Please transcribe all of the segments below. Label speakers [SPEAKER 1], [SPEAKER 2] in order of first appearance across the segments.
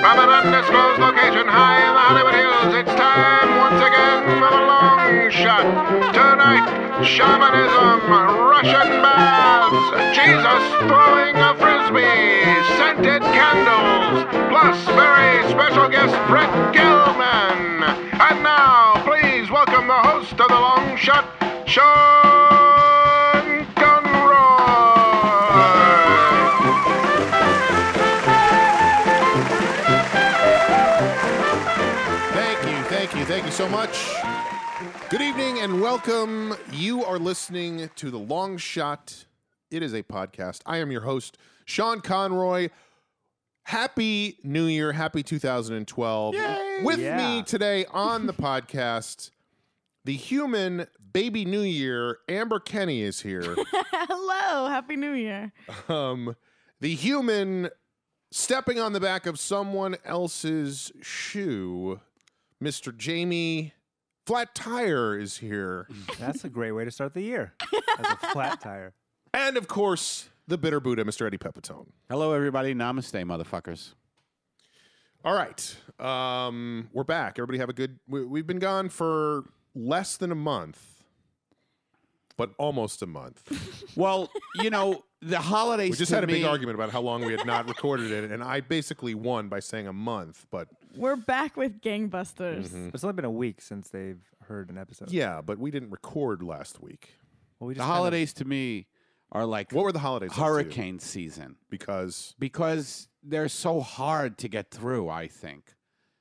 [SPEAKER 1] From an undisclosed location high in the Hollywood Hills, it's time once again for the long shot. Tonight, shamanism, Russian baths, Jesus throwing a frisbee, scented candles, plus very special guest Brett Gelman. And now, please welcome the host of the long shot, Sean Conroy.
[SPEAKER 2] Thank you, thank you, thank you so much. Good evening and welcome. You are listening to The Long Shot. It is a podcast. I am your host, Sean Conroy. Happy New Year, happy 2012. With
[SPEAKER 3] Yeah.
[SPEAKER 2] me today on the podcast, the human baby New Year, Amber Kenny is here.
[SPEAKER 4] Hello, happy new year.
[SPEAKER 2] um, the human stepping on the back of someone else's shoe. Mr. Jamie Flat Tire is here.
[SPEAKER 5] Mm-hmm.
[SPEAKER 3] That's a great way to start the year. As a flat tire.
[SPEAKER 2] and of course, the bitter Buddha, Mr. Eddie Pepitone.
[SPEAKER 5] Hello, everybody. Namaste, motherfuckers.
[SPEAKER 2] All right. Um, we're back. Everybody have a good we, we've been gone for less than a month. But almost a month.
[SPEAKER 5] Well, you know, the holidays.
[SPEAKER 2] We just
[SPEAKER 5] to
[SPEAKER 2] had a big
[SPEAKER 5] me-
[SPEAKER 2] argument about how long we had not recorded it, and I basically won by saying a month. But
[SPEAKER 4] We're back with gangbusters.
[SPEAKER 3] It's only been a week since they've heard an episode.
[SPEAKER 2] yeah, but we didn't record last week.
[SPEAKER 3] Well, we
[SPEAKER 5] The
[SPEAKER 3] just kinda-
[SPEAKER 5] holidays to me are like
[SPEAKER 2] What were the holidays? up to?
[SPEAKER 5] hurricane season
[SPEAKER 2] Because
[SPEAKER 5] because they're so hard to get through, I think.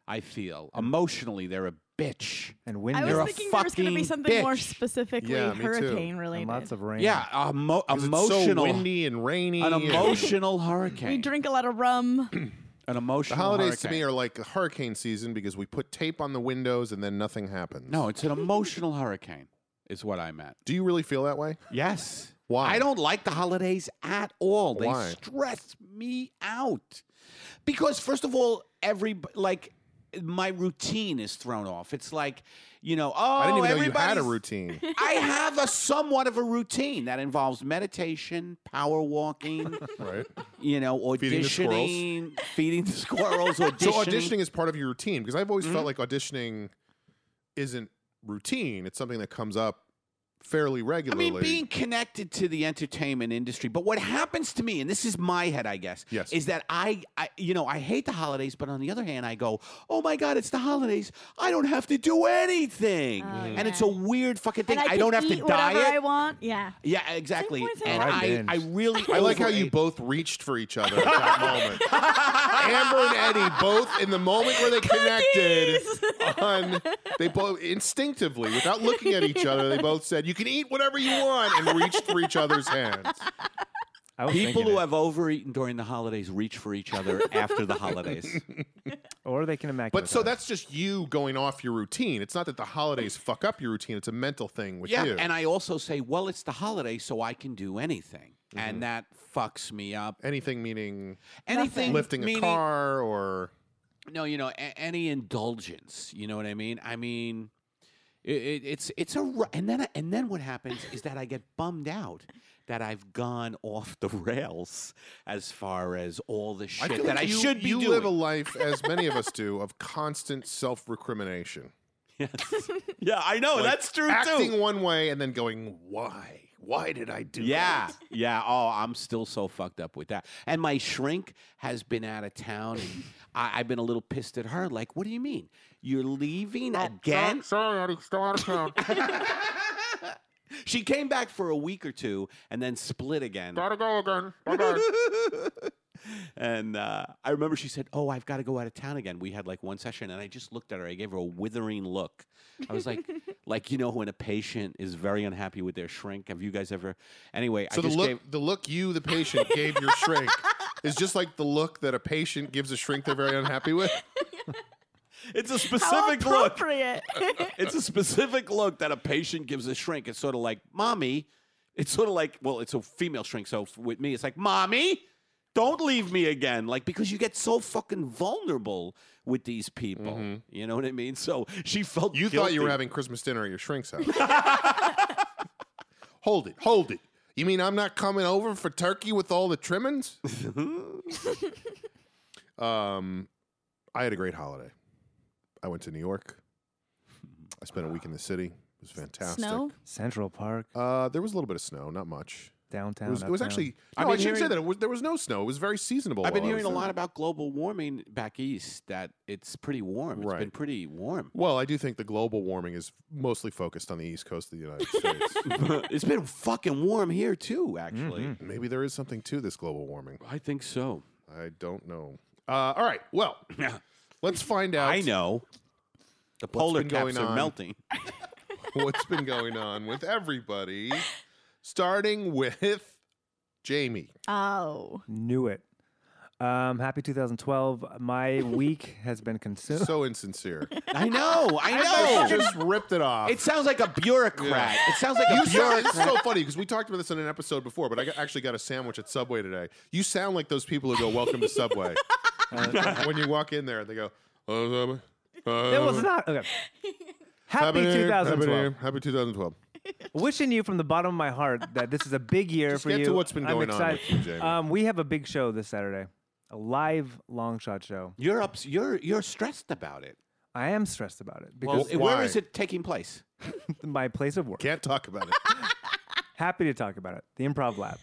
[SPEAKER 5] I feel. Emotionally, they're a bitch.
[SPEAKER 3] and
[SPEAKER 4] I
[SPEAKER 3] windy
[SPEAKER 5] You're
[SPEAKER 4] was
[SPEAKER 5] a
[SPEAKER 4] thinking there was going to be
[SPEAKER 5] fucking
[SPEAKER 4] something more
[SPEAKER 5] bitch.
[SPEAKER 4] specifically
[SPEAKER 2] Yeah, me too.
[SPEAKER 4] hurricane related.
[SPEAKER 3] and lots of rain.
[SPEAKER 5] Yeah, emo-
[SPEAKER 2] 'cause It's so
[SPEAKER 5] emotional.
[SPEAKER 2] windy and rainy.
[SPEAKER 5] an
[SPEAKER 2] and-
[SPEAKER 5] emotional
[SPEAKER 4] we
[SPEAKER 5] hurricane.
[SPEAKER 4] drink a lot of rum.
[SPEAKER 5] an
[SPEAKER 2] The
[SPEAKER 5] emotional
[SPEAKER 2] holidays
[SPEAKER 5] hurricane.
[SPEAKER 2] to me are like hurricane season because we put tape on the windows and then nothing happens.
[SPEAKER 5] No, it's an emotional hurricane, is what I meant.
[SPEAKER 2] Do you really feel that way?
[SPEAKER 5] Yes.
[SPEAKER 2] Why?
[SPEAKER 5] I don't like the holidays at all. They
[SPEAKER 2] Why?
[SPEAKER 5] stress me out. Because first of all, every like my routine is thrown off. It's like, you know, oh,
[SPEAKER 2] I didn't even know you had a
[SPEAKER 5] everybody's-
[SPEAKER 2] routine.
[SPEAKER 5] I have a somewhat of a routine that involves meditation, power walking,
[SPEAKER 2] right.
[SPEAKER 5] you know,
[SPEAKER 2] Feeding the squirrels.
[SPEAKER 5] auditioning, feeding the squirrels,
[SPEAKER 2] So
[SPEAKER 5] auditioning. Mm-hmm.
[SPEAKER 2] auditioning is part of your routine because I've always felt like auditioning isn't routine. It's something that comes up fairly
[SPEAKER 5] I
[SPEAKER 2] regularly.
[SPEAKER 5] mean, being connected to the entertainment industry. But what happens to me, and this is my head, I guess,
[SPEAKER 2] Yes.
[SPEAKER 5] is that I, I, you know, I hate the holidays, but on the other hand, I go, oh my God, it's the holidays. I don't have to do anything.
[SPEAKER 4] Oh,
[SPEAKER 5] And it's a
[SPEAKER 4] yeah.
[SPEAKER 5] weird fucking thing.
[SPEAKER 4] and I,
[SPEAKER 5] I,
[SPEAKER 4] can
[SPEAKER 5] don't have
[SPEAKER 4] eat
[SPEAKER 5] to
[SPEAKER 4] whatever I
[SPEAKER 5] diet.
[SPEAKER 4] want. Yeah.
[SPEAKER 5] yeah, exactly.
[SPEAKER 4] points
[SPEAKER 5] And
[SPEAKER 3] out. I
[SPEAKER 5] I,
[SPEAKER 3] binge.
[SPEAKER 5] I really,
[SPEAKER 2] I like how you
[SPEAKER 5] overate.
[SPEAKER 2] both reached for each other at that moment. Amber and Eddie both in the moment where they connected on they both instinctively without looking at each other they both said you can eat whatever you want and reached for each other's hands.
[SPEAKER 3] I was
[SPEAKER 5] People
[SPEAKER 3] thinking
[SPEAKER 5] who
[SPEAKER 3] it.
[SPEAKER 5] have overeaten during the holidays reach for each other after the holidays.
[SPEAKER 3] or they can immaculate.
[SPEAKER 2] But so
[SPEAKER 3] us.
[SPEAKER 2] that's just you going off your routine. It's not that the holidays fuck up your routine, it's a mental thing with
[SPEAKER 5] yeah,
[SPEAKER 2] you.
[SPEAKER 5] and I also say, well, it's the holiday, so I can do anything.
[SPEAKER 2] Mm-hmm.
[SPEAKER 5] And that fucks me up.
[SPEAKER 2] anything meaning
[SPEAKER 5] Anything
[SPEAKER 2] lifting a
[SPEAKER 5] meaning-
[SPEAKER 2] car or
[SPEAKER 5] No, you know, a- any indulgence. You know what I mean? I mean, it, it, it's it's a ru- and then I- and then what happens is that I get bummed out that I've gone off the rails as far as all the shit
[SPEAKER 2] feel
[SPEAKER 5] that I
[SPEAKER 2] like you-
[SPEAKER 5] should be
[SPEAKER 2] you
[SPEAKER 5] doing.
[SPEAKER 2] live a life as many of us do of constant self-recrimination.
[SPEAKER 5] Yes. yeah, I know
[SPEAKER 2] Like,
[SPEAKER 5] that's true
[SPEAKER 2] acting
[SPEAKER 5] too.
[SPEAKER 2] one way and then going, why? Why did I do
[SPEAKER 5] Yeah,
[SPEAKER 2] that?
[SPEAKER 5] yeah. Oh, I'm still so fucked up with that. And my shrink has been out of town, and I, I've been a little pissed at her. Like, what do you mean? You're leaving again?
[SPEAKER 1] Sorry, Eddie, still out of town.
[SPEAKER 5] she came back for a week or two and then split again.
[SPEAKER 1] Gotta go again. Bye-bye.
[SPEAKER 5] and uh, I remember she said, "Oh, I've got to go out of town again." We had like one session, and I just looked at her. I gave her a withering look. I was like, like you know, when a patient is very unhappy with their shrink. Have you guys ever? Anyway,
[SPEAKER 2] So
[SPEAKER 5] I
[SPEAKER 2] the
[SPEAKER 5] just
[SPEAKER 2] look
[SPEAKER 5] gave.
[SPEAKER 2] the look you, the patient, gave your shrink is just like the look that a patient gives a shrink they're very unhappy with.
[SPEAKER 5] It's a
[SPEAKER 4] How
[SPEAKER 5] specific look.
[SPEAKER 4] appropriate.
[SPEAKER 5] It's a specific look that a patient gives a shrink. It's sort of like, "Mommy." It's sort of like, well, it's a female shrink. So f- with me, it's like, "Mommy." Don't leave me again, like because you get so fucking vulnerable with these people. You know what I mean? So she felt
[SPEAKER 2] Mm-hmm. You thought you were
[SPEAKER 5] guilty.
[SPEAKER 2] having Christmas dinner at your shrink's house. hold it, hold it. You mean I'm not coming over for turkey with all the trimmings? um, I had a great holiday. I went to New York. I spent a week in the city. It was fantastic.
[SPEAKER 4] Snow?
[SPEAKER 3] Central Park,
[SPEAKER 2] Uh, there was a little bit of snow, not much.
[SPEAKER 3] downtown.
[SPEAKER 2] It was, it was
[SPEAKER 3] uptown.
[SPEAKER 2] actually.
[SPEAKER 5] I've
[SPEAKER 2] No, I
[SPEAKER 5] been
[SPEAKER 2] shouldn't say
[SPEAKER 5] hearing-
[SPEAKER 2] that. It was, there was no snow. It was very seasonable.
[SPEAKER 5] I've been
[SPEAKER 2] while I was
[SPEAKER 5] hearing a
[SPEAKER 2] there.
[SPEAKER 5] lot about global warming back east. That it's pretty warm. It's been
[SPEAKER 2] Right.
[SPEAKER 5] pretty warm.
[SPEAKER 2] Well, I do think the global warming is mostly focused on the east coast of the United States.
[SPEAKER 5] it's been fucking warm here too. Actually,
[SPEAKER 2] Maybe there is something to this global warming.
[SPEAKER 5] I think so.
[SPEAKER 2] I don't know. Uh, all right. Well, let's find out
[SPEAKER 5] I know. The
[SPEAKER 2] What's
[SPEAKER 5] polar
[SPEAKER 2] been
[SPEAKER 5] caps
[SPEAKER 2] going
[SPEAKER 5] are
[SPEAKER 2] on?
[SPEAKER 5] melting.
[SPEAKER 2] what's been going on with everybody, starting with Jamie.
[SPEAKER 4] Oh.
[SPEAKER 3] knew it. Um, happy 2012. My week has been consumed.
[SPEAKER 2] So insincere.
[SPEAKER 5] I know. I
[SPEAKER 2] I
[SPEAKER 5] know.
[SPEAKER 2] just ripped it off.
[SPEAKER 5] It sounds like a bureaucrat. It sounds like
[SPEAKER 2] you
[SPEAKER 5] a
[SPEAKER 2] sound,
[SPEAKER 5] bureaucrat.
[SPEAKER 2] it's so funny because we talked about this in an episode before, but I got- actually got a sandwich at Subway today. You sound like those people who go, "Welcome to Subway," when you walk in there, they go, "Uh, "Hello, Subway."
[SPEAKER 3] Uh, it was not okay. Happy 2012.
[SPEAKER 2] Happy 2012.
[SPEAKER 3] Wishing you from the bottom of my heart that this is a big year
[SPEAKER 2] Just
[SPEAKER 3] for
[SPEAKER 2] get
[SPEAKER 3] you.
[SPEAKER 2] to what's been
[SPEAKER 3] I'm
[SPEAKER 2] going on with
[SPEAKER 3] excited.
[SPEAKER 2] you, Jamie.
[SPEAKER 3] Um, we have a big show this Saturday, a live long shot show.
[SPEAKER 5] You're ups- You're you're stressed about it.
[SPEAKER 3] I am stressed about it
[SPEAKER 5] Well,
[SPEAKER 3] because
[SPEAKER 5] where
[SPEAKER 2] why?
[SPEAKER 5] is it taking place?
[SPEAKER 3] my place of work.
[SPEAKER 2] Can't talk about it.
[SPEAKER 3] Happy to talk about it. The Improv Lab,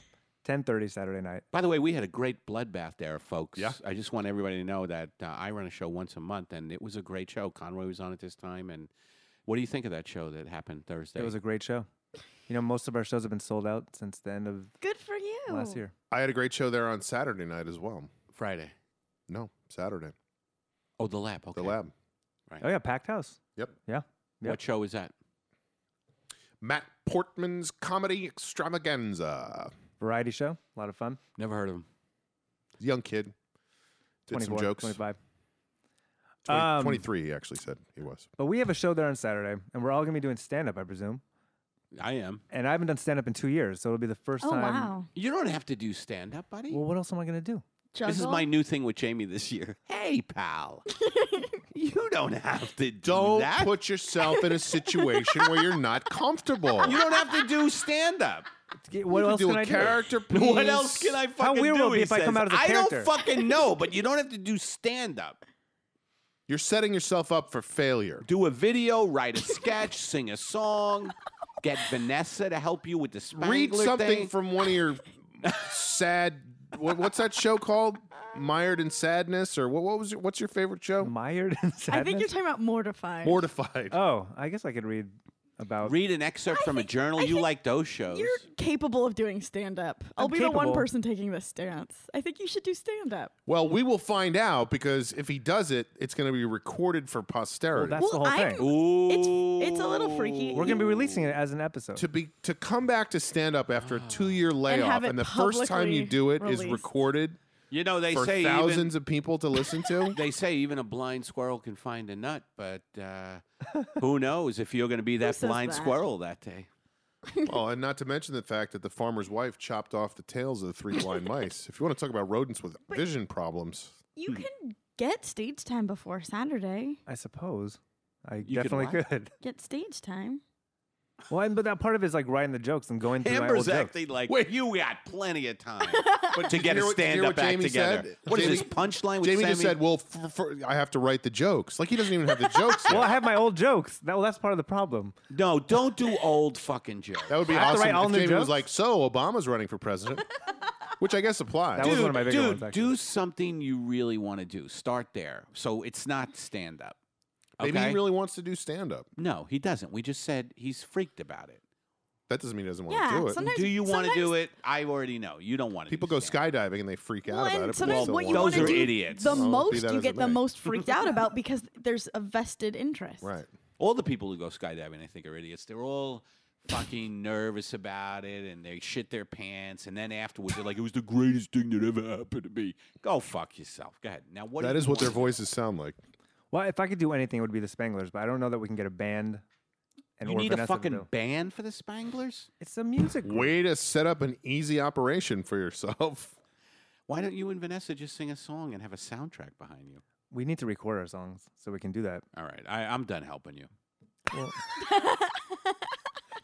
[SPEAKER 3] 10:30 Saturday night.
[SPEAKER 5] By the way, we had a great bloodbath there, folks.
[SPEAKER 2] Yeah.
[SPEAKER 5] I just want everybody to know that uh, I run a show once a month, and it was a great show. Conroy was on it this time, and what do you think of that show that happened Thursday?
[SPEAKER 3] It was a great show. You know, most of our shows have been sold out since the end of
[SPEAKER 4] Good for you.
[SPEAKER 3] last year.
[SPEAKER 2] I had a great show there on Saturday night as well.
[SPEAKER 5] Friday.
[SPEAKER 2] No, Saturday.
[SPEAKER 5] Oh, the lab. Okay.
[SPEAKER 2] The lab.
[SPEAKER 3] Oh yeah, packed house.
[SPEAKER 2] Yep.
[SPEAKER 3] Yeah. Yep.
[SPEAKER 5] What show is that?
[SPEAKER 2] Matt Portman's comedy extravaganza.
[SPEAKER 3] Variety show, a lot of fun.
[SPEAKER 5] Never heard of him.
[SPEAKER 2] Young kid. Did some
[SPEAKER 3] 24,
[SPEAKER 2] jokes.
[SPEAKER 3] 25.
[SPEAKER 2] 20
[SPEAKER 3] Um,
[SPEAKER 2] 23, he actually said he was.
[SPEAKER 3] But we have a show there on Saturday, and we're all gonna be doing stand up, I presume.
[SPEAKER 5] I am.
[SPEAKER 3] And I haven't done stand up in two years, so it'll be the first
[SPEAKER 4] Oh,
[SPEAKER 3] time.
[SPEAKER 4] wow.
[SPEAKER 5] You don't have to do stand up, buddy.
[SPEAKER 3] Well, what else am I gonna do?
[SPEAKER 4] Juggle?
[SPEAKER 5] this is my new thing with Jamie this year. Hey, pal. you don't have to do
[SPEAKER 2] Don't
[SPEAKER 5] that.
[SPEAKER 2] put yourself in a situation where you're not comfortable.
[SPEAKER 5] you don't have to do stand up.
[SPEAKER 3] Get- What else
[SPEAKER 2] do
[SPEAKER 3] can
[SPEAKER 2] a
[SPEAKER 3] I
[SPEAKER 2] character
[SPEAKER 3] do?
[SPEAKER 5] What else can I fucking
[SPEAKER 3] How weird
[SPEAKER 5] do?
[SPEAKER 3] will it be
[SPEAKER 5] he
[SPEAKER 3] if I come
[SPEAKER 5] says.
[SPEAKER 3] out as a
[SPEAKER 5] I
[SPEAKER 3] character?"
[SPEAKER 5] don't fucking know, but you don't have to do stand up.
[SPEAKER 2] You're setting yourself up for failure.
[SPEAKER 5] Do a video, write a sketch, sing a song, get Vanessa to help you with the Spangler
[SPEAKER 2] Read something
[SPEAKER 5] thing.
[SPEAKER 2] from one of your sad. What, what's that show called? Mired in Sadness, or what? What was? Your, what's your favorite show?
[SPEAKER 3] Mired in
[SPEAKER 4] I
[SPEAKER 3] sadness.
[SPEAKER 4] think you're talking about mortified.
[SPEAKER 2] Mortified.
[SPEAKER 3] Oh, I guess I could read about.
[SPEAKER 5] Read an excerpt from a journal.
[SPEAKER 4] I
[SPEAKER 5] you
[SPEAKER 4] think
[SPEAKER 5] like those shows.
[SPEAKER 4] You're capable of doing stand up. I'll
[SPEAKER 3] I'm
[SPEAKER 4] be the one
[SPEAKER 3] capable.
[SPEAKER 4] person taking this stance. I think you should do stand up.
[SPEAKER 2] Well, we will find out because if he does it, it's going to be recorded for posterity.
[SPEAKER 3] that's the whole
[SPEAKER 4] I'm-
[SPEAKER 3] thing.
[SPEAKER 5] Ooh.
[SPEAKER 4] It's it's a little freaky.
[SPEAKER 3] We're gonna be releasing it as an episode.
[SPEAKER 2] to be to come back to stand up after a two year layoff,
[SPEAKER 4] have
[SPEAKER 2] and,
[SPEAKER 4] it
[SPEAKER 2] the first time you
[SPEAKER 4] publicly
[SPEAKER 2] do it is
[SPEAKER 4] released.
[SPEAKER 2] recorded
[SPEAKER 5] You know, they
[SPEAKER 2] for
[SPEAKER 5] say
[SPEAKER 2] thousands
[SPEAKER 5] even,
[SPEAKER 2] of people to listen to.
[SPEAKER 5] they say even a blind squirrel can find a nut, but uh, who knows if you're going to be that
[SPEAKER 4] says
[SPEAKER 5] blind
[SPEAKER 4] that?
[SPEAKER 5] squirrel that day?
[SPEAKER 2] well, Oh, and not to mention the fact that the farmer's wife chopped off the tails of the three blind mice. If you want to talk about rodents with vision problems,
[SPEAKER 4] You can get stage time before Saturday.
[SPEAKER 3] I suppose. I
[SPEAKER 5] could
[SPEAKER 3] definitely
[SPEAKER 5] what?
[SPEAKER 3] could.
[SPEAKER 4] Get stage time.
[SPEAKER 3] Well, and, but that part of it is like writing the jokes and going through my old
[SPEAKER 5] Amber's
[SPEAKER 3] jokes.
[SPEAKER 5] acting like you got plenty of time to get
[SPEAKER 2] hear
[SPEAKER 5] a
[SPEAKER 2] what- did you hear
[SPEAKER 5] stand up
[SPEAKER 2] what
[SPEAKER 5] act
[SPEAKER 2] Jamie
[SPEAKER 5] together.
[SPEAKER 2] said?
[SPEAKER 5] What is
[SPEAKER 2] Jamie-
[SPEAKER 5] this punchline with
[SPEAKER 2] Jamie
[SPEAKER 5] Sammy?
[SPEAKER 2] just said, "Well, f for, I have to write the jokes." Like he doesn't even have the jokes.
[SPEAKER 3] Well, I
[SPEAKER 2] yet.
[SPEAKER 3] have my old jokes. That, well, that's part of the problem.
[SPEAKER 5] no, don't do old fucking jokes.
[SPEAKER 2] That would be
[SPEAKER 3] I have to
[SPEAKER 2] awesome
[SPEAKER 3] write all
[SPEAKER 2] if
[SPEAKER 3] new
[SPEAKER 2] Jamie was
[SPEAKER 3] jokes?
[SPEAKER 2] like, "So Obama's running for president," which I guess applies.
[SPEAKER 3] That was
[SPEAKER 5] dude,
[SPEAKER 3] one of my bigger
[SPEAKER 5] dude,
[SPEAKER 3] ones, actually.
[SPEAKER 5] do something you really want to do. Start there. So it's not stand up.
[SPEAKER 2] Maybe he really wants to do stand up.
[SPEAKER 5] No, he doesn't. We just said he's freaked about it.
[SPEAKER 2] That doesn't mean he doesn't want
[SPEAKER 4] Yeah,
[SPEAKER 2] to do it.
[SPEAKER 4] sometimes-
[SPEAKER 5] Do you want to do
[SPEAKER 4] sometimes-
[SPEAKER 5] it? I already know. You don't want to.
[SPEAKER 2] People go skydiving and they freak out
[SPEAKER 4] Well,
[SPEAKER 2] about it.
[SPEAKER 4] and
[SPEAKER 2] but
[SPEAKER 4] sometimes
[SPEAKER 2] they
[SPEAKER 4] what
[SPEAKER 2] still
[SPEAKER 4] you
[SPEAKER 2] want
[SPEAKER 5] Those
[SPEAKER 4] want
[SPEAKER 2] to
[SPEAKER 4] to
[SPEAKER 5] are
[SPEAKER 2] do it.
[SPEAKER 4] do
[SPEAKER 5] idiots.
[SPEAKER 4] the
[SPEAKER 5] Well,
[SPEAKER 2] be
[SPEAKER 4] most
[SPEAKER 2] that
[SPEAKER 4] you
[SPEAKER 2] as it
[SPEAKER 4] get the
[SPEAKER 2] may.
[SPEAKER 4] most freaked out about because there's a vested interest.
[SPEAKER 2] Right.
[SPEAKER 5] All the people who go skydiving, I think, are idiots. They're all fucking nervous about it and they shit their pants. And then afterwards, they're like, it was the greatest thing that ever happened to me. Go fuck yourself. Go ahead. Now, what
[SPEAKER 2] That
[SPEAKER 5] do
[SPEAKER 2] is
[SPEAKER 5] you
[SPEAKER 2] what their
[SPEAKER 5] want?
[SPEAKER 2] voices sound like.
[SPEAKER 3] Well, if I could do anything, it would be the Spanglers, but I don't know that we can get a band. And
[SPEAKER 5] You
[SPEAKER 3] or
[SPEAKER 5] need a
[SPEAKER 3] Vanessa to
[SPEAKER 5] fucking
[SPEAKER 3] do.
[SPEAKER 5] band for the Spanglers?
[SPEAKER 3] It's a music. group.
[SPEAKER 2] Way to set up an easy operation for yourself.
[SPEAKER 5] Why don't you and Vanessa just sing a song and have a soundtrack behind you?
[SPEAKER 3] We need to record our songs so we can do that.
[SPEAKER 5] All right, I, I'm done helping you.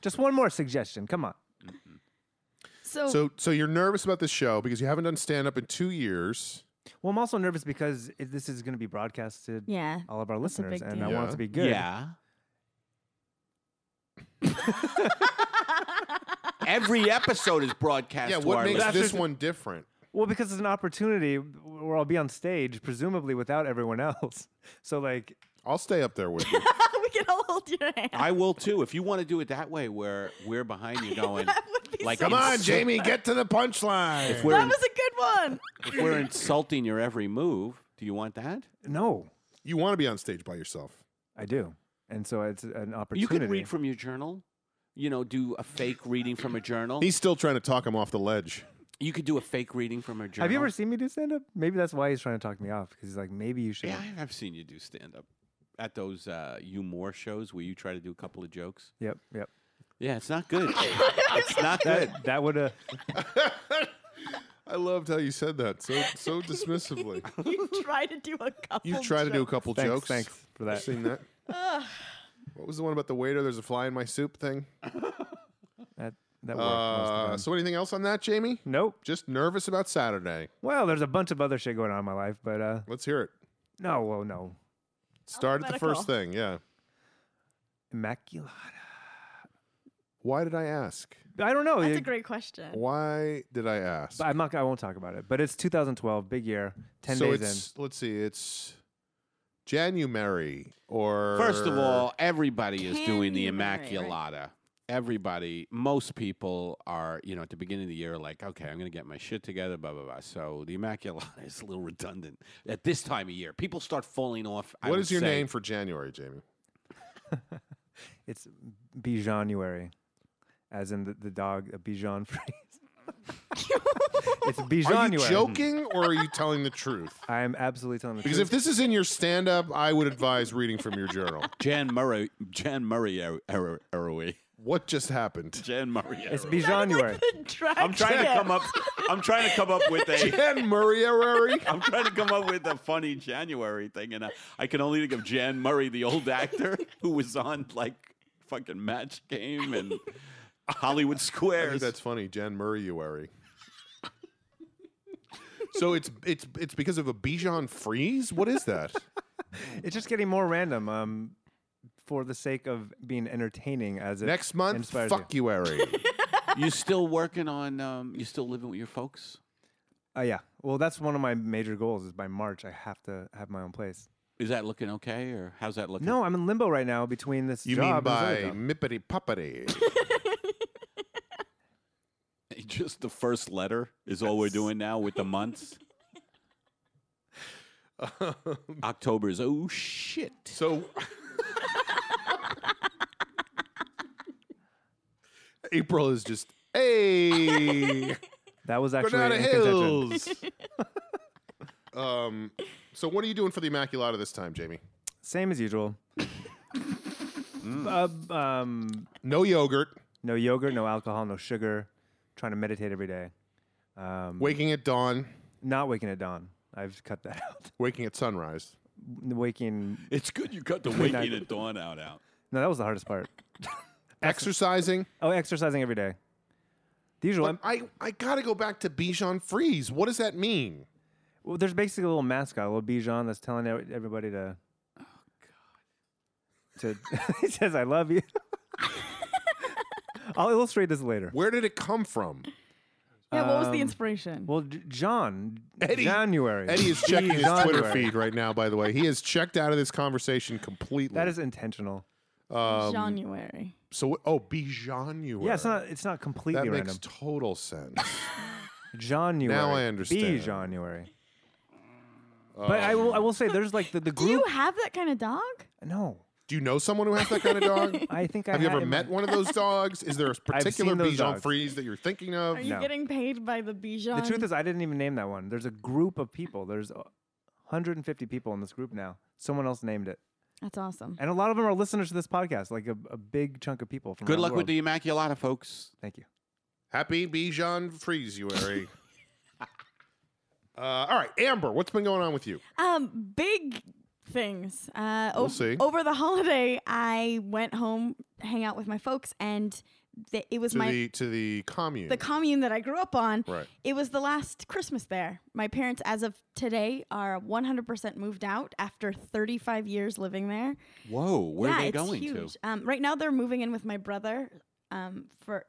[SPEAKER 3] Just one more suggestion. Come on.
[SPEAKER 4] So,
[SPEAKER 2] So, so you're nervous about this show because you haven't done stand up in two years.
[SPEAKER 3] Well, I'm also nervous because it, this is going to be broadcasted
[SPEAKER 4] Yeah.
[SPEAKER 3] all of our
[SPEAKER 4] That's a
[SPEAKER 3] listeners,
[SPEAKER 4] big
[SPEAKER 3] and I want it
[SPEAKER 2] Yeah.
[SPEAKER 3] to be good.
[SPEAKER 5] Yeah. Every episode is broadcast.
[SPEAKER 2] yeah,
[SPEAKER 5] to
[SPEAKER 2] what
[SPEAKER 5] our
[SPEAKER 2] makes
[SPEAKER 5] listeners.
[SPEAKER 2] this one different?
[SPEAKER 3] Well, because it's an opportunity where I'll be on stage, presumably without everyone else. So, like,
[SPEAKER 2] I'll stay up there with you.
[SPEAKER 4] we can all hold your hand.
[SPEAKER 5] I will too. If you want to do it that way, where we're behind you going,
[SPEAKER 4] that would be
[SPEAKER 5] like,
[SPEAKER 4] so
[SPEAKER 2] Come on,
[SPEAKER 5] Insane.
[SPEAKER 2] Jamie, get to the punchline.
[SPEAKER 5] if we're,
[SPEAKER 4] That was a good one.
[SPEAKER 5] if we're insulting your every move, do you want that?
[SPEAKER 3] no,
[SPEAKER 2] you want to be on stage by yourself.
[SPEAKER 3] I do. And so it's an opportunity.
[SPEAKER 5] You could read from your journal. You know, do a fake reading from a journal.
[SPEAKER 2] He's still trying to talk him off the ledge.
[SPEAKER 5] You could do a fake reading from a journal.
[SPEAKER 3] Have you ever seen me do stand up? Maybe that's why he's trying to talk me off because he's like, maybe you should.
[SPEAKER 5] Yeah, I have seen you do stand up at those uh, you more shows where you try to do a couple of jokes.
[SPEAKER 3] Yep, yep.
[SPEAKER 5] Yeah, it's not good. it's not good.
[SPEAKER 3] That, that would have.
[SPEAKER 2] I loved how you said that so so dismissively.
[SPEAKER 4] you try to do a couple.
[SPEAKER 2] You try to do a couple
[SPEAKER 3] Thanks,
[SPEAKER 2] jokes.
[SPEAKER 3] thanks for
[SPEAKER 2] I've
[SPEAKER 3] that.
[SPEAKER 2] seen that. what was the one about the waiter? There's a fly in my soup thing.
[SPEAKER 3] That, that worked. most of the
[SPEAKER 2] Uh,
[SPEAKER 3] time.
[SPEAKER 2] so anything else on that, Jamie?
[SPEAKER 3] nope.
[SPEAKER 2] Just nervous about Saturday.
[SPEAKER 3] Well, there's a bunch of other shit going on in my life, but uh,
[SPEAKER 2] Let's hear it.
[SPEAKER 3] no, well, no.
[SPEAKER 2] Start at the first thing.
[SPEAKER 4] Alphabetical.
[SPEAKER 2] Yeah.
[SPEAKER 3] Immaculata.
[SPEAKER 2] Why did I ask?
[SPEAKER 3] I don't know.
[SPEAKER 4] That's
[SPEAKER 3] you-
[SPEAKER 4] a great question.
[SPEAKER 2] Why did I ask?
[SPEAKER 3] but I'm not. I won't talk about it. But it's 2012, big year, ten
[SPEAKER 2] so
[SPEAKER 3] days
[SPEAKER 2] it's let's see, it's January or
[SPEAKER 5] First of all, everybody is doing the
[SPEAKER 4] Candy, right,
[SPEAKER 5] Immaculata. Everybody, most people are, you know, at the beginning of the year, like, okay, I'm going to get my shit together, blah, blah, blah. So the Immaculata is a little redundant at this time of year. People start falling off. I
[SPEAKER 2] what
[SPEAKER 5] would
[SPEAKER 2] is your
[SPEAKER 5] say.
[SPEAKER 2] name for January, Jamie?
[SPEAKER 3] in. It's Bijanuary, as in the, the dog a Bijan phrase. it's
[SPEAKER 2] Are
[SPEAKER 3] Bijanuary.
[SPEAKER 2] you joking or are you telling the truth?
[SPEAKER 3] I am absolutely telling the
[SPEAKER 2] Because if
[SPEAKER 3] truth.
[SPEAKER 2] this is in your stand up, I would advise reading from your journal.
[SPEAKER 5] Jan Murray. Jan Murray. Er- er- er-
[SPEAKER 2] What just happened?
[SPEAKER 5] Jan Murray.
[SPEAKER 3] it's
[SPEAKER 5] Eroway.
[SPEAKER 3] Bijanuary.
[SPEAKER 5] I'm trying to come up. I'm trying to come up with a.
[SPEAKER 2] Jan Murray Erreri?
[SPEAKER 5] I'm trying to come up with a funny January thing, and I, I can only think of Jan Murray, the old actor who was on like fucking Match Game and Hollywood
[SPEAKER 2] I think
[SPEAKER 5] Squares.
[SPEAKER 2] that's funny, Jan Murray Erreri. So it's it's it's because of a Bichon freeze? What is that?
[SPEAKER 3] It's just getting more random. Um, for the sake of being entertaining, as it
[SPEAKER 2] Next month,
[SPEAKER 3] inspires
[SPEAKER 2] fuck you, Erreri.
[SPEAKER 5] you still working on? Um, you still living with your folks?
[SPEAKER 3] you. Uh, yeah. Well, that's one of my major goals. Is by March, I have to have my own place.
[SPEAKER 5] Is that looking okay, or how's that looking?
[SPEAKER 3] No, I'm in limbo right now between this
[SPEAKER 2] You
[SPEAKER 3] job
[SPEAKER 2] mean
[SPEAKER 3] and this other
[SPEAKER 2] by
[SPEAKER 3] job.
[SPEAKER 2] mippity poppity?
[SPEAKER 5] just the first letter is all we're doing now with the months. October's oh shit.
[SPEAKER 2] So April is just hey,
[SPEAKER 3] That was actually
[SPEAKER 2] Granada
[SPEAKER 3] in contention.
[SPEAKER 2] Hills. um, so what are you doing for the Immaculata this time, Jamie?
[SPEAKER 3] Same as usual. Uh, um,
[SPEAKER 2] No yogurt.
[SPEAKER 3] no yogurt, no alcohol, no sugar. Trying to meditate every day. Um,
[SPEAKER 2] Waking at dawn.
[SPEAKER 3] Not waking at dawn. I've cut that out.
[SPEAKER 2] Waking at sunrise.
[SPEAKER 3] Waking.
[SPEAKER 5] It's good you cut the waking at dawn out out.
[SPEAKER 3] No, that was the hardest part.
[SPEAKER 2] Exercising.
[SPEAKER 3] Oh, exercising every day. The usual.
[SPEAKER 2] But I I gotta go back to Bichon Freeze. What does that mean?
[SPEAKER 3] Well, there's basically a little mascot, a little Bijan that's telling ev- everybody to. Oh God. To he says, "I love you." I'll illustrate this later.
[SPEAKER 2] Where did it come from?
[SPEAKER 4] Yeah, what was the
[SPEAKER 3] Um,
[SPEAKER 4] inspiration?
[SPEAKER 3] Well, J- John
[SPEAKER 2] Eddie-
[SPEAKER 3] January.
[SPEAKER 2] Eddie is checking his Twitter
[SPEAKER 3] January.
[SPEAKER 2] feed right now. By the way, he has checked out of this conversation completely.
[SPEAKER 3] That is intentional.
[SPEAKER 4] January.
[SPEAKER 2] so. what- Oh, Bijanuary.
[SPEAKER 3] Yeah, it's not. It's not completely
[SPEAKER 2] That
[SPEAKER 3] random.
[SPEAKER 2] makes total sense.
[SPEAKER 3] January.
[SPEAKER 2] Now I understand.
[SPEAKER 3] B January. but I will. I will say there's like the, the
[SPEAKER 4] Do
[SPEAKER 3] group.
[SPEAKER 4] you have that kind of dog?
[SPEAKER 3] no,
[SPEAKER 2] Do you know someone who has that kind of dog?
[SPEAKER 3] I think I
[SPEAKER 2] Have you ever
[SPEAKER 3] had-
[SPEAKER 2] met one of those dogs? Is there a particular
[SPEAKER 3] seen those
[SPEAKER 2] Bichon
[SPEAKER 3] dogs.
[SPEAKER 2] Frise that you're thinking of?
[SPEAKER 4] Are you
[SPEAKER 3] No.
[SPEAKER 4] getting paid by the Bichon?
[SPEAKER 3] The truth is, I didn't even name that one. There's a group of people. There's uh, 150 people in this group now. Someone else named it,
[SPEAKER 4] that's awesome.
[SPEAKER 3] and a lot of them are listeners to this podcast. Like a, a big chunk of people. From
[SPEAKER 5] Good
[SPEAKER 3] around
[SPEAKER 5] luck with
[SPEAKER 3] the world.
[SPEAKER 5] the Immaculata, folks.
[SPEAKER 3] Thank you.
[SPEAKER 2] Happy Bichon Frise, you Ari. uh, all right, Amber, what's been going on with you?
[SPEAKER 4] Um, big things. Uh,
[SPEAKER 2] We'll
[SPEAKER 4] ov-
[SPEAKER 2] see.
[SPEAKER 4] Over the holiday, I went home, hang out with my folks, and the, it was
[SPEAKER 2] to
[SPEAKER 4] my
[SPEAKER 2] the to the commune.
[SPEAKER 4] the commune that I grew up on.
[SPEAKER 2] Right.
[SPEAKER 4] It was the last Christmas there. My parents, as of today, are 100% moved out after 35 years living there.
[SPEAKER 5] Whoa, where
[SPEAKER 4] yeah,
[SPEAKER 5] are they
[SPEAKER 4] it's
[SPEAKER 5] going
[SPEAKER 4] huge.
[SPEAKER 5] to?
[SPEAKER 4] Um, right now, they're moving in with my brother um, for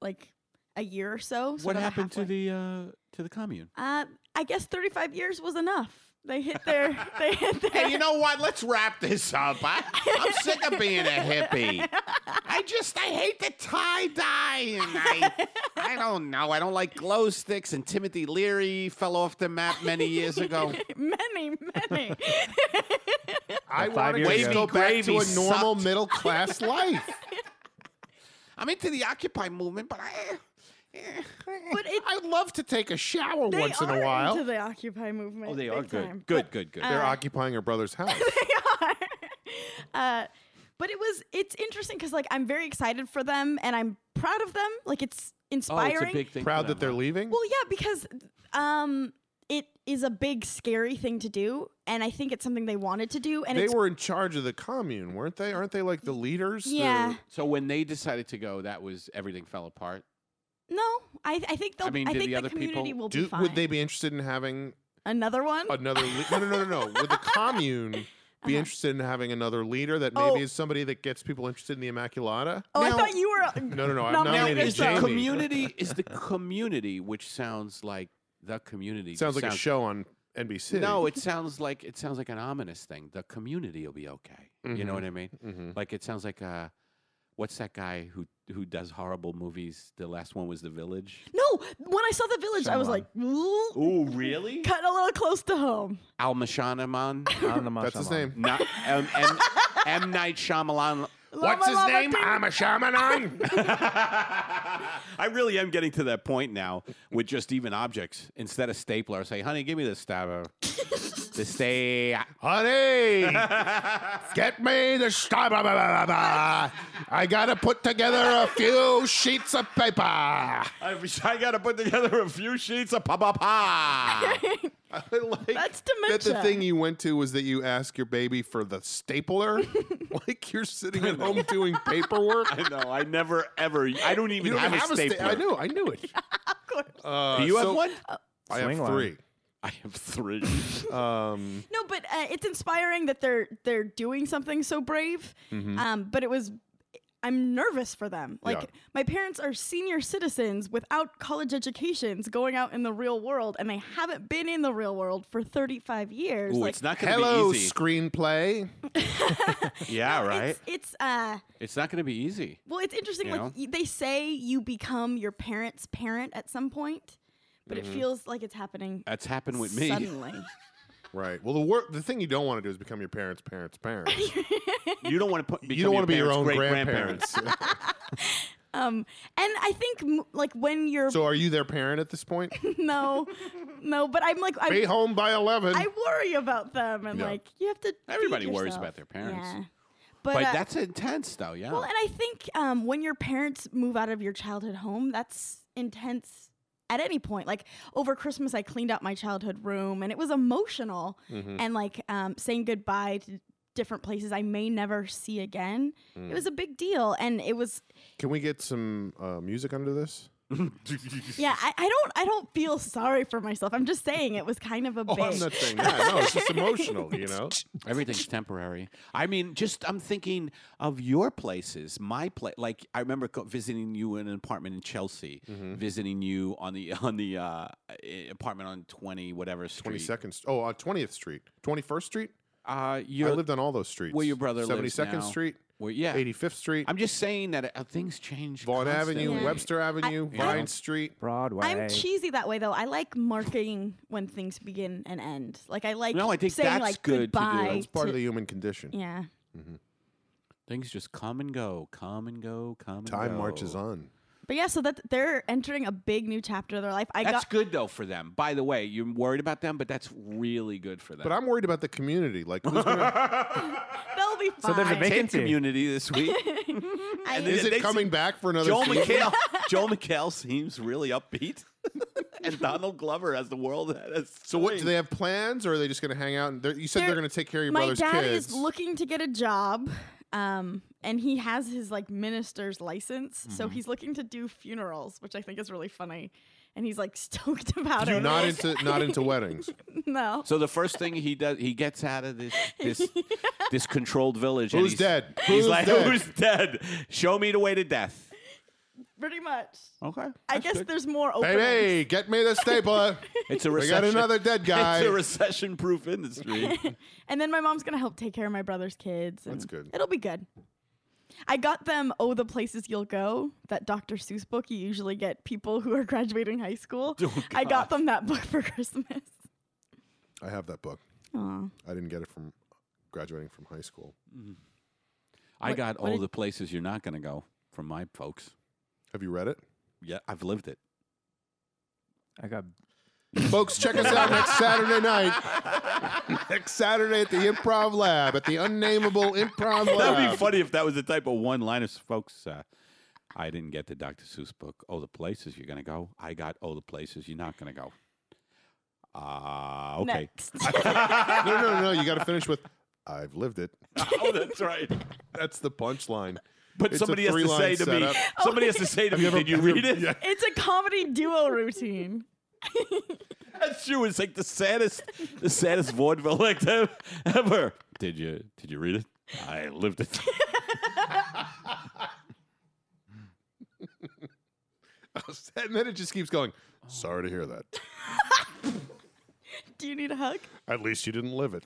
[SPEAKER 4] like a year or so. sort
[SPEAKER 5] what
[SPEAKER 4] of a
[SPEAKER 5] happened to
[SPEAKER 4] halfway-
[SPEAKER 5] the uh, to the commune?
[SPEAKER 4] Uh, I guess 35 years was enough. They hit their. they hit their.
[SPEAKER 5] Hey, you know what? Let's wrap this up. I, I'm sick of being a hippie. I just I hate the tie dye, and I I don't know. I don't like glow sticks. And Timothy Leary fell off the map many years ago.
[SPEAKER 4] many, many.
[SPEAKER 2] I
[SPEAKER 3] Five
[SPEAKER 2] want to
[SPEAKER 3] years
[SPEAKER 2] just
[SPEAKER 3] ago.
[SPEAKER 2] go back to
[SPEAKER 5] Gravy
[SPEAKER 2] a normal
[SPEAKER 5] sucked.
[SPEAKER 2] middle class life.
[SPEAKER 5] I'm into the Occupy movement, but I. eh,
[SPEAKER 4] but it,
[SPEAKER 2] I'd love to take a shower
[SPEAKER 4] they
[SPEAKER 2] once in
[SPEAKER 4] are
[SPEAKER 2] a while.
[SPEAKER 4] into the Occupy movement.
[SPEAKER 5] Oh, they
[SPEAKER 4] big
[SPEAKER 5] are good.
[SPEAKER 4] time.
[SPEAKER 5] Good, good, good. oh,
[SPEAKER 2] They're occupying her brother's house.
[SPEAKER 4] uh, but it was it's interesting because like I'm very excited for them and I'm proud of them. Like it's inspiring.
[SPEAKER 5] thing. for
[SPEAKER 2] Proud that they're
[SPEAKER 5] them,
[SPEAKER 2] leaving.
[SPEAKER 4] well, yeah, because um, it is a big scary thing to do, and I think it's something they wanted to do, and
[SPEAKER 2] they
[SPEAKER 4] it's
[SPEAKER 2] were in charge of the commune, weren't they? Aren't they like the leaders? The-
[SPEAKER 4] yeah.
[SPEAKER 5] huh? So when they decided to go, that was everything fell apart.
[SPEAKER 4] No, I, I think they'll.
[SPEAKER 5] I
[SPEAKER 4] I,
[SPEAKER 5] mean, did
[SPEAKER 4] think
[SPEAKER 5] the
[SPEAKER 4] the,
[SPEAKER 5] other people-
[SPEAKER 4] community will be
[SPEAKER 2] do,
[SPEAKER 4] fine.
[SPEAKER 2] would they Oh, be interested in having
[SPEAKER 4] Another one?
[SPEAKER 2] another? Le- no, no, no, no, no. Would the commune be interested in having another leader that maybe
[SPEAKER 4] Uh-huh. Oh.
[SPEAKER 2] is somebody that gets people interested in the Immaculata?
[SPEAKER 4] oh, I
[SPEAKER 5] Now-
[SPEAKER 4] thought you were.
[SPEAKER 2] No, no, no. I've
[SPEAKER 4] Not uh,
[SPEAKER 5] Now
[SPEAKER 2] nominated
[SPEAKER 5] is the
[SPEAKER 4] yourself.
[SPEAKER 2] Jamie.
[SPEAKER 5] community is the community, which sounds like the community.
[SPEAKER 2] Sounds like a show on NBC.
[SPEAKER 5] No, it sounds like it sounds like an ominous thing. The community will be okay. You know what I mean?
[SPEAKER 2] hmm
[SPEAKER 5] Like it sounds like uh what's that guy who who does horrible movies? The last one was The Village.
[SPEAKER 4] No, when I saw the village, I was
[SPEAKER 3] Shyamalan.
[SPEAKER 4] like, ooh,
[SPEAKER 5] Oh, really?
[SPEAKER 4] cut a little close to home.
[SPEAKER 5] Al Mashanaman.
[SPEAKER 3] On the
[SPEAKER 2] That's his
[SPEAKER 3] Mashaman.
[SPEAKER 2] name.
[SPEAKER 5] Not M, M, M Night Shyamalan.
[SPEAKER 4] What's his name?
[SPEAKER 2] I'm a shaman.
[SPEAKER 5] I really am getting to that point now with just even objects instead of stapler. I say, honey, give me the stapler. the stay.
[SPEAKER 2] Honey, get me the star. blah, blah, blah, blah, blah. I gotta put together a few sheets of paper. I
[SPEAKER 5] I, I got to put together a few sheets of pa pa pa.
[SPEAKER 2] like
[SPEAKER 4] That's
[SPEAKER 2] That the
[SPEAKER 4] dementia.
[SPEAKER 2] thing you went to was that you asked your baby for the stapler, like you're sitting at home doing paperwork.
[SPEAKER 5] I know. I never ever. I don't even
[SPEAKER 2] You don't
[SPEAKER 5] have, a
[SPEAKER 2] sta-
[SPEAKER 5] stapler.
[SPEAKER 2] I knew. I knew it. Uh,
[SPEAKER 5] Do you
[SPEAKER 2] so
[SPEAKER 5] have one?
[SPEAKER 2] I have
[SPEAKER 3] Swing line.
[SPEAKER 2] three.
[SPEAKER 5] I have three. Oh,
[SPEAKER 2] Um,
[SPEAKER 4] No, but uh, it's inspiring that they're they're doing something so brave.
[SPEAKER 5] Mm-hmm.
[SPEAKER 4] Um, but it was I'm nervous for them. Like
[SPEAKER 2] Yeah.
[SPEAKER 4] my parents are senior citizens without college educations, going out in the real world, and they haven't been in the real world for 35 years.
[SPEAKER 5] Ooh,
[SPEAKER 4] like
[SPEAKER 5] it's not going to
[SPEAKER 2] hello,
[SPEAKER 5] be easy.
[SPEAKER 2] screenplay.
[SPEAKER 5] yeah, right.
[SPEAKER 4] it's
[SPEAKER 5] It's,
[SPEAKER 4] it's uh
[SPEAKER 5] not going to be easy.
[SPEAKER 4] well, it's interesting.
[SPEAKER 5] You know?
[SPEAKER 4] like y they say, you become your parents' parent at some point, but it feels like it's happening
[SPEAKER 5] That's Mm-hmm. happened with me.
[SPEAKER 4] suddenly.
[SPEAKER 2] Right. Well, the wor- the thing you don't want to do is become your parents' parents' parents.
[SPEAKER 5] You don't want to put.
[SPEAKER 2] you don't
[SPEAKER 5] want to
[SPEAKER 2] be your own
[SPEAKER 5] great
[SPEAKER 2] grandparents.
[SPEAKER 4] um, and I think m- like when you're
[SPEAKER 2] so, are you their parent at this point?
[SPEAKER 4] no, no, but I'm like I'm,
[SPEAKER 2] Be home by eleven.
[SPEAKER 4] I worry about them, and
[SPEAKER 2] Yeah.
[SPEAKER 4] like you have to. feed
[SPEAKER 5] Everybody worries
[SPEAKER 4] yourself.
[SPEAKER 5] about their parents.
[SPEAKER 4] Yeah. But,
[SPEAKER 5] But
[SPEAKER 4] uh,
[SPEAKER 5] that's intense, though. Yeah.
[SPEAKER 4] well, and I think um, when your parents move out of your childhood home, that's intense. At any point, like over Christmas, I cleaned out my childhood room, and it was emotional.
[SPEAKER 5] Mm-hmm.
[SPEAKER 4] And like um, saying goodbye to different places I may never see again,
[SPEAKER 5] Mm.
[SPEAKER 4] it was a big deal, and it was
[SPEAKER 2] Can we get some uh, music under this?
[SPEAKER 4] yeah. I, I don't I don't feel sorry for myself. I'm just saying it was kind of a
[SPEAKER 2] Oh,
[SPEAKER 4] big.
[SPEAKER 2] I'm not saying that. No, it's just emotional. You know.
[SPEAKER 5] Everything's temporary. I mean, just I'm thinking of your places, my place. Like I remember co- visiting you in an apartment in Chelsea,
[SPEAKER 2] Mm-hmm.
[SPEAKER 5] visiting you on the on the uh, i- apartment on twenty whatever
[SPEAKER 2] Twenty
[SPEAKER 5] street.
[SPEAKER 2] second. Oh, on Twentieth Street, Twenty first Street.
[SPEAKER 5] Uh,
[SPEAKER 2] I
[SPEAKER 5] your
[SPEAKER 2] lived on all those streets.
[SPEAKER 5] where your brother
[SPEAKER 2] Seventy
[SPEAKER 5] lives
[SPEAKER 2] second
[SPEAKER 5] now.
[SPEAKER 2] Street,
[SPEAKER 5] Well, yeah.
[SPEAKER 2] eighty fifth Street,
[SPEAKER 5] I'm just saying that uh, things change.
[SPEAKER 2] Vaughn Avenue,
[SPEAKER 5] constantly.
[SPEAKER 4] Yeah.
[SPEAKER 2] Webster Avenue,
[SPEAKER 5] Yeah.
[SPEAKER 2] Vine Street.
[SPEAKER 3] Broadway.
[SPEAKER 4] I'm cheesy that way though. I like marking when things begin and end. Like I like
[SPEAKER 5] No, I think
[SPEAKER 4] saying
[SPEAKER 5] that's
[SPEAKER 4] like
[SPEAKER 5] good to do.
[SPEAKER 4] goodbye.
[SPEAKER 5] That's
[SPEAKER 2] Part
[SPEAKER 4] to-
[SPEAKER 2] of the human condition.
[SPEAKER 4] yeah.
[SPEAKER 5] Things just come and go, come and go, come. And
[SPEAKER 2] Time
[SPEAKER 5] go.
[SPEAKER 2] marches on.
[SPEAKER 4] But yeah, so that they're entering a big new chapter of their life. I
[SPEAKER 5] That's
[SPEAKER 4] got
[SPEAKER 5] good though for them. By the way, you're worried about them, but that's really good for them.
[SPEAKER 2] But I'm worried about the community. Like, who's gonna,
[SPEAKER 4] they'll be fine.
[SPEAKER 3] So there's a big-
[SPEAKER 5] Tape
[SPEAKER 3] Vacancy.
[SPEAKER 5] community this week.
[SPEAKER 4] I,
[SPEAKER 5] and
[SPEAKER 2] is
[SPEAKER 5] They
[SPEAKER 2] it coming
[SPEAKER 5] seem-
[SPEAKER 2] back for another?
[SPEAKER 5] Joel
[SPEAKER 2] season?
[SPEAKER 5] McHale. Joel McHale seems really upbeat, and Donald Glover has the world at us.
[SPEAKER 2] So, what do they have plans, or are they just going to hang out? And they're- you said they're,
[SPEAKER 4] They're-
[SPEAKER 2] going to take care of your
[SPEAKER 4] my
[SPEAKER 2] brother's
[SPEAKER 4] dad
[SPEAKER 2] kids.
[SPEAKER 4] is looking to get a job. Um, and he has his like minister's license, so he's looking to do funerals, which I think is really funny. And he's like stoked about
[SPEAKER 2] You're
[SPEAKER 4] it.
[SPEAKER 2] not into not into weddings.
[SPEAKER 4] no.
[SPEAKER 5] So the first thing he does, he gets out of this this this controlled village. and
[SPEAKER 2] Who's
[SPEAKER 5] he's-
[SPEAKER 2] dead?
[SPEAKER 5] He's
[SPEAKER 2] Who's
[SPEAKER 5] like,
[SPEAKER 2] dead?
[SPEAKER 5] who's dead? Show me the way to death.
[SPEAKER 4] Pretty much.
[SPEAKER 5] Okay.
[SPEAKER 4] I guess there's more openings.
[SPEAKER 2] Baby, get me the stapler.
[SPEAKER 5] It's a
[SPEAKER 2] we got
[SPEAKER 5] recession.
[SPEAKER 2] another dead guy.
[SPEAKER 5] It's a recession-proof industry.
[SPEAKER 4] And then my mom's gonna help take care of my brother's kids. and
[SPEAKER 2] That's good.
[SPEAKER 4] It'll be good. I got them Oh the Places You'll Go, that Dr. Seuss book you usually get people who are graduating high school.
[SPEAKER 5] Oh,
[SPEAKER 4] I got
[SPEAKER 5] God.
[SPEAKER 4] them that book for Christmas.
[SPEAKER 2] I have that book.
[SPEAKER 4] Aw.
[SPEAKER 2] I didn't get it from graduating from high school.
[SPEAKER 5] I got
[SPEAKER 4] what
[SPEAKER 5] all
[SPEAKER 4] did-
[SPEAKER 5] the places you're not going to go from my folks.
[SPEAKER 2] Have you read it?
[SPEAKER 5] Yeah, I've lived it.
[SPEAKER 3] I got
[SPEAKER 2] Folks, check us out next Saturday night. next Saturday at the Improv Lab, at the unnameable Improv
[SPEAKER 5] That'd be
[SPEAKER 2] Lab.
[SPEAKER 5] funny if that was the type of one liners, folks. Uh, I didn't get the Dr. Seuss book. Oh, the places you're going to go. I got all the places you're not going to go. Ah, okay.
[SPEAKER 4] Next.
[SPEAKER 2] No, no, no. You got to finish with I've lived it.
[SPEAKER 5] oh, that's right.
[SPEAKER 2] That's the punchline.
[SPEAKER 5] But
[SPEAKER 2] It's a
[SPEAKER 5] somebody has to
[SPEAKER 2] three-line
[SPEAKER 5] say to
[SPEAKER 2] setup.
[SPEAKER 5] me. Somebody has to say to me.
[SPEAKER 2] ever-
[SPEAKER 5] Did you
[SPEAKER 2] have you
[SPEAKER 5] read
[SPEAKER 2] ever-
[SPEAKER 5] it?
[SPEAKER 4] it's a comedy duo routine.
[SPEAKER 5] That's true. It's like the saddest, the saddest vaudeville act ev- ever. Did you Did you read it? I lived it.
[SPEAKER 2] and then it just keeps going. Sorry to hear that.
[SPEAKER 4] Do you need a hug?
[SPEAKER 2] At least you didn't live it.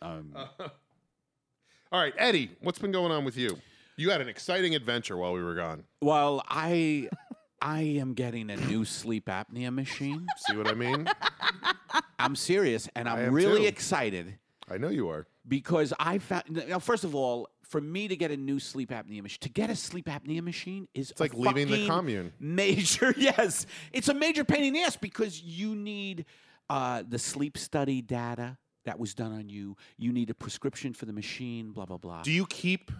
[SPEAKER 5] Um,
[SPEAKER 2] All right, Eddie, what's been going on with you? You had an exciting adventure while we were gone.
[SPEAKER 5] well, I I am getting a new sleep apnea machine.
[SPEAKER 2] See what I mean?
[SPEAKER 5] I'm serious, and
[SPEAKER 2] I
[SPEAKER 5] I'm
[SPEAKER 2] am
[SPEAKER 5] really
[SPEAKER 2] too.
[SPEAKER 5] excited
[SPEAKER 2] I know you are.
[SPEAKER 5] because I found. Now, first of all, for me to get a new sleep apnea machine, to get a sleep apnea machine is
[SPEAKER 2] It's like leaving the commune.
[SPEAKER 5] Major, yes, it's a major pain in the ass because you need uh, the sleep study data that was done on you. You need a prescription for the machine. Blah blah blah.
[SPEAKER 2] Do you keep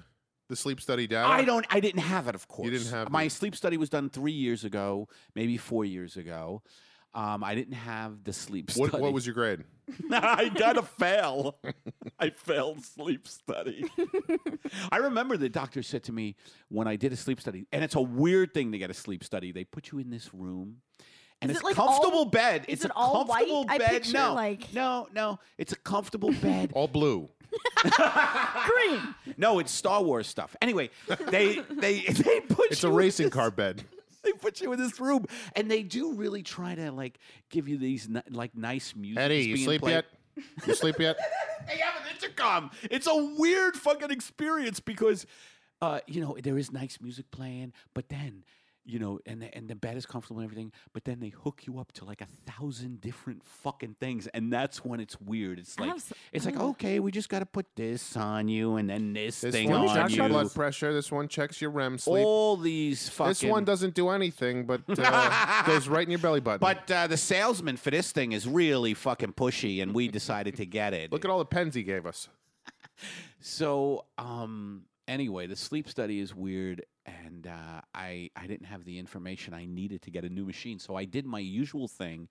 [SPEAKER 2] the sleep study data?
[SPEAKER 5] I don't. I didn't have it. Of course,
[SPEAKER 2] didn't have
[SPEAKER 5] my
[SPEAKER 2] the-
[SPEAKER 5] sleep study was done three years ago, maybe four years ago. Um, I didn't have the sleep
[SPEAKER 2] What,
[SPEAKER 5] study.
[SPEAKER 2] what was your grade?
[SPEAKER 5] I gotta fail. I failed sleep study. I remember the doctor said to me when I did a sleep study, and it's a weird thing to get a sleep study. They put you in this room. And
[SPEAKER 4] Is
[SPEAKER 5] it's
[SPEAKER 4] it, like,
[SPEAKER 5] comfortable
[SPEAKER 4] all-
[SPEAKER 5] bed.
[SPEAKER 4] is
[SPEAKER 5] it's
[SPEAKER 4] it
[SPEAKER 5] a
[SPEAKER 4] all white?
[SPEAKER 5] comfortable
[SPEAKER 4] I
[SPEAKER 5] bed.
[SPEAKER 4] picture,
[SPEAKER 5] no,
[SPEAKER 4] like-
[SPEAKER 5] no, no. It's a comfortable bed.
[SPEAKER 2] All blue.
[SPEAKER 4] Green.
[SPEAKER 5] no, it's Star Wars stuff. Anyway, they they they put
[SPEAKER 2] It's
[SPEAKER 5] you
[SPEAKER 2] a
[SPEAKER 5] in
[SPEAKER 2] racing
[SPEAKER 5] this-
[SPEAKER 2] car bed.
[SPEAKER 5] They put you in this room, and they do really try to like give you these ni- like nice music.
[SPEAKER 2] Eddie,
[SPEAKER 5] that's
[SPEAKER 2] you
[SPEAKER 5] being
[SPEAKER 2] sleep
[SPEAKER 5] played.
[SPEAKER 2] yet? You sleep yet?
[SPEAKER 5] they have an intercom. It's a weird fucking experience because, uh, you know, there is nice music playing, but then, you know, and the, and the bed is comfortable and everything, but then they hook you up to like a thousand different fucking things, and that's when it's weird. It's like
[SPEAKER 4] Abso-
[SPEAKER 5] it's like okay, we just got to put this on you, and then this,
[SPEAKER 2] This
[SPEAKER 5] thing
[SPEAKER 2] one
[SPEAKER 3] we
[SPEAKER 5] on
[SPEAKER 2] checks
[SPEAKER 3] talk
[SPEAKER 5] you.
[SPEAKER 2] your
[SPEAKER 3] about
[SPEAKER 2] blood pressure. This one checks your REM sleep.
[SPEAKER 5] All these fucking.
[SPEAKER 2] this one doesn't do anything, but uh, goes right in your belly button.
[SPEAKER 5] But uh, the salesman for this thing is really fucking pushy, and we decided to get it.
[SPEAKER 2] look at all the pens he gave us.
[SPEAKER 5] So, um, anyway, the sleep study is weird, and uh, I I didn't have the information I needed to get a new machine, so I did my usual thing,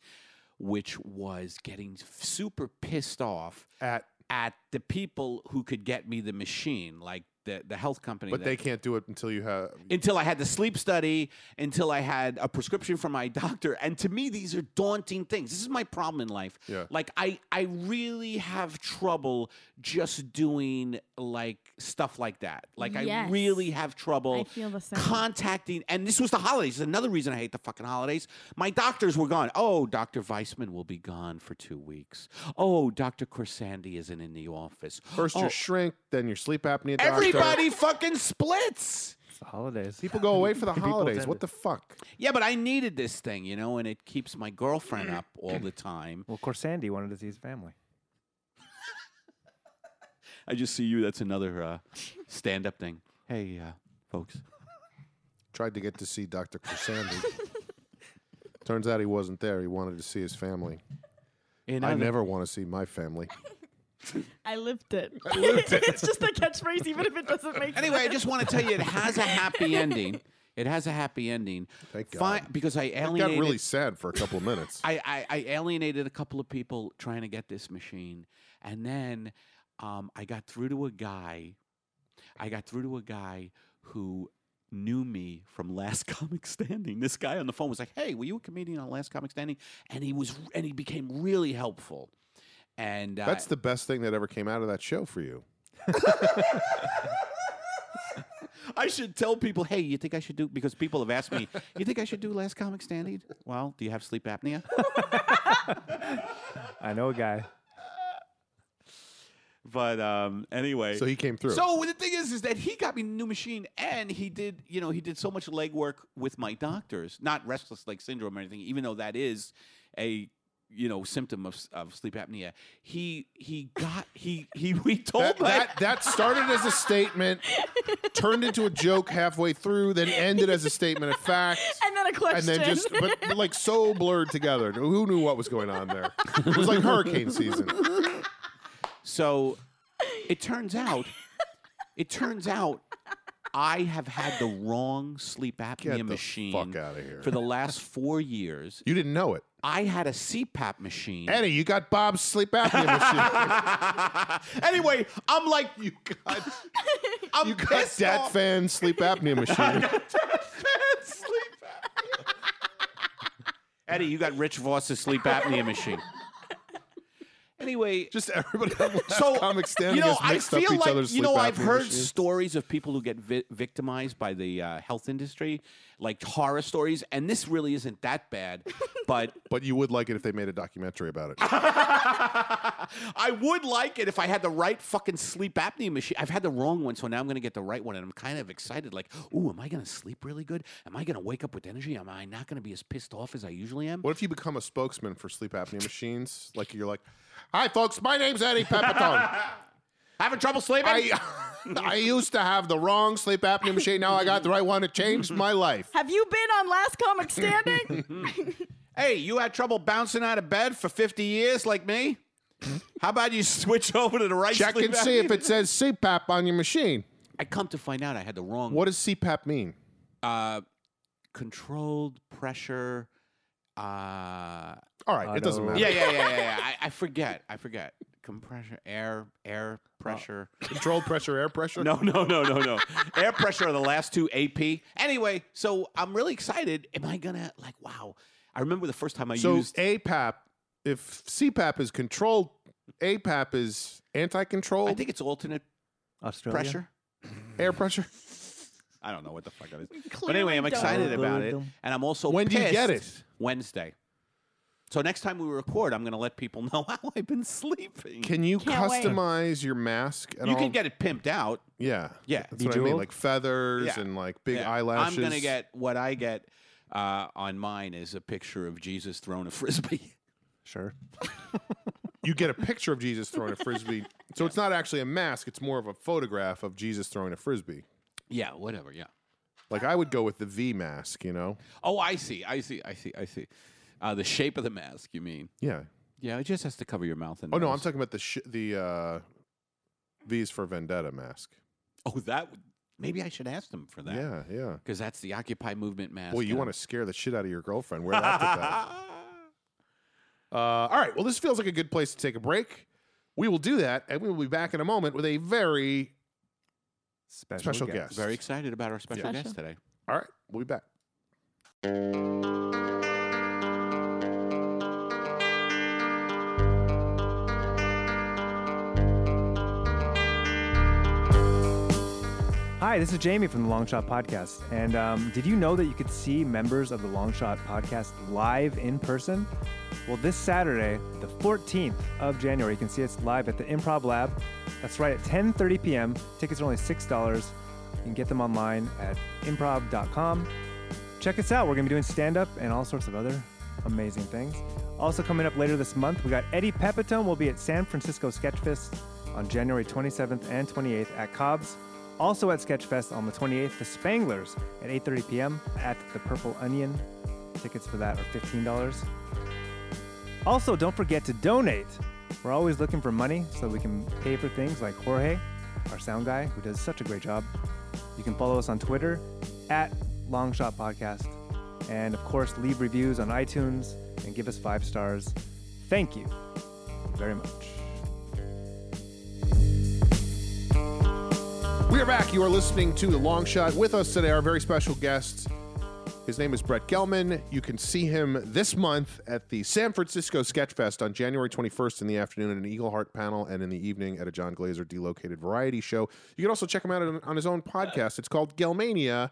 [SPEAKER 5] which was getting s- super pissed off
[SPEAKER 2] At
[SPEAKER 5] at the people who could get me the machine, like the the health company.
[SPEAKER 2] but
[SPEAKER 5] that-
[SPEAKER 2] they can't do it until you have.
[SPEAKER 5] until I had the sleep study, until I had a prescription from my doctor. And to me, these are daunting things. This is my problem in life.
[SPEAKER 2] Yeah.
[SPEAKER 5] Like I, I really have trouble just doing like stuff like that. Like I
[SPEAKER 4] Yes.
[SPEAKER 5] really have trouble
[SPEAKER 4] I feel the same.
[SPEAKER 5] contacting. And this was the holidays. This is Another reason I hate the fucking holidays. My doctors were gone. Oh, Dr. Weissman will be gone for two weeks. Oh, Dr. Corsandy isn't in the office.
[SPEAKER 2] First
[SPEAKER 5] oh,
[SPEAKER 2] your shrink, then your sleep apnea doctor.
[SPEAKER 5] everybody fucking splits.
[SPEAKER 3] it's the holidays.
[SPEAKER 2] People go away for the
[SPEAKER 3] People
[SPEAKER 2] holidays.
[SPEAKER 3] tend
[SPEAKER 2] What
[SPEAKER 3] to-
[SPEAKER 2] the fuck?
[SPEAKER 5] Yeah, but I needed this thing, you know, and it keeps my girlfriend up all the time.
[SPEAKER 3] Well, of course, Sandy wanted to see his family.
[SPEAKER 5] I just see you. That's another uh, stand-up thing. Hey, uh, folks.
[SPEAKER 2] Tried to get to see Dr. Corsandy. Turns out he wasn't there. He wanted to see his family.
[SPEAKER 5] In
[SPEAKER 2] I
[SPEAKER 5] other-
[SPEAKER 2] never want to see my family.
[SPEAKER 4] I lived it. it's just a catchphrase, even if it doesn't make
[SPEAKER 5] Anyway, I
[SPEAKER 4] sense.
[SPEAKER 5] just want to tell you, it has a happy ending. It has a happy ending.
[SPEAKER 2] Thank
[SPEAKER 5] Fi-
[SPEAKER 2] God.
[SPEAKER 5] because I
[SPEAKER 2] It got
[SPEAKER 5] alienated.
[SPEAKER 2] really sad for a couple of minutes.
[SPEAKER 5] I, I, I alienated a couple of people trying to get this machine, and then um, I got through to a guy. I got through to a guy who knew me from Last Comic Standing. This guy on the phone was like, "Hey, were you a comedian on Last Comic Standing?" And he was, and he became really helpful. And uh,
[SPEAKER 2] That's the best thing that ever came out of that show for you.
[SPEAKER 5] I should tell people, hey, you think I should do because people have asked me, you think I should do last comic standing? Well, do you have sleep apnea?
[SPEAKER 3] I know a guy.
[SPEAKER 5] but um, anyway,
[SPEAKER 2] So he came through.
[SPEAKER 5] So the thing is, is that he got me a new machine, and he did, you know, he did so much legwork with my doctors, not restless leg syndrome or anything, even though that is a you know symptom of, of sleep apnea. He he got he he we told
[SPEAKER 2] that,
[SPEAKER 5] oh my-
[SPEAKER 2] that that started as a statement, turned into a joke halfway through, then ended as a statement of fact,
[SPEAKER 4] And then a
[SPEAKER 2] and
[SPEAKER 4] question.
[SPEAKER 2] then just but, but, like so blurred together. Who knew what was going on there? It was like hurricane season.
[SPEAKER 5] So it turns out, it turns out, I have had the wrong sleep apnea
[SPEAKER 2] Get the
[SPEAKER 5] machine
[SPEAKER 2] fuck out of here.
[SPEAKER 5] for the last four years.
[SPEAKER 2] You didn't know it,
[SPEAKER 5] I had a CPAP machine.
[SPEAKER 2] Eddie. You got Bob's sleep apnea machine.
[SPEAKER 5] anyway, I'm like, you got, I'm
[SPEAKER 2] You got
[SPEAKER 5] pissed
[SPEAKER 2] Dat
[SPEAKER 5] off.
[SPEAKER 2] Fan sleep apnea machine.
[SPEAKER 5] sleep apnea. Eddie, you got Rich Voss's sleep apnea machine. Anyway,
[SPEAKER 2] Just everybody. on Last
[SPEAKER 5] so
[SPEAKER 2] comic standing
[SPEAKER 5] you know,
[SPEAKER 2] has mixed
[SPEAKER 5] I
[SPEAKER 2] up
[SPEAKER 5] feel
[SPEAKER 2] each
[SPEAKER 5] like
[SPEAKER 2] other's
[SPEAKER 5] you know
[SPEAKER 2] sleep
[SPEAKER 5] I've
[SPEAKER 2] apnea
[SPEAKER 5] heard
[SPEAKER 2] machines.
[SPEAKER 5] stories of people who get vi- victimized by the uh, health industry, like horror stories, and this really isn't that bad. But
[SPEAKER 2] but you would like it if they made a documentary about it.
[SPEAKER 5] I would like it if I had the right fucking sleep apnea machine. I've had the wrong one, so now I'm going to get the right one, and I'm kind of excited. Like, ooh, am I going to sleep really good? Am I going to wake up with energy? Am I not going to be as pissed off as I usually am?
[SPEAKER 2] What if you become a spokesman for sleep apnea machines? Like you're like, "Hi, folks. My name's Eddie Pepitone."
[SPEAKER 5] Having trouble sleeping?
[SPEAKER 2] I I used to have the wrong sleep apnea machine. Now I got the right one. It changed my life.
[SPEAKER 4] Have you been on Last Comic Standing?
[SPEAKER 5] Hey, you had trouble bouncing out of bed for 50 years like me? How about you switch over to the right
[SPEAKER 2] Check
[SPEAKER 5] sleep
[SPEAKER 2] and see if
[SPEAKER 5] apnea?
[SPEAKER 2] it says CPAP on your machine.
[SPEAKER 5] I come to find out I had the wrong
[SPEAKER 2] What does CPAP mean?
[SPEAKER 5] uh controlled pressure uh yeah
[SPEAKER 2] All right, it doesn't
[SPEAKER 3] Auto-
[SPEAKER 2] matter.
[SPEAKER 5] yeah yeah yeah, yeah. I, I forget. I forget. Compression air air pressure.
[SPEAKER 2] Controlled pressure, air pressure.
[SPEAKER 5] No, no, no, no, no. Air pressure are the last two AP. Anyway, so I'm really excited. Am I gonna like wow. I remember the first time I
[SPEAKER 2] So
[SPEAKER 5] used
[SPEAKER 2] APAP, if CPAP is controlled, APAP is anti-controlled
[SPEAKER 5] I think it's alternate
[SPEAKER 3] Australia.
[SPEAKER 5] pressure.
[SPEAKER 2] air pressure.
[SPEAKER 5] I don't know what the fuck that is. But
[SPEAKER 4] Clearly
[SPEAKER 5] anyway, I'm
[SPEAKER 4] don't.
[SPEAKER 5] excited about it,
[SPEAKER 3] Dum-dum.
[SPEAKER 5] and I'm also
[SPEAKER 2] When do you get
[SPEAKER 5] pissed
[SPEAKER 2] it?
[SPEAKER 5] Wednesday. So next time we record, I'm going to let people know how I've been sleeping.
[SPEAKER 2] Can you
[SPEAKER 4] Can't wait.
[SPEAKER 2] customize your mask? At
[SPEAKER 5] you
[SPEAKER 2] all?
[SPEAKER 5] can get it pimped out.
[SPEAKER 2] yeah,
[SPEAKER 5] Yeah.
[SPEAKER 2] That's what I mean,
[SPEAKER 3] Bejeweled?
[SPEAKER 2] like feathers
[SPEAKER 5] Yeah.
[SPEAKER 2] and like big
[SPEAKER 5] Yeah.
[SPEAKER 2] eyelashes.
[SPEAKER 5] I'm going to get what I get uh, on mine is a picture of Jesus throwing a frisbee.
[SPEAKER 3] Sure.
[SPEAKER 2] you get a picture of Jesus throwing a frisbee. So it's not actually a mask, it's more of a photograph of Jesus throwing a frisbee.
[SPEAKER 5] yeah, whatever. Yeah.
[SPEAKER 2] Like I would go with the V mask, you know?
[SPEAKER 5] Oh, I see. I see. I see. I see. Uh, the shape of the mask, you mean?
[SPEAKER 2] Yeah.
[SPEAKER 5] Yeah, it just has to cover your mouth and.
[SPEAKER 2] Oh no, I'm
[SPEAKER 5] nose.
[SPEAKER 2] talking about the sh- the uh V's for Vendetta mask.
[SPEAKER 5] Oh, that. would- Maybe I should ask them for that.
[SPEAKER 2] Yeah, yeah.
[SPEAKER 5] Because that's the Occupy movement mask. uh,
[SPEAKER 2] Well, you want to scare the shit out of your girlfriend. Wear that to bed. Uh, all right. Well, this feels like a good place to take a break. We will do that, and we will be back in a moment with a very
[SPEAKER 3] Special,
[SPEAKER 2] special
[SPEAKER 3] guest.
[SPEAKER 2] guest.
[SPEAKER 5] Very excited about our special
[SPEAKER 4] Special.
[SPEAKER 5] guest today.
[SPEAKER 2] All right, we'll be back.
[SPEAKER 3] Hi, this is Jamie from the Long Shot Podcast. And um, did you know that you could see members of the Long Shot Podcast live in person? Well, this Saturday, the 14th of January, you can see us live at the Improv Lab. That's right at 10:30 p.m. Tickets are only six dollars. You can get them online at improv.com. Check us out. We're gonna be doing stand-up and all sorts of other amazing things. Also coming up later this month, we got Eddie Pepitone will be at San Francisco Sketchfest on January 27th and 28th at Cobb's. Also at Sketchfest on the 28th, the Spanglers at 8:30 p.m. at the Purple Onion. Tickets for that are $15. Also, don't forget to donate. We're always looking for money so we can pay for things like Jorge, our sound guy, who does such a great job. You can follow us on Twitter at Longshot Podcast. And of course, leave reviews on iTunes and give us five stars. Thank you very much.
[SPEAKER 2] We are back. You are listening to The Long Shot. With us today, our very special guest. His name is Brett Gelman. You can see him this month at the San Francisco Sketch Fest on January 21st in the afternoon at an Eagle Heart panel and in the evening at a John Glazer delocated variety show. You can also check him out on, on his own podcast. It's called Gelmania.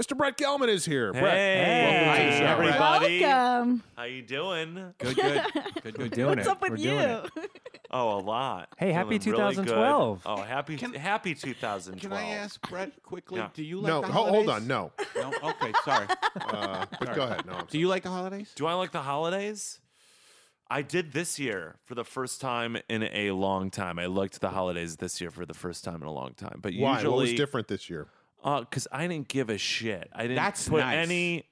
[SPEAKER 2] Mr. Brett Gelman is here.
[SPEAKER 6] Hey,
[SPEAKER 2] Brett, welcome to the show.
[SPEAKER 6] everybody.
[SPEAKER 4] Welcome.
[SPEAKER 6] How you doing?
[SPEAKER 5] Good, good, good, good.
[SPEAKER 3] Doing
[SPEAKER 4] What's
[SPEAKER 3] it.
[SPEAKER 4] up with
[SPEAKER 3] We're
[SPEAKER 4] you?
[SPEAKER 3] doing it.
[SPEAKER 6] Oh, a lot.
[SPEAKER 3] Hey, happy
[SPEAKER 6] Feeling really good.
[SPEAKER 3] 2012.
[SPEAKER 6] oh, happy happy 2012.
[SPEAKER 5] Can I ask Brett quickly?
[SPEAKER 6] Yeah.
[SPEAKER 5] Do you like
[SPEAKER 2] No,
[SPEAKER 5] the
[SPEAKER 2] ho-
[SPEAKER 5] holidays?
[SPEAKER 2] hold on. No.
[SPEAKER 5] No. Okay, sorry.
[SPEAKER 2] Uh, but go ahead. No, I'm
[SPEAKER 5] Do you like the holidays?
[SPEAKER 6] Do I like the holidays? I did this year for the first time in a long time. I liked the holidays this year for the first time in a long time. But
[SPEAKER 2] Why?
[SPEAKER 6] usually,
[SPEAKER 2] What was different this year?
[SPEAKER 6] Because I didn't give a shit. I didn't
[SPEAKER 5] That's
[SPEAKER 6] put
[SPEAKER 5] nice.
[SPEAKER 6] any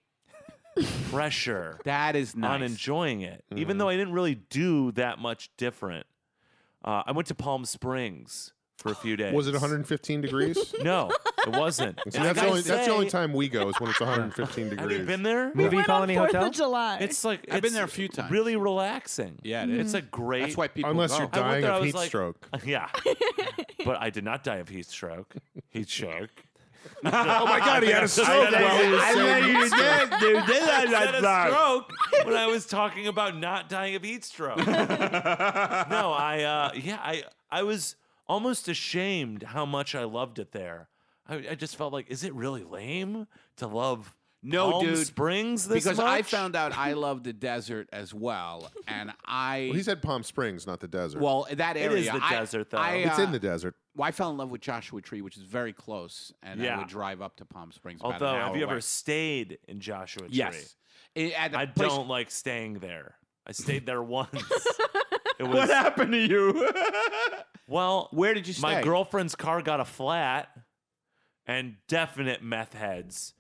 [SPEAKER 6] pressure
[SPEAKER 5] That is nice.
[SPEAKER 6] on enjoying it, even
[SPEAKER 2] Mm-hmm.
[SPEAKER 6] though I didn't really do that much different. Uh, I went to Palm Springs for a few days.
[SPEAKER 2] Was it 115 degrees?
[SPEAKER 6] No, it wasn't.
[SPEAKER 2] See,
[SPEAKER 6] And I
[SPEAKER 2] that's, the
[SPEAKER 6] gotta
[SPEAKER 2] only, that's the only
[SPEAKER 6] say,
[SPEAKER 2] time we go is when it's 115 degrees.
[SPEAKER 6] Have you been there?
[SPEAKER 4] We
[SPEAKER 3] Movie
[SPEAKER 4] went
[SPEAKER 3] Colony
[SPEAKER 4] on 4th
[SPEAKER 3] Hotel?
[SPEAKER 4] of July.
[SPEAKER 6] It's like
[SPEAKER 5] I've been
[SPEAKER 6] it's
[SPEAKER 5] there a few times. Mm-hmm.
[SPEAKER 6] Really relaxing.
[SPEAKER 5] Yeah, it is.
[SPEAKER 6] it's a great.
[SPEAKER 5] That's why people
[SPEAKER 2] Unless
[SPEAKER 5] go.
[SPEAKER 2] you're
[SPEAKER 6] I went
[SPEAKER 2] dying
[SPEAKER 6] there, I
[SPEAKER 2] of
[SPEAKER 6] was
[SPEAKER 2] heat
[SPEAKER 6] like-
[SPEAKER 2] stroke.
[SPEAKER 6] Yeah, but I did not die of heat stroke. Heat stroke.
[SPEAKER 2] Oh my God, he had a stroke.
[SPEAKER 6] I know
[SPEAKER 2] while he was saying
[SPEAKER 6] you
[SPEAKER 2] heat stroke.
[SPEAKER 6] did. You did. I said a stroke when I was talking about not dying of heat stroke. no, I. Uh, yeah, I. I was almost ashamed how much I loved it there. I, I just felt like, is it really lame to love
[SPEAKER 5] No,
[SPEAKER 6] Palm
[SPEAKER 5] dude,
[SPEAKER 6] Springs this
[SPEAKER 5] because
[SPEAKER 6] much?
[SPEAKER 5] I found out I love the desert as well, and I
[SPEAKER 2] Well, he said Palm Springs, not the desert.
[SPEAKER 5] well that
[SPEAKER 6] It
[SPEAKER 5] area.
[SPEAKER 6] is the
[SPEAKER 5] I-
[SPEAKER 6] desert, though.
[SPEAKER 5] I, uh,
[SPEAKER 2] it's in the desert.
[SPEAKER 5] well, I fell in love with Joshua Tree, which is very close, and I
[SPEAKER 6] Yeah.
[SPEAKER 5] would drive up to Palm Springs. about an
[SPEAKER 6] Although, have
[SPEAKER 5] hour
[SPEAKER 6] you ever
[SPEAKER 5] away.
[SPEAKER 6] stayed in Joshua Tree?
[SPEAKER 5] Yes. I- at the
[SPEAKER 6] I
[SPEAKER 5] place-
[SPEAKER 6] don't like staying there. I stayed there once. It was
[SPEAKER 5] happened to you? Oh,
[SPEAKER 6] well.
[SPEAKER 5] Where did you stay?
[SPEAKER 6] my girlfriend's car got a flat, and definite meth heads,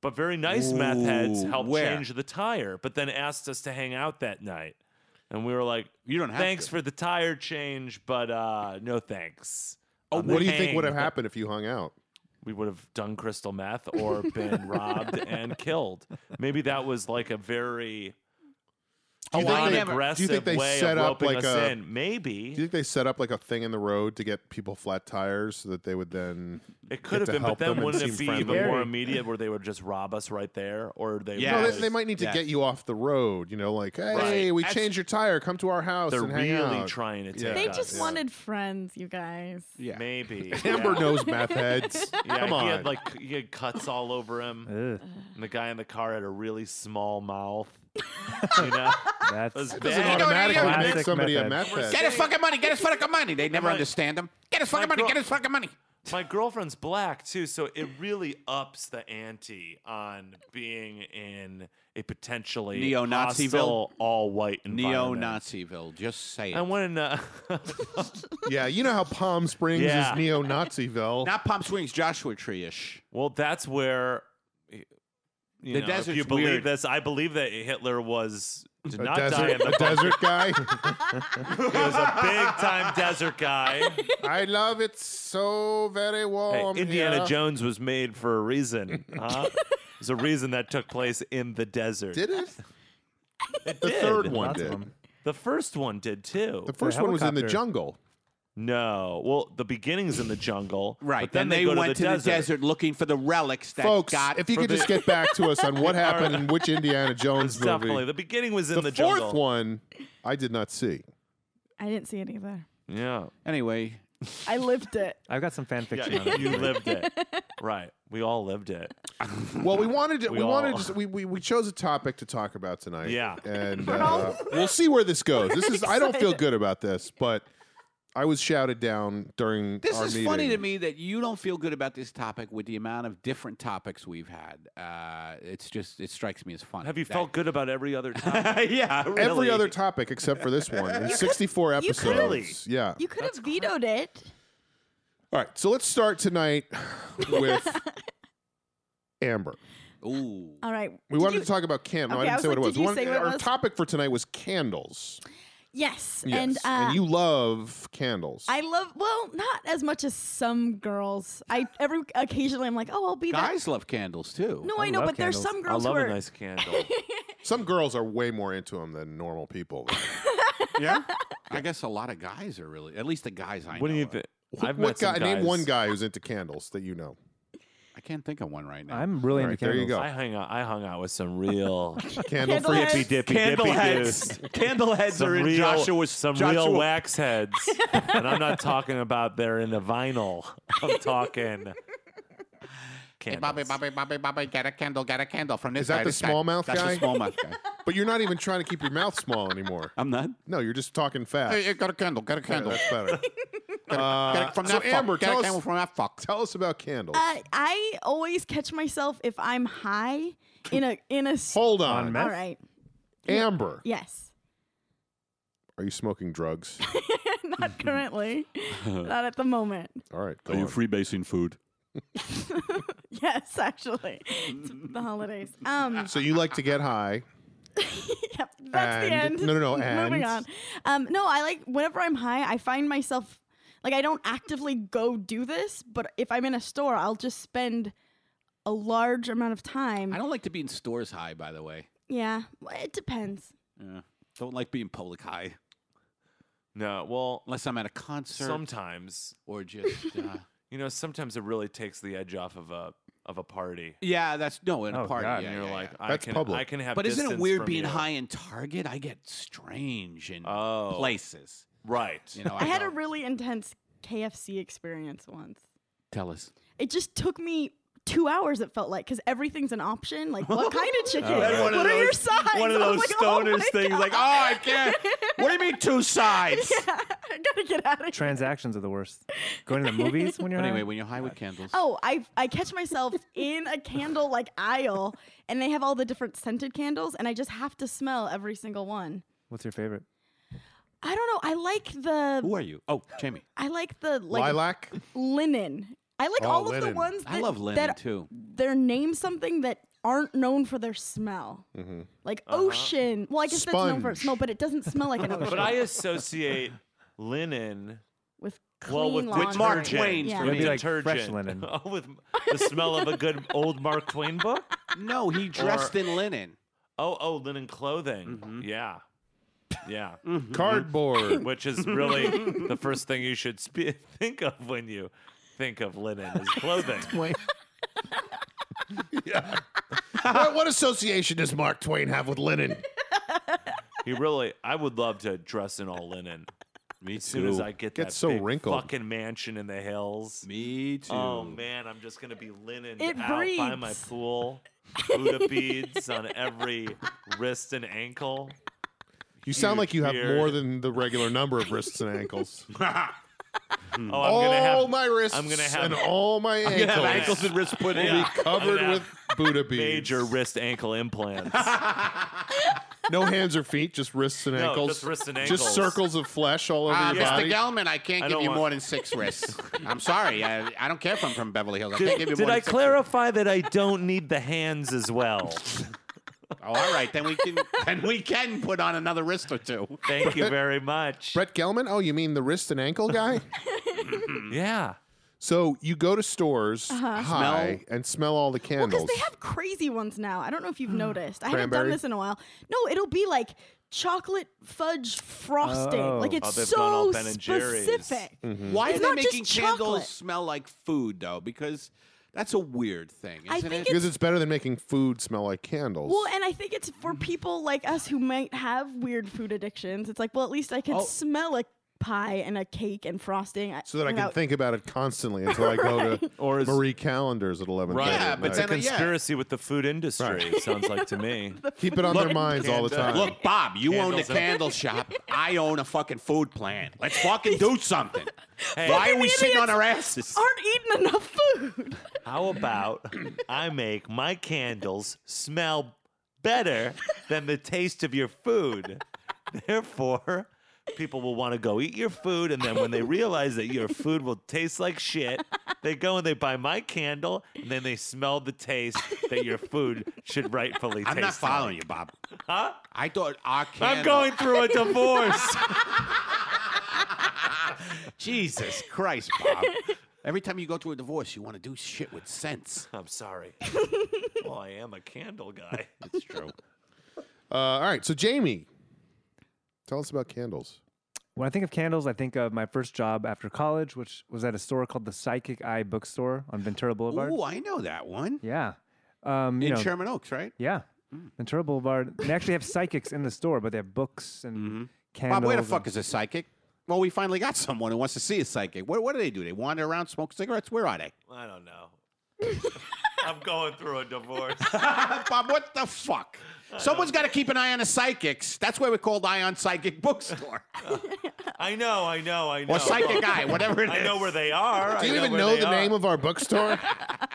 [SPEAKER 6] but very nice meth heads
[SPEAKER 5] Ooh,
[SPEAKER 6] helped
[SPEAKER 5] where?
[SPEAKER 6] change the tire. But then asked us to hang out that night, and we were like,
[SPEAKER 5] You don't have
[SPEAKER 6] "Thanks
[SPEAKER 5] to.
[SPEAKER 6] for the tire change, but uh, no thanks."
[SPEAKER 5] Oh,
[SPEAKER 6] On the
[SPEAKER 2] What do you think would have
[SPEAKER 6] hang,
[SPEAKER 2] happened if you hung out?
[SPEAKER 6] We would have done crystal meth or been robbed and killed. Maybe that was like a very
[SPEAKER 2] Do you, think they,
[SPEAKER 6] aggressive
[SPEAKER 2] do you think they
[SPEAKER 6] way
[SPEAKER 2] set
[SPEAKER 6] of
[SPEAKER 2] up
[SPEAKER 6] roping
[SPEAKER 2] like
[SPEAKER 6] us
[SPEAKER 2] a?
[SPEAKER 6] in. Maybe
[SPEAKER 2] Do you think they set up like a thing in the road to get people flat tires so that they would then?
[SPEAKER 6] it
[SPEAKER 2] get
[SPEAKER 6] could have
[SPEAKER 2] to
[SPEAKER 6] been, but
[SPEAKER 2] help them
[SPEAKER 6] then
[SPEAKER 2] and
[SPEAKER 6] wouldn't
[SPEAKER 2] seem
[SPEAKER 6] it be
[SPEAKER 2] friendly?
[SPEAKER 6] even more immediate where they would just rob us right there, or they
[SPEAKER 5] Yeah.
[SPEAKER 6] would
[SPEAKER 2] No,
[SPEAKER 5] Yes.
[SPEAKER 2] they, they might need to
[SPEAKER 5] Yes.
[SPEAKER 2] get you off the road. You know, like hey,
[SPEAKER 5] Right.
[SPEAKER 2] we
[SPEAKER 5] That's-
[SPEAKER 2] changed your tire. Come to our house
[SPEAKER 6] they're
[SPEAKER 2] and hang
[SPEAKER 6] really
[SPEAKER 2] out.
[SPEAKER 6] trying to take
[SPEAKER 2] Yeah.
[SPEAKER 4] they
[SPEAKER 6] us.
[SPEAKER 4] just
[SPEAKER 2] Yeah.
[SPEAKER 4] wanted friends, you guys.
[SPEAKER 5] yeah.
[SPEAKER 6] maybe.
[SPEAKER 2] Amber
[SPEAKER 6] yeah.
[SPEAKER 2] knows math heads.
[SPEAKER 6] Yeah,
[SPEAKER 2] Come on.
[SPEAKER 6] he had like he had cuts all over
[SPEAKER 2] Uh.
[SPEAKER 6] him,
[SPEAKER 3] Ugh,
[SPEAKER 6] and the guy in the car had a really small mouth. you know,
[SPEAKER 3] that's
[SPEAKER 6] it was
[SPEAKER 2] Doesn't
[SPEAKER 6] bad.
[SPEAKER 2] automatically
[SPEAKER 3] Classic
[SPEAKER 2] make somebody a math
[SPEAKER 3] method.
[SPEAKER 2] head.
[SPEAKER 5] Get his fucking money. Get his fucking money. They never
[SPEAKER 6] My-
[SPEAKER 5] understand him. Get his fucking
[SPEAKER 6] my
[SPEAKER 5] money.
[SPEAKER 6] girl-
[SPEAKER 5] Get his fucking money.
[SPEAKER 6] My girlfriend's black too, so it really ups the ante on being in a potentially
[SPEAKER 5] Neo-Naziville?
[SPEAKER 6] all white environment.
[SPEAKER 5] Neo-Naziville. Just say it.
[SPEAKER 6] And when uh,
[SPEAKER 2] Yeah, you know how Palm Springs
[SPEAKER 6] Yeah.
[SPEAKER 2] is neo-Naziville.
[SPEAKER 5] Not Palm Springs, Joshua Tree-ish.
[SPEAKER 6] well, that's where you know, if
[SPEAKER 5] desert's
[SPEAKER 6] you believe
[SPEAKER 5] weird.
[SPEAKER 6] this, I believe that Hitler was did
[SPEAKER 2] a
[SPEAKER 6] not die
[SPEAKER 2] desert,
[SPEAKER 6] in the
[SPEAKER 2] a desert guy.
[SPEAKER 6] He was a big time desert guy.
[SPEAKER 2] I love it so very
[SPEAKER 6] Hey,
[SPEAKER 2] warm.
[SPEAKER 6] Indiana
[SPEAKER 2] here.
[SPEAKER 6] Jones was made for a reason. Huh? There's a reason that took place in the desert.
[SPEAKER 2] Did it?
[SPEAKER 6] It
[SPEAKER 2] The
[SPEAKER 6] did.
[SPEAKER 2] third one
[SPEAKER 3] lots of
[SPEAKER 2] did.
[SPEAKER 3] them.
[SPEAKER 6] The first one did too.
[SPEAKER 2] The first one was in the
[SPEAKER 3] helicopter.
[SPEAKER 2] jungle.
[SPEAKER 6] No. Well, the beginning's in the jungle.
[SPEAKER 5] Right.
[SPEAKER 6] But then,
[SPEAKER 5] they,
[SPEAKER 6] they, go
[SPEAKER 5] went
[SPEAKER 6] to the desert.
[SPEAKER 5] looking for the relics that
[SPEAKER 2] Folks,
[SPEAKER 5] got.
[SPEAKER 2] if you could just get back to us on what happened in which Indiana Jones movie.
[SPEAKER 6] Definitely. The beginning was in the,
[SPEAKER 2] The fourth
[SPEAKER 6] jungle.
[SPEAKER 2] one, I did not see.
[SPEAKER 4] I didn't see it either.
[SPEAKER 6] Yeah.
[SPEAKER 5] anyway,
[SPEAKER 4] I lived it.
[SPEAKER 3] I've got some fan fiction on
[SPEAKER 6] yeah
[SPEAKER 3] it.
[SPEAKER 6] you lived it. Right. We all lived it.
[SPEAKER 2] Well, we wanted to, we,
[SPEAKER 6] We all-
[SPEAKER 2] wanted to, we, we we chose a topic to talk about tonight.
[SPEAKER 6] Yeah.
[SPEAKER 2] and uh, we'll see where this goes. This is I don't feel good about this, but I was shouted down during
[SPEAKER 5] this
[SPEAKER 2] our
[SPEAKER 5] is
[SPEAKER 2] meeting.
[SPEAKER 5] funny to me that you don't feel good about this topic with the amount of different topics we've had. Uh, it's just it strikes me as funny.
[SPEAKER 6] Have you
[SPEAKER 5] that-
[SPEAKER 6] felt good about every other time? yeah. Really.
[SPEAKER 2] Every other topic except for this one. In 64
[SPEAKER 4] You
[SPEAKER 2] episodes.
[SPEAKER 4] could've-
[SPEAKER 2] Yeah.
[SPEAKER 4] You could have vetoed it.
[SPEAKER 2] All right. So let's start tonight with Amber.
[SPEAKER 5] Ooh.
[SPEAKER 7] Oh,
[SPEAKER 4] All right.
[SPEAKER 2] We
[SPEAKER 4] Did
[SPEAKER 2] wanted
[SPEAKER 4] you-
[SPEAKER 2] to talk about candles.
[SPEAKER 4] Okay,
[SPEAKER 2] No, I
[SPEAKER 4] I
[SPEAKER 2] didn't
[SPEAKER 4] was
[SPEAKER 2] say what
[SPEAKER 4] like,
[SPEAKER 2] it was.
[SPEAKER 4] did you
[SPEAKER 2] One-
[SPEAKER 4] say what it
[SPEAKER 2] our
[SPEAKER 4] was?
[SPEAKER 2] topic for tonight was candles.
[SPEAKER 4] Yes.
[SPEAKER 2] Yes.
[SPEAKER 4] And, uh,
[SPEAKER 2] you love candles.
[SPEAKER 4] I love well, not as much as some girls. I every occasionally I'm like, oh, I'll be
[SPEAKER 5] Guys love candles too.
[SPEAKER 4] that. No,
[SPEAKER 3] I
[SPEAKER 4] I, know,
[SPEAKER 3] love
[SPEAKER 4] but there's some
[SPEAKER 6] I
[SPEAKER 4] girls
[SPEAKER 6] love
[SPEAKER 4] who
[SPEAKER 6] a
[SPEAKER 4] are
[SPEAKER 6] nice candle.
[SPEAKER 2] Some girls are way more into them than normal people.
[SPEAKER 5] Yeah. I guess a lot of guys are really. At least the guys I know.
[SPEAKER 6] What do you
[SPEAKER 5] are.
[SPEAKER 6] think?
[SPEAKER 2] Wh-
[SPEAKER 6] I've
[SPEAKER 2] what
[SPEAKER 6] met some
[SPEAKER 2] guy? Name
[SPEAKER 6] guys.
[SPEAKER 2] one guy who's into candles that you know.
[SPEAKER 5] I can't think of one right now.
[SPEAKER 3] I'm really
[SPEAKER 2] All
[SPEAKER 3] into
[SPEAKER 2] right, there you
[SPEAKER 3] candles.
[SPEAKER 2] go.
[SPEAKER 6] I hung out. I hung out with some real
[SPEAKER 2] Candle
[SPEAKER 4] Candle
[SPEAKER 2] freaks.
[SPEAKER 4] heads.
[SPEAKER 7] Dippy dippy
[SPEAKER 6] candle
[SPEAKER 7] dippy
[SPEAKER 6] heads.
[SPEAKER 5] Candle heads
[SPEAKER 6] some
[SPEAKER 5] are in
[SPEAKER 6] real,
[SPEAKER 5] Joshua's.
[SPEAKER 6] some
[SPEAKER 5] Joshua-
[SPEAKER 6] real wax heads, and I'm not talking about they're in the vinyl. I'm talking.
[SPEAKER 5] Hey, Bobby,
[SPEAKER 6] candles.
[SPEAKER 5] Bobby, Bobby, Bobby, get a candle, get a candle from this
[SPEAKER 2] Is that
[SPEAKER 5] guy,
[SPEAKER 2] the
[SPEAKER 5] this guy.
[SPEAKER 2] smallmouth
[SPEAKER 5] That's
[SPEAKER 2] guy?
[SPEAKER 5] the smallmouth guy.
[SPEAKER 2] But you're not even trying to keep your mouth small anymore.
[SPEAKER 5] I'm not.
[SPEAKER 2] No, you're just talking fast.
[SPEAKER 5] Hey, hey, get a candle, get a
[SPEAKER 2] Yeah,
[SPEAKER 5] candle.
[SPEAKER 2] that's better. Uh,
[SPEAKER 5] Get it from
[SPEAKER 2] so
[SPEAKER 5] that fuck.
[SPEAKER 2] Amber,
[SPEAKER 5] get
[SPEAKER 2] tell
[SPEAKER 5] a
[SPEAKER 2] us-
[SPEAKER 5] candle from that fuck.
[SPEAKER 2] Tell us about candles.
[SPEAKER 4] Uh, I always catch myself if I'm high in a in a. s-
[SPEAKER 2] Hold on,
[SPEAKER 3] on,
[SPEAKER 4] All
[SPEAKER 3] Meth?
[SPEAKER 4] right.
[SPEAKER 2] Amber.
[SPEAKER 4] Yes.
[SPEAKER 2] Are you smoking drugs?
[SPEAKER 4] Not currently. Not at the moment.
[SPEAKER 2] All right. go on.
[SPEAKER 5] freebasing food?
[SPEAKER 4] Yes, actually. It's the holidays. Um.
[SPEAKER 2] so you like to get high?
[SPEAKER 4] Yep, that's the
[SPEAKER 2] And-
[SPEAKER 4] end.
[SPEAKER 2] no, no, no, and-
[SPEAKER 4] Moving on. Um, no, I like whenever I'm high, I find myself like I don't actively go do this, but if I'm in a store, I'll just spend a large amount of time.
[SPEAKER 5] I don't like to be in stores high, by the way.
[SPEAKER 4] yeah, well, it depends.
[SPEAKER 5] Yeah. Don't like being public high
[SPEAKER 6] No, well,
[SPEAKER 5] unless I'm at a concert
[SPEAKER 6] sometimes
[SPEAKER 5] or just. Uh,
[SPEAKER 6] you know, sometimes it really takes the edge off of a of a party.
[SPEAKER 5] yeah, that's no in a
[SPEAKER 3] Oh,
[SPEAKER 5] party.
[SPEAKER 3] God,
[SPEAKER 5] yeah,
[SPEAKER 6] and you're
[SPEAKER 5] yeah,
[SPEAKER 6] like,
[SPEAKER 5] yeah.
[SPEAKER 6] I
[SPEAKER 2] That's
[SPEAKER 6] can,
[SPEAKER 2] public.
[SPEAKER 6] I can have.
[SPEAKER 5] But isn't it
[SPEAKER 6] distance
[SPEAKER 5] weird
[SPEAKER 6] from
[SPEAKER 5] being
[SPEAKER 6] you.
[SPEAKER 5] high in Target? I get strange in
[SPEAKER 6] Oh,
[SPEAKER 5] places.
[SPEAKER 6] right.
[SPEAKER 5] You know,
[SPEAKER 4] I had a
[SPEAKER 5] go,
[SPEAKER 4] really intense KFC experience once.
[SPEAKER 5] tell us.
[SPEAKER 4] It just took me two hours. It felt like because everything's an option. Like what kind of chicken?
[SPEAKER 5] Had
[SPEAKER 4] what
[SPEAKER 5] Oh, one of
[SPEAKER 4] are your
[SPEAKER 5] those-
[SPEAKER 4] sides?
[SPEAKER 5] One of
[SPEAKER 4] I was
[SPEAKER 5] those
[SPEAKER 4] like, oh
[SPEAKER 5] stoners
[SPEAKER 4] my
[SPEAKER 5] things, like, oh,
[SPEAKER 4] God.
[SPEAKER 5] I can't. What do you mean two sides?
[SPEAKER 4] I gotta get out of here.
[SPEAKER 3] Transactions are the worst. Going to the movies when you're
[SPEAKER 5] But
[SPEAKER 3] high?
[SPEAKER 5] anyway, when you're high with candles,
[SPEAKER 4] Oh, I I catch myself in a candle like aisle, and they have all the different scented candles, and I just have to smell every single one.
[SPEAKER 3] What's your favorite?
[SPEAKER 4] I don't know. I like the
[SPEAKER 5] who are you? Oh, Jamie.
[SPEAKER 4] I like the like
[SPEAKER 2] Lilac.
[SPEAKER 4] linen. I like
[SPEAKER 2] Oh,
[SPEAKER 4] all of
[SPEAKER 2] linen.
[SPEAKER 4] the ones that,
[SPEAKER 5] I love linen
[SPEAKER 4] that
[SPEAKER 5] too.
[SPEAKER 4] their name something that aren't known for their smell, like
[SPEAKER 5] Uh-huh.
[SPEAKER 4] ocean. Well, I guess that's known for its
[SPEAKER 2] Sponge.
[SPEAKER 4] smell, but it doesn't smell like an ocean.
[SPEAKER 6] But I associate linen
[SPEAKER 4] with clean
[SPEAKER 6] well with
[SPEAKER 4] laundry.
[SPEAKER 6] detergent.
[SPEAKER 5] Mark Twain
[SPEAKER 4] Yeah.
[SPEAKER 5] for
[SPEAKER 6] With
[SPEAKER 5] me. It'd be
[SPEAKER 3] like fresh
[SPEAKER 6] detergent.
[SPEAKER 3] linen.
[SPEAKER 6] oh, with the smell of a good old Mark Twain book.
[SPEAKER 5] No, he dressed in linen.
[SPEAKER 6] Oh, oh, linen clothing. Yeah, yeah.
[SPEAKER 2] Mm.
[SPEAKER 4] Mhm.
[SPEAKER 2] Cardboard.
[SPEAKER 6] Which is really the first thing you should spe- think of when you think of linen is clothing.
[SPEAKER 2] Wait. yeah. what, what association does Mark Twain have with linen?
[SPEAKER 6] He really, I would love to dress in all linen.
[SPEAKER 5] Me too.
[SPEAKER 6] As soon as I get
[SPEAKER 2] Gets
[SPEAKER 6] that
[SPEAKER 2] so
[SPEAKER 6] big
[SPEAKER 2] wrinkled.
[SPEAKER 6] fucking mansion in the hills.
[SPEAKER 5] Me too.
[SPEAKER 6] Oh man, I'm just gonna be linen
[SPEAKER 4] It
[SPEAKER 6] out by my
[SPEAKER 4] breathes.
[SPEAKER 6] pool. Buddha beads on every wrist and ankle.
[SPEAKER 2] You sound like you have
[SPEAKER 6] beard.
[SPEAKER 2] more than the regular number of wrists and ankles.
[SPEAKER 6] Oh, I'm
[SPEAKER 2] all
[SPEAKER 6] gonna have
[SPEAKER 2] my wrists
[SPEAKER 6] I'm gonna have-
[SPEAKER 2] and all my
[SPEAKER 5] You have
[SPEAKER 2] ankles
[SPEAKER 5] ankles and wrists put in.
[SPEAKER 6] Yeah. I'm
[SPEAKER 2] covered
[SPEAKER 6] gonna
[SPEAKER 2] with
[SPEAKER 6] have
[SPEAKER 2] Buddha beads.
[SPEAKER 6] major wrist ankle implants.
[SPEAKER 2] No hands or feet, just wrists and
[SPEAKER 6] No,
[SPEAKER 2] ankles.
[SPEAKER 6] just wrists and
[SPEAKER 2] Just
[SPEAKER 6] ankles. Ah,
[SPEAKER 2] circles of flesh all over
[SPEAKER 5] Uh,
[SPEAKER 2] your
[SPEAKER 5] Mr.
[SPEAKER 2] body.
[SPEAKER 5] Gelman, I can't
[SPEAKER 6] I
[SPEAKER 5] give
[SPEAKER 6] don't
[SPEAKER 5] you
[SPEAKER 6] want-
[SPEAKER 5] more than six wrists. I'm sorry. I, I don't care if I'm from Beverly Hills. I can't give you
[SPEAKER 6] Did
[SPEAKER 5] more
[SPEAKER 6] I
[SPEAKER 5] than six
[SPEAKER 6] clarify that I don't need the hands as well?
[SPEAKER 5] wrists. Oh, all right. Then we can then we can put on another wrist or two.
[SPEAKER 6] Thank you very much.
[SPEAKER 2] Brett Gelman? Oh, you mean the wrist and ankle guy?
[SPEAKER 6] Hmm. Yeah.
[SPEAKER 2] so you go to stores high and smell all the
[SPEAKER 4] Uh-huh. Well, because
[SPEAKER 2] candles.
[SPEAKER 4] they have crazy ones now. I don't know if you've
[SPEAKER 6] Mm.
[SPEAKER 4] noticed. I haven't done
[SPEAKER 2] Cranberry?
[SPEAKER 4] this in a while. No, it'll be like chocolate fudge frosting.
[SPEAKER 3] Oh.
[SPEAKER 4] Like it's
[SPEAKER 6] Oh, they've gone all
[SPEAKER 4] so
[SPEAKER 6] Ben and Jerry's. Mm.
[SPEAKER 4] specific.
[SPEAKER 6] Mm-hmm.
[SPEAKER 5] Why
[SPEAKER 4] It's
[SPEAKER 5] are they
[SPEAKER 4] not just
[SPEAKER 5] making
[SPEAKER 4] chocolate.
[SPEAKER 5] candles smell like food though? Because that's a weird thing, isn't
[SPEAKER 4] I think
[SPEAKER 5] it?
[SPEAKER 2] because it's better than making food smell like candles.
[SPEAKER 4] Well, and I think it's for people like us who might have weird food addictions. It's like, well, at least I can
[SPEAKER 5] Oh.
[SPEAKER 4] smell a pie and a cake and frosting. uh,
[SPEAKER 2] so that I can
[SPEAKER 4] without-
[SPEAKER 2] think about it constantly until I go to
[SPEAKER 6] Or is-
[SPEAKER 2] Marie Callender's at 11
[SPEAKER 6] Right.
[SPEAKER 5] Yeah,
[SPEAKER 2] at
[SPEAKER 5] but
[SPEAKER 2] night.
[SPEAKER 5] then- yeah.
[SPEAKER 6] Conspiracy with the food industry sounds like to me.
[SPEAKER 2] Keep it on their minds all the time.
[SPEAKER 6] Candle.
[SPEAKER 5] Look, Bob, you own the
[SPEAKER 6] Candles and-
[SPEAKER 5] candle shop. I own a fucking food plant. Let's fucking do something.
[SPEAKER 6] Hey.
[SPEAKER 5] Why are
[SPEAKER 4] Fucking
[SPEAKER 5] we sitting on
[SPEAKER 4] idiots.
[SPEAKER 5] our asses?
[SPEAKER 4] Aren't eating enough food.
[SPEAKER 6] How about I make my candles smell better than the taste of your food? Therefore, people will want to go eat your food. And then when they realize that your food will taste like shit, they go and they buy my candle. And then they smell the taste that your food should rightfully taste.
[SPEAKER 5] I'm not following you, Bob. Huh? I thought our candle.
[SPEAKER 6] I'm going through a divorce.
[SPEAKER 5] Jesus Christ, Bob. Every time you go through a divorce, you want to do shit with sense.
[SPEAKER 6] I'm sorry. Well, I am a candle guy.
[SPEAKER 5] It's true.
[SPEAKER 2] Uh, all right, so Jamie, tell us about candles.
[SPEAKER 3] When I think of candles, I think of my first job after college, which was at a store called the Psychic Eye Bookstore on Ventura Boulevard.
[SPEAKER 5] Ooh, I know that one.
[SPEAKER 3] Yeah. Um, you
[SPEAKER 5] In
[SPEAKER 3] know,
[SPEAKER 5] Sherman Oaks, right?
[SPEAKER 3] yeah. Ventura Boulevard. They actually have psychics in the store, but they have books and candles.
[SPEAKER 5] Bob, where the
[SPEAKER 3] and-
[SPEAKER 5] fuck is a psychic? Well, we finally got someone who wants to see a psychic. What, what do they do? They wander around, smoke cigarettes? Where are they?
[SPEAKER 6] I don't know. I'm going through a divorce.
[SPEAKER 5] Bob, what the fuck? Someone's got to keep an eye on the psychics. That's why we're called Eye on Psychic Bookstore
[SPEAKER 6] I know, I know, I know.
[SPEAKER 5] or Psychic
[SPEAKER 6] Look,
[SPEAKER 5] Eye, whatever it is.
[SPEAKER 6] I know where they are.
[SPEAKER 2] Do you
[SPEAKER 6] I
[SPEAKER 2] even
[SPEAKER 6] where
[SPEAKER 2] know
[SPEAKER 6] they
[SPEAKER 2] the
[SPEAKER 6] are.
[SPEAKER 2] name of our bookstore?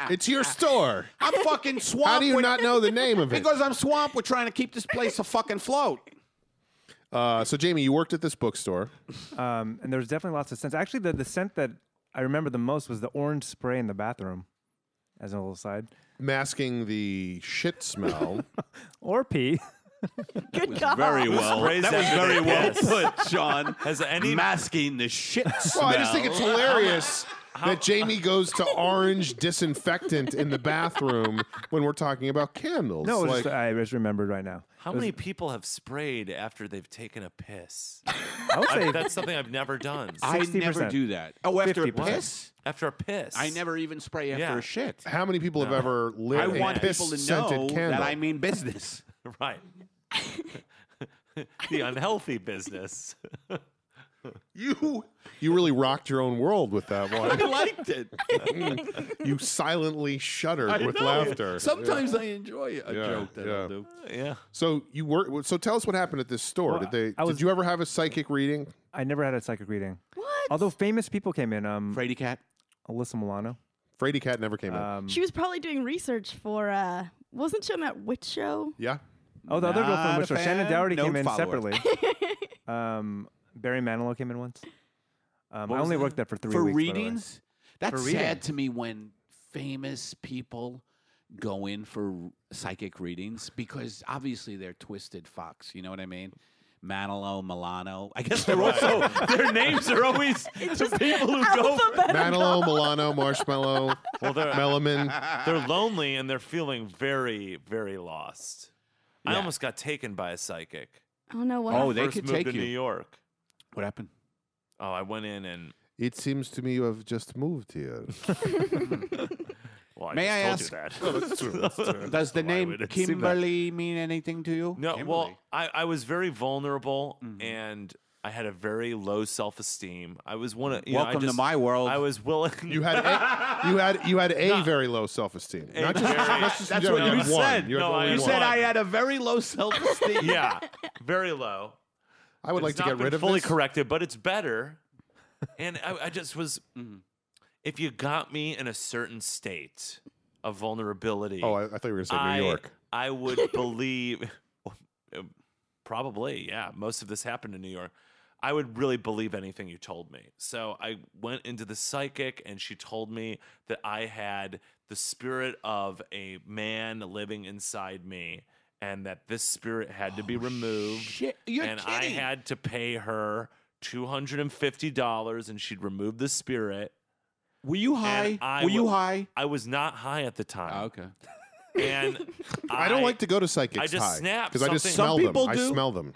[SPEAKER 2] it's your store.
[SPEAKER 5] I'm fucking swamped.
[SPEAKER 2] How do you
[SPEAKER 5] with-
[SPEAKER 2] not know the name of it?
[SPEAKER 5] Because I'm swamped. We're trying to keep this place a fucking float.
[SPEAKER 2] Uh, so, Jamie, you worked at this bookstore.
[SPEAKER 3] Um, and there's definitely lots of scents. Actually, the, the scent that I remember the most was the orange spray in the bathroom, as a little side.
[SPEAKER 2] masking the shit smell.
[SPEAKER 3] Or pee.
[SPEAKER 4] Good God.
[SPEAKER 5] well.
[SPEAKER 6] Raise
[SPEAKER 5] That was
[SPEAKER 6] that
[SPEAKER 5] very
[SPEAKER 6] with a
[SPEAKER 5] well
[SPEAKER 6] yes.
[SPEAKER 5] put, Sean.
[SPEAKER 6] Has any-
[SPEAKER 5] masking the shit
[SPEAKER 2] well,
[SPEAKER 5] smell?
[SPEAKER 2] I just think it's hilarious that Jamie goes to orange disinfectant in the bathroom when we're talking about candles.
[SPEAKER 3] No, it was
[SPEAKER 2] like,
[SPEAKER 3] just, I just remembered right now.
[SPEAKER 6] How many people have sprayed after they've taken a piss?
[SPEAKER 3] I would
[SPEAKER 6] I,
[SPEAKER 3] say
[SPEAKER 6] that's something I've never done.
[SPEAKER 5] I never
[SPEAKER 3] 60%.
[SPEAKER 5] do that. Oh, after a
[SPEAKER 3] 50%.
[SPEAKER 5] piss?
[SPEAKER 6] after a piss.
[SPEAKER 5] I never even spray after
[SPEAKER 6] Yeah.
[SPEAKER 5] a shit.
[SPEAKER 2] how many people have ever lit
[SPEAKER 5] I
[SPEAKER 2] a
[SPEAKER 5] want
[SPEAKER 2] piss
[SPEAKER 5] people to
[SPEAKER 2] scented
[SPEAKER 5] know
[SPEAKER 2] candle?
[SPEAKER 5] that I mean business.
[SPEAKER 6] Right. the unhealthy business.
[SPEAKER 2] you you really rocked your own world with that
[SPEAKER 5] I
[SPEAKER 2] one.
[SPEAKER 5] liked it.
[SPEAKER 2] you silently shuddered
[SPEAKER 5] I
[SPEAKER 2] with
[SPEAKER 5] know.
[SPEAKER 2] laughter.
[SPEAKER 5] Sometimes I enjoy a
[SPEAKER 2] Yeah,
[SPEAKER 5] joke that
[SPEAKER 2] yeah.
[SPEAKER 5] I'll do.
[SPEAKER 6] Yeah.
[SPEAKER 2] So you were. So tell us what happened at this store.
[SPEAKER 3] Well,
[SPEAKER 2] did they?
[SPEAKER 3] I
[SPEAKER 2] did
[SPEAKER 3] was-
[SPEAKER 2] you ever have a psychic reading?
[SPEAKER 3] I never had a psychic reading.
[SPEAKER 4] What?
[SPEAKER 3] Although famous people came in, um,
[SPEAKER 5] Brady Cat.
[SPEAKER 3] Alyssa Milano.
[SPEAKER 2] Frady Cat never came
[SPEAKER 5] Uh,
[SPEAKER 2] out.
[SPEAKER 3] Um,
[SPEAKER 4] she was probably doing research for, uh, wasn't she on that witch show?
[SPEAKER 2] Yeah.
[SPEAKER 3] oh, the other girl
[SPEAKER 5] Not
[SPEAKER 3] from
[SPEAKER 5] a
[SPEAKER 3] Witcher, Shannon
[SPEAKER 5] fan,
[SPEAKER 3] Doherty,
[SPEAKER 5] note
[SPEAKER 3] came in
[SPEAKER 5] follower.
[SPEAKER 3] separately. um, Barry Manilow came in once. Um, I only worked there for three
[SPEAKER 5] For
[SPEAKER 3] weeks. by the way.
[SPEAKER 5] readings? That's
[SPEAKER 3] For reading.
[SPEAKER 5] sad to me when famous people go in for r- psychic readings because obviously they're twisted fox. You know what I mean? Manilow, Milano. I guess they're also their names are always the people who go.
[SPEAKER 2] Manilow, Milano, Marshmallow,
[SPEAKER 6] Well, they're
[SPEAKER 2] Meloman.
[SPEAKER 6] they're lonely and they're feeling very very lost. I
[SPEAKER 5] Yeah.
[SPEAKER 6] almost got taken by a psychic.
[SPEAKER 4] Oh, no. What?
[SPEAKER 5] Oh,
[SPEAKER 6] when I
[SPEAKER 5] they
[SPEAKER 6] first
[SPEAKER 5] could
[SPEAKER 6] moved
[SPEAKER 5] take
[SPEAKER 6] to
[SPEAKER 5] you.
[SPEAKER 6] New York.
[SPEAKER 5] What happened?
[SPEAKER 6] Oh, I went in and
[SPEAKER 2] It seems to me you have just moved here.
[SPEAKER 6] well, I
[SPEAKER 5] May
[SPEAKER 6] just
[SPEAKER 5] I
[SPEAKER 6] told you that.
[SPEAKER 5] Does the
[SPEAKER 6] Why
[SPEAKER 5] name
[SPEAKER 6] would it seem that-
[SPEAKER 5] Kimberly mean anything to you?
[SPEAKER 6] No,
[SPEAKER 5] Kimberly.
[SPEAKER 6] well, I, I was very vulnerable and I had a very low self esteem. I was one of you know, I
[SPEAKER 5] welcome to
[SPEAKER 6] just-
[SPEAKER 5] my world.
[SPEAKER 6] I was willing.
[SPEAKER 2] You had a, you had you had a very low self esteem. Not just,
[SPEAKER 6] very-
[SPEAKER 2] not just in
[SPEAKER 5] that's
[SPEAKER 2] general,
[SPEAKER 5] what
[SPEAKER 2] you
[SPEAKER 5] you
[SPEAKER 2] had one.
[SPEAKER 5] said.
[SPEAKER 2] You had
[SPEAKER 6] No,
[SPEAKER 2] only
[SPEAKER 6] I-
[SPEAKER 5] you
[SPEAKER 2] one.
[SPEAKER 5] said
[SPEAKER 6] one.
[SPEAKER 5] I had a very low self-esteem.
[SPEAKER 6] yeah, very low.
[SPEAKER 2] I would like
[SPEAKER 6] It's
[SPEAKER 2] to
[SPEAKER 6] not
[SPEAKER 2] get
[SPEAKER 6] been
[SPEAKER 2] rid of
[SPEAKER 6] fully
[SPEAKER 2] this.
[SPEAKER 6] corrected, but it's better. And I, I just was. If you got me in a certain state of vulnerability,
[SPEAKER 2] Oh, I, I thought you were going to say
[SPEAKER 6] I-
[SPEAKER 2] New York.
[SPEAKER 6] I would believe, um, probably, yeah. Most of this happened in New York. I would really believe anything you told me. So I went into the psychic, and she told me that I had the spirit of a man living inside me, and that this spirit had to
[SPEAKER 2] Oh,
[SPEAKER 6] be removed.
[SPEAKER 5] Shit, you're
[SPEAKER 6] and I
[SPEAKER 5] kidding.
[SPEAKER 6] had to pay her two hundred and fifty dollars, and she'd remove the spirit.
[SPEAKER 5] Were you high?
[SPEAKER 6] And I
[SPEAKER 5] Were you
[SPEAKER 6] wa-
[SPEAKER 5] high?
[SPEAKER 6] I was not high at the
[SPEAKER 5] Ah,
[SPEAKER 6] time,
[SPEAKER 5] okay.
[SPEAKER 6] and
[SPEAKER 2] I, don't like to go to psychics
[SPEAKER 6] I just
[SPEAKER 2] high
[SPEAKER 6] snapped
[SPEAKER 2] I just
[SPEAKER 6] something-
[SPEAKER 2] smell
[SPEAKER 5] Some
[SPEAKER 2] them.
[SPEAKER 5] people
[SPEAKER 2] I
[SPEAKER 5] do.
[SPEAKER 2] smell them.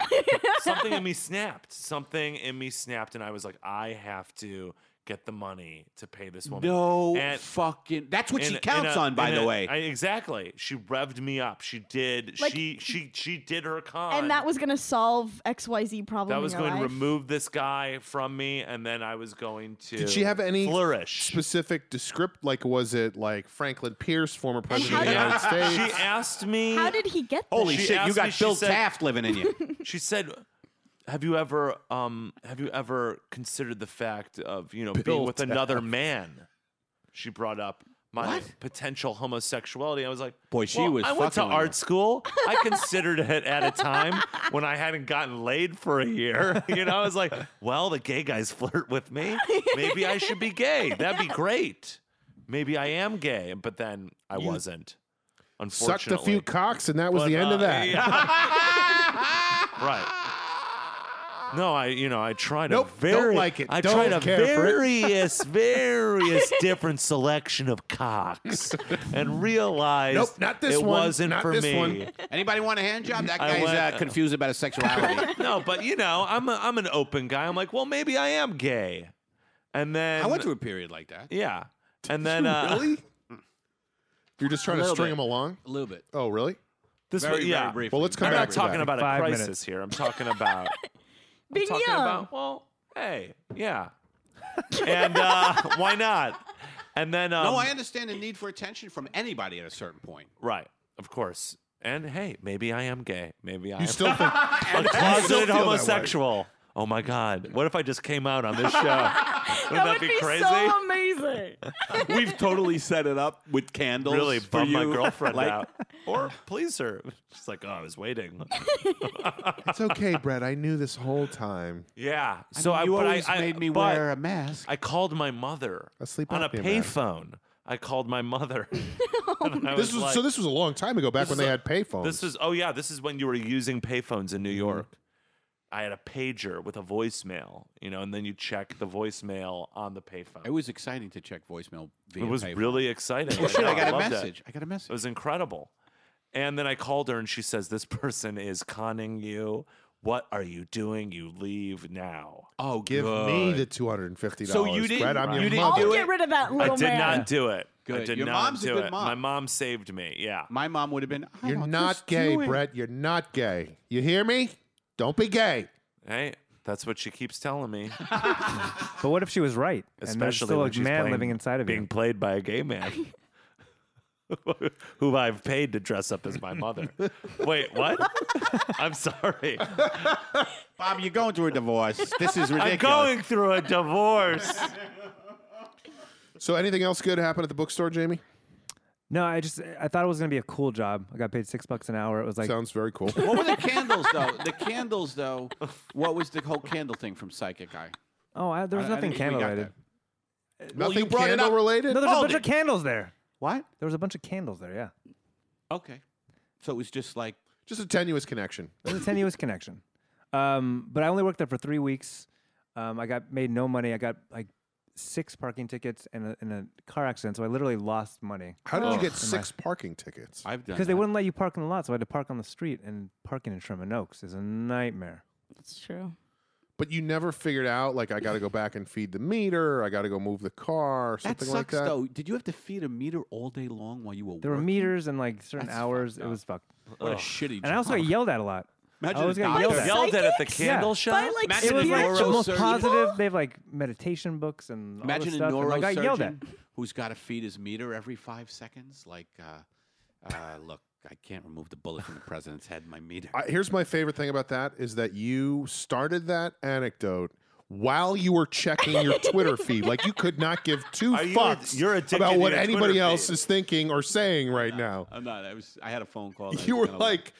[SPEAKER 6] something in me snapped. Something in me snapped, and I was like, I have to get the money to pay this woman.
[SPEAKER 5] No
[SPEAKER 6] And-
[SPEAKER 5] fucking. That's what
[SPEAKER 6] In-
[SPEAKER 5] she
[SPEAKER 6] in
[SPEAKER 5] counts
[SPEAKER 6] a-
[SPEAKER 5] on, by
[SPEAKER 6] in
[SPEAKER 5] the
[SPEAKER 6] a-
[SPEAKER 5] way.
[SPEAKER 6] I- exactly. She revved me up. She did.
[SPEAKER 4] Like-
[SPEAKER 6] she she she did her con.
[SPEAKER 4] and that was going to solve XYZ problem.
[SPEAKER 6] that
[SPEAKER 4] in
[SPEAKER 6] was
[SPEAKER 4] your
[SPEAKER 6] going to
[SPEAKER 4] life.
[SPEAKER 6] remove this guy from me, and then I was going to.
[SPEAKER 2] Did she have any
[SPEAKER 6] flourish?
[SPEAKER 2] specific descript? Like, was it like Franklin Pierce, former president of the
[SPEAKER 4] did-
[SPEAKER 2] United States?
[SPEAKER 6] She asked me.
[SPEAKER 4] How did he get this?
[SPEAKER 5] Holy
[SPEAKER 6] She
[SPEAKER 5] shit! You
[SPEAKER 6] asked
[SPEAKER 5] got
[SPEAKER 6] me, she
[SPEAKER 5] Bill
[SPEAKER 6] said-
[SPEAKER 5] Taft living in you.
[SPEAKER 6] she said have you ever um have you ever considered the fact of you know being
[SPEAKER 2] Bill
[SPEAKER 6] with another man she brought up my
[SPEAKER 5] What?
[SPEAKER 6] potential homosexuality i was like
[SPEAKER 5] Boy, she
[SPEAKER 6] well,
[SPEAKER 5] was
[SPEAKER 6] i went to
[SPEAKER 5] fucking with
[SPEAKER 6] art
[SPEAKER 5] you.
[SPEAKER 6] school i considered it at a time when i hadn't gotten laid for a year you know i was like well the gay guys flirt with me maybe i should be gay that'd be great maybe i am gay but then i wasn't
[SPEAKER 2] Sucked
[SPEAKER 6] unfortunately uh,
[SPEAKER 2] a few cocks, and that was
[SPEAKER 6] But,
[SPEAKER 2] the end of
[SPEAKER 6] uh,
[SPEAKER 2] that.
[SPEAKER 6] yeah. right No, I you know I tried
[SPEAKER 2] Nope,
[SPEAKER 6] a
[SPEAKER 2] don't
[SPEAKER 6] very
[SPEAKER 2] like it.
[SPEAKER 6] I
[SPEAKER 2] Don't
[SPEAKER 6] tried a
[SPEAKER 2] care for it.
[SPEAKER 6] various various different selection of cocks and realized
[SPEAKER 2] Nope, not this
[SPEAKER 6] it
[SPEAKER 2] one,
[SPEAKER 6] wasn't
[SPEAKER 2] not
[SPEAKER 6] for
[SPEAKER 2] this
[SPEAKER 6] me.
[SPEAKER 2] one.
[SPEAKER 5] Anybody want a hand job? That
[SPEAKER 6] I
[SPEAKER 5] guy's
[SPEAKER 6] went-
[SPEAKER 5] uh, confused about his sexuality.
[SPEAKER 6] No, but you know I'm a, I'm an open guy. I'm like, well, maybe I am gay, and then
[SPEAKER 5] I went through a period like that.
[SPEAKER 6] yeah, and then uh,
[SPEAKER 2] really? You're just trying to
[SPEAKER 5] Little
[SPEAKER 2] string
[SPEAKER 5] bit.
[SPEAKER 2] them along?
[SPEAKER 5] A little bit.
[SPEAKER 2] Oh, really?
[SPEAKER 6] this
[SPEAKER 5] Very,
[SPEAKER 6] was, yeah.
[SPEAKER 5] very briefly.
[SPEAKER 2] Well, let's come
[SPEAKER 6] I'm
[SPEAKER 2] back
[SPEAKER 6] not
[SPEAKER 2] to
[SPEAKER 6] talking
[SPEAKER 2] that.
[SPEAKER 6] about a
[SPEAKER 3] Five
[SPEAKER 6] crisis
[SPEAKER 3] minutes.
[SPEAKER 6] here. I'm talking about
[SPEAKER 4] Being
[SPEAKER 6] talking
[SPEAKER 4] young.
[SPEAKER 6] about well, hey, yeah, and uh, why not? And then um,
[SPEAKER 5] No, I understand the need for attention from anybody at a certain point.
[SPEAKER 6] Right, of course. And hey, maybe I am gay. Maybe I
[SPEAKER 2] You
[SPEAKER 6] am
[SPEAKER 2] still think
[SPEAKER 6] a closeted
[SPEAKER 2] that way.
[SPEAKER 6] homosexual. Oh my God! What if I just came out on this show? Wouldn't that,
[SPEAKER 4] that would
[SPEAKER 6] be,
[SPEAKER 4] be
[SPEAKER 6] crazy?
[SPEAKER 4] so amazing.
[SPEAKER 5] We've totally set it up with candles.
[SPEAKER 6] really
[SPEAKER 5] for
[SPEAKER 6] bum my
[SPEAKER 5] you.
[SPEAKER 6] girlfriend
[SPEAKER 5] Like,
[SPEAKER 6] out or please her. She's like, oh, I was waiting.
[SPEAKER 2] it's okay, Brett? I knew this whole time.
[SPEAKER 6] Yeah. So I,
[SPEAKER 5] you
[SPEAKER 6] but
[SPEAKER 5] always
[SPEAKER 6] I, I
[SPEAKER 5] made me
[SPEAKER 6] but
[SPEAKER 5] wear a mask.
[SPEAKER 6] I called my mother
[SPEAKER 2] A sleep
[SPEAKER 6] on a
[SPEAKER 2] apnea mask.
[SPEAKER 6] payphone. I called my mother. And I
[SPEAKER 2] This was
[SPEAKER 6] like-
[SPEAKER 2] so. This was a long time ago, back when they
[SPEAKER 6] is a-
[SPEAKER 2] had payphones.
[SPEAKER 6] This is oh yeah, this is when you were using payphones
[SPEAKER 5] Mm-hmm.
[SPEAKER 6] in New York. I had a pager with a voicemail, you know, and then you check the voicemail on the payphone.
[SPEAKER 5] it was exciting to check voicemail. Via
[SPEAKER 6] It was
[SPEAKER 5] paper.
[SPEAKER 6] really exciting.
[SPEAKER 5] Oh shit!
[SPEAKER 6] know,
[SPEAKER 5] I got a
[SPEAKER 6] loved it.
[SPEAKER 5] message. I got a
[SPEAKER 6] It
[SPEAKER 5] message.
[SPEAKER 6] was incredible. And then I called her and she says, This person is conning you. What are you doing? You leave now.
[SPEAKER 5] Oh,
[SPEAKER 2] Give me the two hundred and fifty dollars.
[SPEAKER 5] So you didn't-
[SPEAKER 2] Brett, I'm
[SPEAKER 5] Right.
[SPEAKER 2] your
[SPEAKER 5] You didn't
[SPEAKER 2] mother.
[SPEAKER 5] do
[SPEAKER 4] I'll
[SPEAKER 5] it.
[SPEAKER 4] get rid of that
[SPEAKER 6] I
[SPEAKER 4] little
[SPEAKER 6] did
[SPEAKER 4] man.
[SPEAKER 6] not do it. I
[SPEAKER 5] Good.
[SPEAKER 6] did
[SPEAKER 5] Your
[SPEAKER 6] not
[SPEAKER 5] mom's a
[SPEAKER 6] do
[SPEAKER 5] good
[SPEAKER 6] it.
[SPEAKER 5] mom.
[SPEAKER 6] My mom saved me. Yeah.
[SPEAKER 5] My mom would have been. I
[SPEAKER 2] You're
[SPEAKER 5] don't
[SPEAKER 2] not
[SPEAKER 5] just
[SPEAKER 2] gay,
[SPEAKER 5] do it.
[SPEAKER 2] Brett. You're not gay. You hear me? Don't be gay.
[SPEAKER 6] Hey, that's what she keeps telling me.
[SPEAKER 3] But what if she was right? and there's
[SPEAKER 6] Especially
[SPEAKER 3] still
[SPEAKER 6] when
[SPEAKER 3] a
[SPEAKER 6] she's
[SPEAKER 3] man
[SPEAKER 6] playing-
[SPEAKER 3] living inside of
[SPEAKER 6] being
[SPEAKER 3] you.
[SPEAKER 6] played by a gay man who I've paid to dress up as my mother. Wait, what? I'm sorry.
[SPEAKER 5] Bob, you're going through a divorce. This is ridiculous.
[SPEAKER 6] I'm going through a divorce.
[SPEAKER 2] So, anything else good happen at the bookstore, Jamie?
[SPEAKER 3] No, I just I thought it was gonna be a cool job. I got paid six bucks an hour. It was like
[SPEAKER 2] Sounds very cool.
[SPEAKER 5] What were the candles though? The candles though. What was the whole candle thing from Psychic Eye?
[SPEAKER 3] oh, I, there was
[SPEAKER 5] I- I
[SPEAKER 3] nothing
[SPEAKER 5] think we got
[SPEAKER 3] candle related.
[SPEAKER 2] Nothing Oh,
[SPEAKER 5] brought it
[SPEAKER 2] candle
[SPEAKER 5] up.
[SPEAKER 2] related.
[SPEAKER 3] No, there's a
[SPEAKER 5] Hold
[SPEAKER 3] bunch
[SPEAKER 5] it.
[SPEAKER 3] of candles there.
[SPEAKER 5] What?
[SPEAKER 3] There was a bunch of candles there. Yeah,
[SPEAKER 5] Okay. So it was just like
[SPEAKER 2] Just a tenuous connection.
[SPEAKER 3] it was a tenuous connection. Um, but I only worked there for three weeks. Um, I got made no money. I got like six parking tickets and a, and a car accident. So I literally lost money
[SPEAKER 2] How did you
[SPEAKER 5] Ugh.
[SPEAKER 2] get six parking tickets?
[SPEAKER 5] I've done.
[SPEAKER 3] because they
[SPEAKER 5] that.
[SPEAKER 3] wouldn't let you park in the lot. So I had to park on the street. And parking in Sherman Oaks is a nightmare.
[SPEAKER 4] It's true.
[SPEAKER 2] But you never figured out, like, I got to go back and feed the meter. I got to go move the car, or
[SPEAKER 5] That
[SPEAKER 2] something
[SPEAKER 5] sucks
[SPEAKER 2] like that.
[SPEAKER 5] though. Did you have to feed a meter all day long while you were?
[SPEAKER 3] There were
[SPEAKER 5] working?
[SPEAKER 3] meters and like certain
[SPEAKER 5] That's
[SPEAKER 3] hours.
[SPEAKER 5] fucked
[SPEAKER 3] It
[SPEAKER 5] up.
[SPEAKER 3] was fucked.
[SPEAKER 5] What a shitty.
[SPEAKER 3] And I also got yelled at a lot.
[SPEAKER 5] Imagine
[SPEAKER 3] I always
[SPEAKER 5] a
[SPEAKER 3] got
[SPEAKER 5] doctor.
[SPEAKER 3] yelled at.
[SPEAKER 6] Yelled at at the
[SPEAKER 4] Psychics?
[SPEAKER 6] candle
[SPEAKER 3] Yeah.
[SPEAKER 6] shop.
[SPEAKER 4] By like
[SPEAKER 5] Imagine
[SPEAKER 3] it was like the
[SPEAKER 5] neurosurgeon.
[SPEAKER 3] most
[SPEAKER 5] People?
[SPEAKER 3] positive. They have like meditation books and all
[SPEAKER 5] Imagine
[SPEAKER 3] this
[SPEAKER 5] a
[SPEAKER 3] stuff. and, like, I got yelled at.
[SPEAKER 5] neurosurgeon who's got to feed his meter every five seconds. Like, uh, uh, look, I can't remove the bullet from the president's head. My meter.
[SPEAKER 2] I, here's my favorite thing about that is that you started that anecdote while you were checking your Twitter feed. Like, you could not give two
[SPEAKER 6] Are you-
[SPEAKER 2] fucks
[SPEAKER 6] you're addicted
[SPEAKER 2] about
[SPEAKER 6] to
[SPEAKER 2] what
[SPEAKER 6] your
[SPEAKER 2] anybody
[SPEAKER 6] Twitter
[SPEAKER 2] else
[SPEAKER 6] feed.
[SPEAKER 2] is thinking or saying right now.
[SPEAKER 5] I'm not. I was. I had a phone call. that I
[SPEAKER 2] You
[SPEAKER 5] was
[SPEAKER 2] were
[SPEAKER 5] gonna-
[SPEAKER 2] like,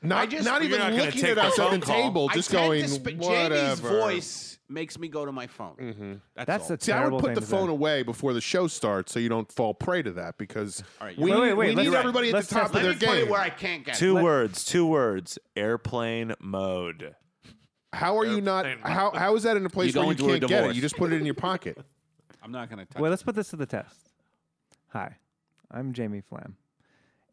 [SPEAKER 2] not,
[SPEAKER 5] just-
[SPEAKER 2] not
[SPEAKER 5] you're
[SPEAKER 2] even
[SPEAKER 6] not gonna
[SPEAKER 2] looking
[SPEAKER 6] take
[SPEAKER 2] at
[SPEAKER 6] the
[SPEAKER 2] us on
[SPEAKER 6] phone
[SPEAKER 2] the
[SPEAKER 6] call.
[SPEAKER 2] table,
[SPEAKER 5] I
[SPEAKER 2] just
[SPEAKER 5] tend
[SPEAKER 2] going,
[SPEAKER 5] to sp-
[SPEAKER 2] whatever.
[SPEAKER 5] Jamie's voice makes me go to my phone. That's
[SPEAKER 3] That's
[SPEAKER 5] all.
[SPEAKER 3] a
[SPEAKER 2] See, I
[SPEAKER 3] terrible
[SPEAKER 2] would put
[SPEAKER 3] thing
[SPEAKER 2] the
[SPEAKER 3] to
[SPEAKER 2] phone
[SPEAKER 3] say.
[SPEAKER 2] away before the show starts so you don't fall prey to that because
[SPEAKER 5] right,
[SPEAKER 2] we,
[SPEAKER 5] you're
[SPEAKER 2] we
[SPEAKER 3] right. Wait, wait, wait, let's-
[SPEAKER 2] need everybody at
[SPEAKER 3] let's
[SPEAKER 2] the top
[SPEAKER 3] test
[SPEAKER 2] of
[SPEAKER 5] Let
[SPEAKER 2] their
[SPEAKER 5] me put
[SPEAKER 2] game.
[SPEAKER 5] it where I can't get.
[SPEAKER 6] Two words, two words. Airplane mode.
[SPEAKER 2] How are you not? How how is that in a place
[SPEAKER 5] You
[SPEAKER 2] where you
[SPEAKER 5] going through a
[SPEAKER 2] can't get it?
[SPEAKER 5] divorce.
[SPEAKER 2] You just put it in your pocket.
[SPEAKER 5] I'm not gonna touch.
[SPEAKER 3] Wait,
[SPEAKER 5] it.
[SPEAKER 3] let's put this to the test. Hi, I'm Jamie Flam.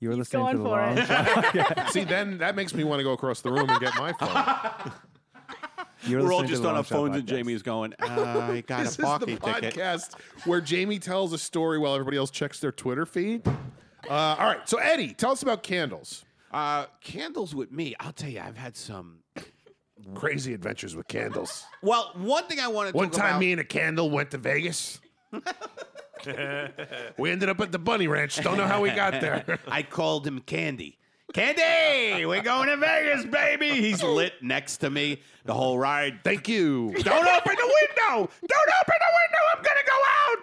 [SPEAKER 3] You're listening to
[SPEAKER 4] going
[SPEAKER 3] the
[SPEAKER 4] for
[SPEAKER 3] long
[SPEAKER 4] it.
[SPEAKER 3] shot.
[SPEAKER 2] See, then that makes me want to go across the room and get my phone.
[SPEAKER 3] You're
[SPEAKER 5] We're all
[SPEAKER 3] listening to
[SPEAKER 5] just
[SPEAKER 3] the
[SPEAKER 5] on
[SPEAKER 3] Long
[SPEAKER 5] our
[SPEAKER 3] Shot
[SPEAKER 5] phones, and
[SPEAKER 3] podcast.
[SPEAKER 5] Jamie's going. I got
[SPEAKER 2] this is
[SPEAKER 5] a
[SPEAKER 2] the
[SPEAKER 5] parking ticket.
[SPEAKER 2] podcast where Jamie tells a story while everybody else checks their Twitter feed. Uh, all right, so Eddie, tell us about candles.
[SPEAKER 5] Uh, candles with me. I'll tell you, I've had some.
[SPEAKER 2] Crazy adventures with candles.
[SPEAKER 5] Well, one thing I want to
[SPEAKER 2] One
[SPEAKER 5] talk
[SPEAKER 2] time,
[SPEAKER 5] about.
[SPEAKER 2] me and a candle went to Vegas. we ended up at the Bunny Ranch. Don't know how we got there.
[SPEAKER 5] I called him Candy. Candy, we're going to Vegas, baby. He's lit next to me the whole ride.
[SPEAKER 2] Thank you.
[SPEAKER 5] Don't open the window. Don't open the window. I'm gonna go out.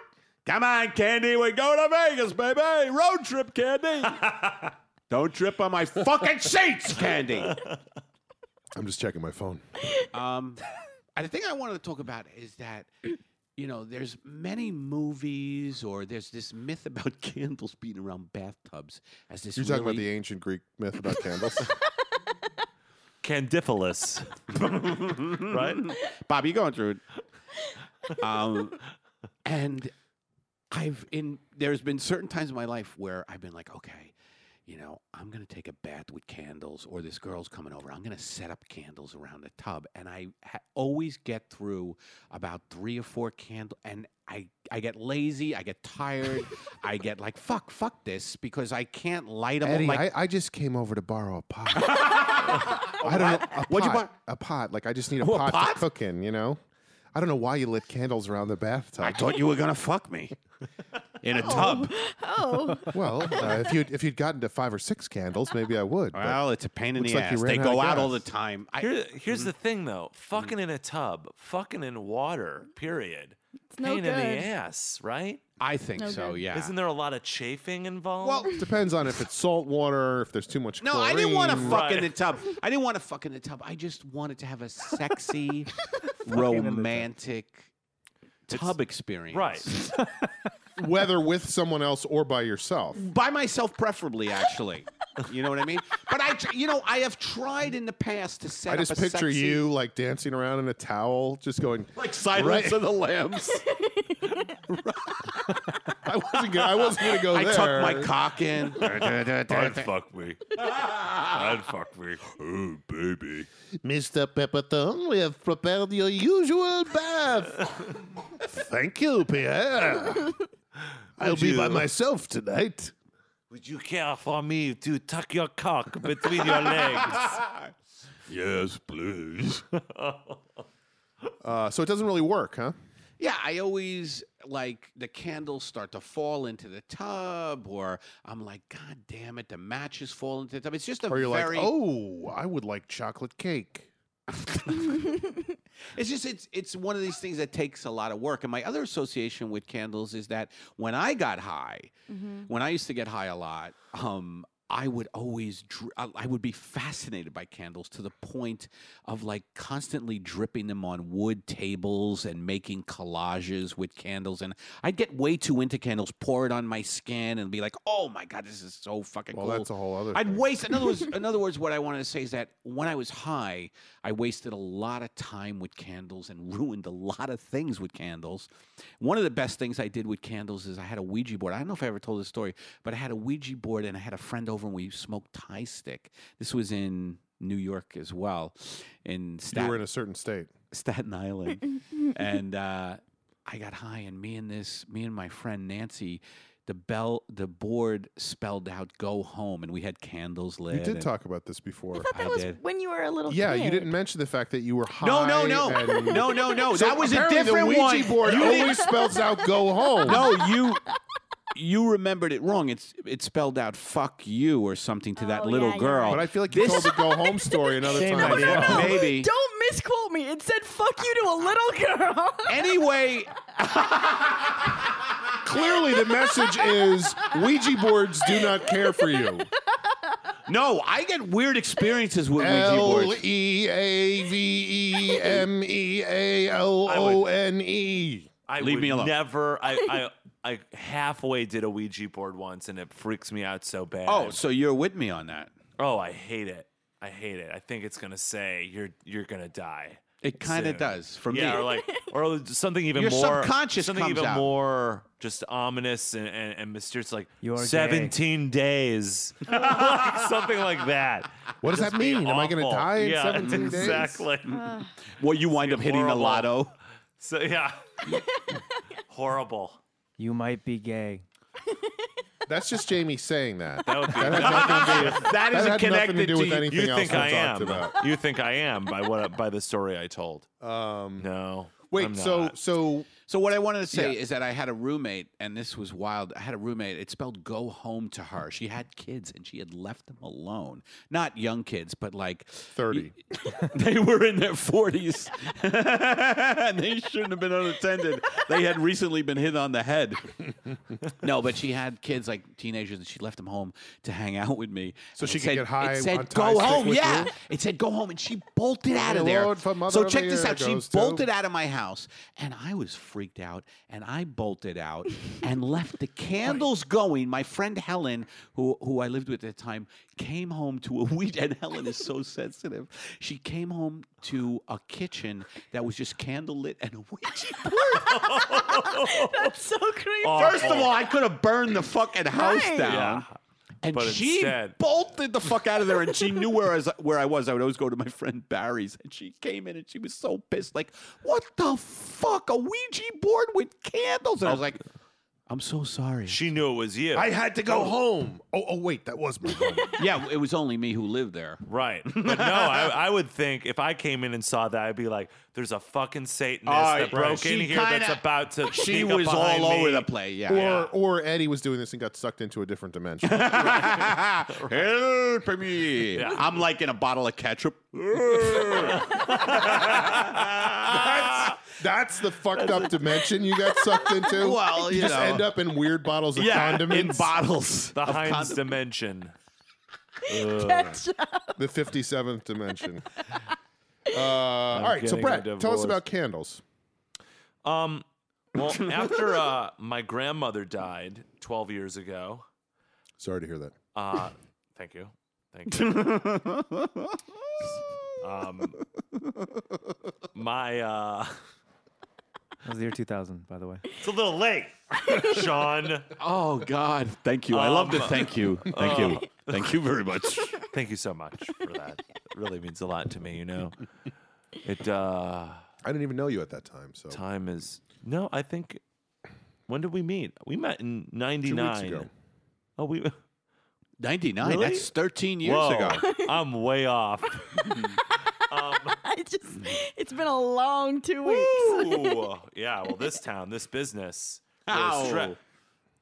[SPEAKER 5] Come on, Candy. We're going to Vegas, baby. Road trip, Candy. Don't trip on my fucking seats, Candy.
[SPEAKER 2] I'm just checking my phone.
[SPEAKER 5] Um, and the thing I wanted to talk about is that you know there's many movies or there's this myth about candles being around bathtubs as this
[SPEAKER 2] You're talking about
[SPEAKER 5] really-
[SPEAKER 2] the ancient Greek myth about candles.
[SPEAKER 6] Candiphilus. right?
[SPEAKER 5] Bob, you're going through it. Um, and I've in there's been certain times in my life where I've been like, okay, you know, I'm gonna take a bath with candles, or this girl's coming over. I'm gonna set up candles around the tub, and I ha- always get through about three or four candle, and I I get lazy, I get tired, I get like fuck, fuck this because I can't light them.
[SPEAKER 2] Eddie,
[SPEAKER 5] like,
[SPEAKER 2] I, I just came over to borrow a pot. I don't know. A
[SPEAKER 5] What'd you
[SPEAKER 2] pot, A pot. Like, I just need a,
[SPEAKER 5] Oh, a
[SPEAKER 2] pot,
[SPEAKER 5] pot?
[SPEAKER 2] to cook in, you know? I don't know why you lit candles around the bathtub.
[SPEAKER 5] I thought you were gonna fuck me in a tub.
[SPEAKER 4] Oh,
[SPEAKER 2] well, uh, if, you'd, if you'd gotten to five or six candles, maybe I would. but-
[SPEAKER 5] Well, it's a pain in the
[SPEAKER 2] Looks like you
[SPEAKER 5] ass.
[SPEAKER 2] ran
[SPEAKER 5] They
[SPEAKER 2] out of
[SPEAKER 5] go out all the
[SPEAKER 2] gas.
[SPEAKER 5] time. I,
[SPEAKER 6] Here, here's
[SPEAKER 3] Mm-hmm.
[SPEAKER 6] the thing, though. Fucking in a tub, fucking in water, period. It's
[SPEAKER 4] no
[SPEAKER 6] Pain in
[SPEAKER 4] good.
[SPEAKER 6] the ass, right?
[SPEAKER 5] I think
[SPEAKER 3] Ah.
[SPEAKER 4] good.
[SPEAKER 5] so. Yeah.
[SPEAKER 6] Isn't there a lot of chafing involved?
[SPEAKER 5] well,
[SPEAKER 2] Depends on if it's salt water, if there's too much
[SPEAKER 5] no, I didn't want to
[SPEAKER 2] chlorine.
[SPEAKER 5] fuck in
[SPEAKER 6] Right.
[SPEAKER 5] the tub. I didn't want to fuck in the tub. I just wanted to have a sexy, romantic tub experience.
[SPEAKER 6] right.
[SPEAKER 2] Whether with someone else or by yourself.
[SPEAKER 5] By myself, preferably, actually. You know what I mean? But I, tr- you know, I have tried in the past to set
[SPEAKER 2] I
[SPEAKER 5] up
[SPEAKER 2] just
[SPEAKER 5] a
[SPEAKER 2] picture
[SPEAKER 5] sexy-
[SPEAKER 2] you like dancing around in a towel, just going.
[SPEAKER 5] like Silence
[SPEAKER 2] Right.
[SPEAKER 5] of the Lambs.
[SPEAKER 2] I wasn't gonna, I wasn't gonna go
[SPEAKER 5] I
[SPEAKER 2] there.
[SPEAKER 5] tuck my cock in.
[SPEAKER 6] fuck me. I'd fuck me. Oh, baby.
[SPEAKER 2] Mr. Pepperton, we have prepared your usual bath. Thank you, Pierre. I'll be by myself tonight.
[SPEAKER 6] Would you care for me to tuck your cock between your legs?
[SPEAKER 2] Yes, please. uh, so it doesn't really work, huh?
[SPEAKER 5] Yeah, I always like the candles start to fall into the tub, or I'm like, God damn it, the matches fall into the tub. It's just a
[SPEAKER 2] Or you're
[SPEAKER 5] very,
[SPEAKER 2] like, oh, I would like chocolate cake.
[SPEAKER 5] it's just it's it's one of these things that takes a lot of work. And my other association with candles is that when I got high, when I used to get high a lot, um, I would always dr- I I would be fascinated by candles to the point of like constantly dripping them on wood tables and making collages with candles. And I'd get way too into candles, pour it on my skin, and be like, "Oh my god, this is so fucking
[SPEAKER 2] Well,
[SPEAKER 5] cool."
[SPEAKER 2] that's a whole other.
[SPEAKER 5] I'd
[SPEAKER 2] thing.
[SPEAKER 5] waste. In other words, in other words, what I wanted to say is that when I was high, I wasted a lot of time with candles and ruined a lot of things with candles. One of the best things I did with candles is I had a Ouija board. I don't know if I ever told this story, but I had a Ouija board and I had a friend over and we smoked Thai stick. This was in New York as well, in
[SPEAKER 2] You
[SPEAKER 5] Staten
[SPEAKER 2] were in a certain state.
[SPEAKER 5] Staten Island, and uh, I got high, and me and this, me and my friend Nancy, the bell, the board spelled out "Go home," and we had candles lit.
[SPEAKER 2] You did
[SPEAKER 5] and-
[SPEAKER 2] talk about this before.
[SPEAKER 4] I thought that
[SPEAKER 5] I
[SPEAKER 4] was
[SPEAKER 5] did.
[SPEAKER 4] when you were a little
[SPEAKER 2] Yeah,
[SPEAKER 4] kid.
[SPEAKER 2] you didn't mention the fact that you were high.
[SPEAKER 5] No, no, no,
[SPEAKER 2] and-
[SPEAKER 5] no, no, no.
[SPEAKER 2] So
[SPEAKER 5] that was a
[SPEAKER 2] apparently
[SPEAKER 5] different
[SPEAKER 2] the Ouija
[SPEAKER 5] one.
[SPEAKER 2] board
[SPEAKER 5] You didn't-
[SPEAKER 2] always spells out "go home."
[SPEAKER 5] no, you. You remembered it wrong. It's it spelled out "fuck you" or something to that
[SPEAKER 4] Oh,
[SPEAKER 5] little
[SPEAKER 4] yeah, you're
[SPEAKER 5] girl.
[SPEAKER 2] but I feel like you told
[SPEAKER 5] This-
[SPEAKER 2] the "go home" story another
[SPEAKER 3] Shame
[SPEAKER 2] time.
[SPEAKER 3] on
[SPEAKER 2] as
[SPEAKER 3] you.
[SPEAKER 2] well.
[SPEAKER 4] No,
[SPEAKER 5] Maybe.
[SPEAKER 4] Don't misquote me. It said "fuck you" to a little girl.
[SPEAKER 5] anyway,
[SPEAKER 2] Clearly, the message is Ouija boards do not care for you.
[SPEAKER 5] no, I get weird experiences with Ouija
[SPEAKER 2] L
[SPEAKER 5] boards.
[SPEAKER 2] E A V E M E A L O N E.
[SPEAKER 6] I
[SPEAKER 5] Leave
[SPEAKER 6] would
[SPEAKER 5] me alone.
[SPEAKER 6] Never. I, I, I halfway did a Ouija board once, and it freaks me out so bad.
[SPEAKER 5] Oh, so you're with me on that?
[SPEAKER 6] oh, I hate it. I hate it. I think it's gonna say you're you're gonna die.
[SPEAKER 5] It kind of
[SPEAKER 6] Soon.
[SPEAKER 5] does for me.
[SPEAKER 6] yeah, or like, or something even
[SPEAKER 5] Your
[SPEAKER 6] more
[SPEAKER 5] subconscious
[SPEAKER 6] something
[SPEAKER 5] comes
[SPEAKER 6] even
[SPEAKER 5] out.
[SPEAKER 6] more just ominous and, and, and mysterious, like
[SPEAKER 3] You're gay.
[SPEAKER 6] seventeen days, Like, something like that.
[SPEAKER 2] What does
[SPEAKER 6] Just
[SPEAKER 2] that
[SPEAKER 6] be
[SPEAKER 2] mean? Am I going to
[SPEAKER 6] awful.
[SPEAKER 2] die in
[SPEAKER 6] yeah,
[SPEAKER 2] 17 days?
[SPEAKER 6] Exactly.
[SPEAKER 5] Well, you wind up hitting the
[SPEAKER 6] horrible.
[SPEAKER 5] lotto.
[SPEAKER 6] So yeah, horrible.
[SPEAKER 3] You might be gay.
[SPEAKER 2] That's just Jamie saying that.
[SPEAKER 6] That would be.
[SPEAKER 2] That had nothing to do with-
[SPEAKER 5] That
[SPEAKER 2] that
[SPEAKER 5] isn't
[SPEAKER 2] had nothing
[SPEAKER 5] connected
[SPEAKER 2] to do with
[SPEAKER 5] you.
[SPEAKER 2] anything
[SPEAKER 6] you
[SPEAKER 2] else
[SPEAKER 6] think
[SPEAKER 2] we
[SPEAKER 6] I
[SPEAKER 2] talked
[SPEAKER 6] am?
[SPEAKER 2] about.
[SPEAKER 6] You think I am by what by the story I told? Um, no. I'm
[SPEAKER 2] Wait, so
[SPEAKER 6] not.
[SPEAKER 2] so
[SPEAKER 5] So what I wanted to say
[SPEAKER 2] Yeah.
[SPEAKER 5] is that I had a roommate, and this was wild. I had a roommate. It spelled "go home" to her. She had kids, and she had left them alone. Not young kids, but like
[SPEAKER 2] 30.
[SPEAKER 5] they were in their forties, and they shouldn't have been unattended. They had recently been hit on the head. No, but she had kids, like teenagers, and she left them home to hang out with me. So
[SPEAKER 2] she could get high
[SPEAKER 5] It said
[SPEAKER 2] on Thai
[SPEAKER 5] "go
[SPEAKER 2] stick
[SPEAKER 5] home."
[SPEAKER 2] with
[SPEAKER 5] Yeah,
[SPEAKER 2] you?
[SPEAKER 5] it said "go home," and she bolted out
[SPEAKER 2] The
[SPEAKER 5] of there.
[SPEAKER 2] Lord for Mother
[SPEAKER 5] so
[SPEAKER 2] of
[SPEAKER 5] check
[SPEAKER 2] the
[SPEAKER 5] this
[SPEAKER 2] Year
[SPEAKER 5] out. She
[SPEAKER 2] goes to-
[SPEAKER 5] bolted out of my house, and I was freaked out and I bolted out and left the candles going. My friend Helen, who who I lived with at the time, came home to a weed and Helen is so sensitive. She came home to a kitchen that was just candlelit and a Ouija board.
[SPEAKER 4] That's so creepy.
[SPEAKER 5] First of all, I could have burned the fucking house
[SPEAKER 4] Right.
[SPEAKER 5] down.
[SPEAKER 6] Yeah.
[SPEAKER 5] And
[SPEAKER 6] But
[SPEAKER 5] she
[SPEAKER 6] instead-
[SPEAKER 5] bolted the fuck out of there, and she knew where I was. Where I was, I would always go to my friend Barry's, and she came in and she was so pissed, like, "What the fuck? A Ouija board with candles?" And I was like, "I'm so sorry."
[SPEAKER 6] She knew it was you.
[SPEAKER 2] I had to go home. Oh, oh, wait, that was my home.
[SPEAKER 5] yeah, it was only me who lived there.
[SPEAKER 6] Right. But no, I, I would think if I came in and saw that, I'd be like, there's a fucking Satanist
[SPEAKER 5] All right,
[SPEAKER 6] that broke
[SPEAKER 5] she
[SPEAKER 6] in here
[SPEAKER 5] kinda-
[SPEAKER 6] that's about to.
[SPEAKER 5] She
[SPEAKER 6] sneak up
[SPEAKER 5] was all
[SPEAKER 6] behind me.
[SPEAKER 5] over the place. Yeah.
[SPEAKER 2] or or Eddie was doing this and got sucked into a different dimension.
[SPEAKER 5] Help me.
[SPEAKER 6] Yeah.
[SPEAKER 5] I'm like in a bottle of ketchup.
[SPEAKER 2] That's the fucked up dimension you got sucked into.
[SPEAKER 5] Well, you
[SPEAKER 2] just
[SPEAKER 5] know.
[SPEAKER 2] end up in weird bottles of
[SPEAKER 5] in
[SPEAKER 2] condiments.
[SPEAKER 5] bottles.
[SPEAKER 6] The
[SPEAKER 5] of
[SPEAKER 6] Heinz
[SPEAKER 5] condom-
[SPEAKER 6] dimension. Oh.
[SPEAKER 2] the fifty seventh dimension. Uh, all right, so
[SPEAKER 6] getting a
[SPEAKER 2] Brett, tell us
[SPEAKER 6] divorce.
[SPEAKER 2] about candles.
[SPEAKER 6] Um, well, after uh, my grandmother died 12 years ago,
[SPEAKER 2] Sorry to hear that.
[SPEAKER 6] uh, thank you. Thank you. um, my. Uh,
[SPEAKER 3] That was the year 2000, by the way.
[SPEAKER 6] it's a little late, Sean.
[SPEAKER 5] Oh God! oh. Thank you. I love the
[SPEAKER 6] Um,
[SPEAKER 5] thank you. Thank you. Thank you very much.
[SPEAKER 6] Thank you so much for that. It really means a lot to me, you know. It uh
[SPEAKER 2] I didn't even know you at that time. So
[SPEAKER 6] time is no, I think when did we meet? We met in ninety
[SPEAKER 2] two
[SPEAKER 6] nine.
[SPEAKER 2] weeks ago.
[SPEAKER 6] Oh we years
[SPEAKER 5] 99.
[SPEAKER 6] Really?
[SPEAKER 5] That's 13 years ago.
[SPEAKER 6] I'm way off.
[SPEAKER 4] I just, it's been a long two weeks.
[SPEAKER 6] Ooh. Yeah, well this town, this business really
[SPEAKER 5] Ow.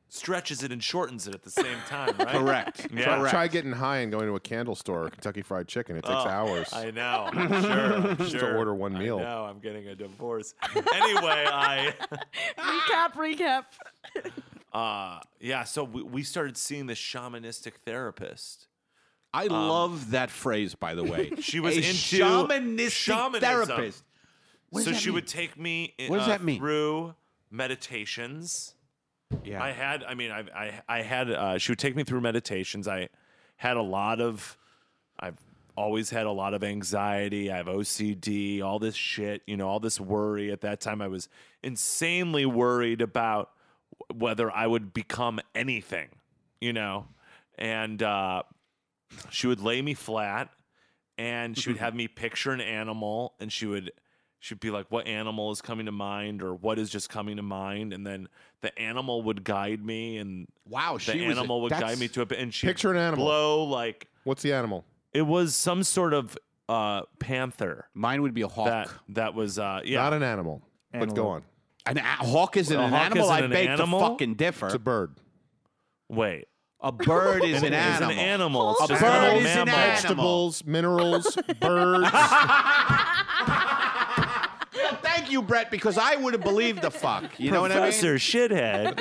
[SPEAKER 6] stretches it and shortens it at the same time, right?
[SPEAKER 5] Correct.
[SPEAKER 6] Yeah.
[SPEAKER 5] Correct.
[SPEAKER 2] Try getting high and going to a candle store or Kentucky Fried Chicken. It takes hours.
[SPEAKER 6] I know. I'm sure. I'm
[SPEAKER 2] to
[SPEAKER 6] sure.
[SPEAKER 2] order one meal.
[SPEAKER 6] I know. I'm getting a divorce. anyway, I
[SPEAKER 4] recap, recap.
[SPEAKER 6] uh yeah. So we, we started seeing this shamanistic therapist.
[SPEAKER 5] I love that phrase, by the way.
[SPEAKER 6] She was
[SPEAKER 5] a
[SPEAKER 6] into
[SPEAKER 5] shamanistic
[SPEAKER 6] shamanism.
[SPEAKER 5] therapist. What does
[SPEAKER 6] so
[SPEAKER 5] that
[SPEAKER 6] she
[SPEAKER 5] mean?
[SPEAKER 6] would take me in,
[SPEAKER 5] What does
[SPEAKER 6] uh,
[SPEAKER 5] that mean?
[SPEAKER 6] through meditations.
[SPEAKER 5] Yeah.
[SPEAKER 6] I had, I mean, I, I, I had. Uh, she would take me through meditations. I had a lot of. I've always had a lot of anxiety. I have OCD. All this shit. You know, all this worry. At that time, I was insanely worried about w- whether I would become anything. You know, and uh, she would lay me flat, and she would have me picture an animal, and she would she'd be like what animal is coming to mind or what is just coming to mind and then the animal would guide me and
[SPEAKER 5] wow.
[SPEAKER 6] the
[SPEAKER 5] She was a-
[SPEAKER 6] animal would guide
[SPEAKER 5] that's-
[SPEAKER 6] me to it and she
[SPEAKER 2] Picture an animal.
[SPEAKER 6] blow like
[SPEAKER 2] What's the animal?
[SPEAKER 6] it was some sort of uh panther
[SPEAKER 5] Mine would be a hawk.
[SPEAKER 6] that that was uh yeah
[SPEAKER 2] Not an animal. But go
[SPEAKER 3] Antelope.
[SPEAKER 2] on.
[SPEAKER 5] An a- hawk isn't
[SPEAKER 6] A
[SPEAKER 5] an
[SPEAKER 6] hawk
[SPEAKER 5] animal.
[SPEAKER 6] isn't
[SPEAKER 5] I
[SPEAKER 6] an
[SPEAKER 5] beg
[SPEAKER 6] animal?
[SPEAKER 5] to fucking differ.
[SPEAKER 2] It's a bird.
[SPEAKER 6] wait
[SPEAKER 5] A bird is an
[SPEAKER 6] it's
[SPEAKER 5] animal.
[SPEAKER 6] an animal
[SPEAKER 4] A
[SPEAKER 6] it's just
[SPEAKER 5] bird
[SPEAKER 6] a little
[SPEAKER 5] is an
[SPEAKER 6] mammal
[SPEAKER 5] animal.
[SPEAKER 2] Vegetables, minerals, birds.
[SPEAKER 5] Thank you, Brett, because I would have believed the fuck. You know what I mean?
[SPEAKER 6] Professor shithead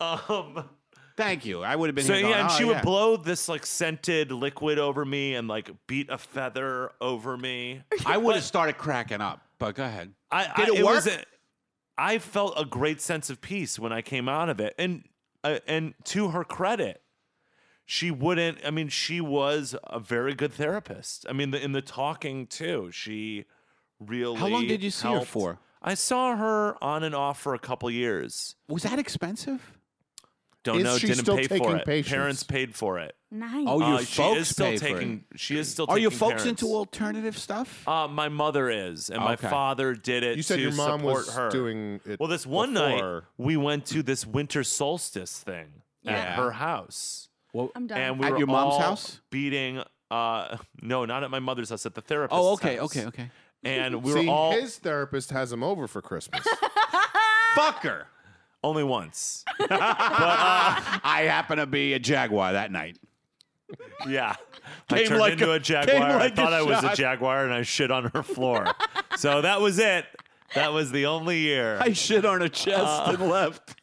[SPEAKER 6] um
[SPEAKER 5] Thank you. I would have been.
[SPEAKER 6] So
[SPEAKER 5] here
[SPEAKER 6] yeah,
[SPEAKER 5] going,
[SPEAKER 6] and
[SPEAKER 5] oh,
[SPEAKER 6] she would
[SPEAKER 5] yeah.
[SPEAKER 6] blow this like scented liquid over me and like beat a feather over me.
[SPEAKER 5] I would have started cracking up. But go ahead.
[SPEAKER 6] I
[SPEAKER 5] Did
[SPEAKER 6] I,
[SPEAKER 5] it work?
[SPEAKER 6] was a- I felt a great sense of peace when I came out of it, and uh, and to her credit, she wouldn't. I mean, she was a very good therapist. I mean, the, in the talking too, she really.
[SPEAKER 5] How long did you see her
[SPEAKER 6] helped.
[SPEAKER 5] for?
[SPEAKER 6] I saw her on and off for a couple years.
[SPEAKER 5] Was that expensive?
[SPEAKER 6] Don't
[SPEAKER 2] Is
[SPEAKER 6] know.
[SPEAKER 2] she
[SPEAKER 6] didn't
[SPEAKER 2] still
[SPEAKER 6] pay
[SPEAKER 2] taking
[SPEAKER 6] for it.
[SPEAKER 2] patients?
[SPEAKER 6] Parents paid for it.
[SPEAKER 4] Nice.
[SPEAKER 5] Oh, your
[SPEAKER 6] Uh, she
[SPEAKER 5] folks
[SPEAKER 6] is still
[SPEAKER 5] pay for it.
[SPEAKER 6] taking. She is still.
[SPEAKER 5] Are
[SPEAKER 6] taking
[SPEAKER 5] your folks
[SPEAKER 6] parents.
[SPEAKER 5] into alternative stuff?
[SPEAKER 6] Uh, my mother is, and my
[SPEAKER 5] Okay.
[SPEAKER 6] father did it
[SPEAKER 2] You said
[SPEAKER 6] to
[SPEAKER 2] your mom
[SPEAKER 6] support
[SPEAKER 2] was
[SPEAKER 6] her.
[SPEAKER 2] doing it.
[SPEAKER 6] well, this one night
[SPEAKER 2] before.
[SPEAKER 6] we went to this winter solstice thing
[SPEAKER 5] Yeah.
[SPEAKER 6] at her house,
[SPEAKER 4] I'm done.
[SPEAKER 6] and we
[SPEAKER 5] At
[SPEAKER 6] were
[SPEAKER 5] your mom's
[SPEAKER 6] all
[SPEAKER 5] house?
[SPEAKER 6] beating. Uh, no, not at my mother's house, at the therapist's.
[SPEAKER 5] oh, okay,
[SPEAKER 6] house.
[SPEAKER 5] okay, okay.
[SPEAKER 6] And we
[SPEAKER 2] See,
[SPEAKER 6] were all
[SPEAKER 2] his therapist has him over for Christmas.
[SPEAKER 5] Fucker.
[SPEAKER 6] only once.
[SPEAKER 5] I happen to be a jaguar that night.
[SPEAKER 6] Yeah. I
[SPEAKER 5] Came
[SPEAKER 6] turned
[SPEAKER 5] like
[SPEAKER 6] into
[SPEAKER 5] a-
[SPEAKER 6] a,
[SPEAKER 5] came
[SPEAKER 6] jaguar.
[SPEAKER 5] like
[SPEAKER 6] I
[SPEAKER 5] a
[SPEAKER 6] thought I was a
[SPEAKER 5] shot.
[SPEAKER 6] jaguar, and I shit on her floor. so that was it. That was the only year.
[SPEAKER 5] I shit on her chest
[SPEAKER 6] Uh,
[SPEAKER 5] and left.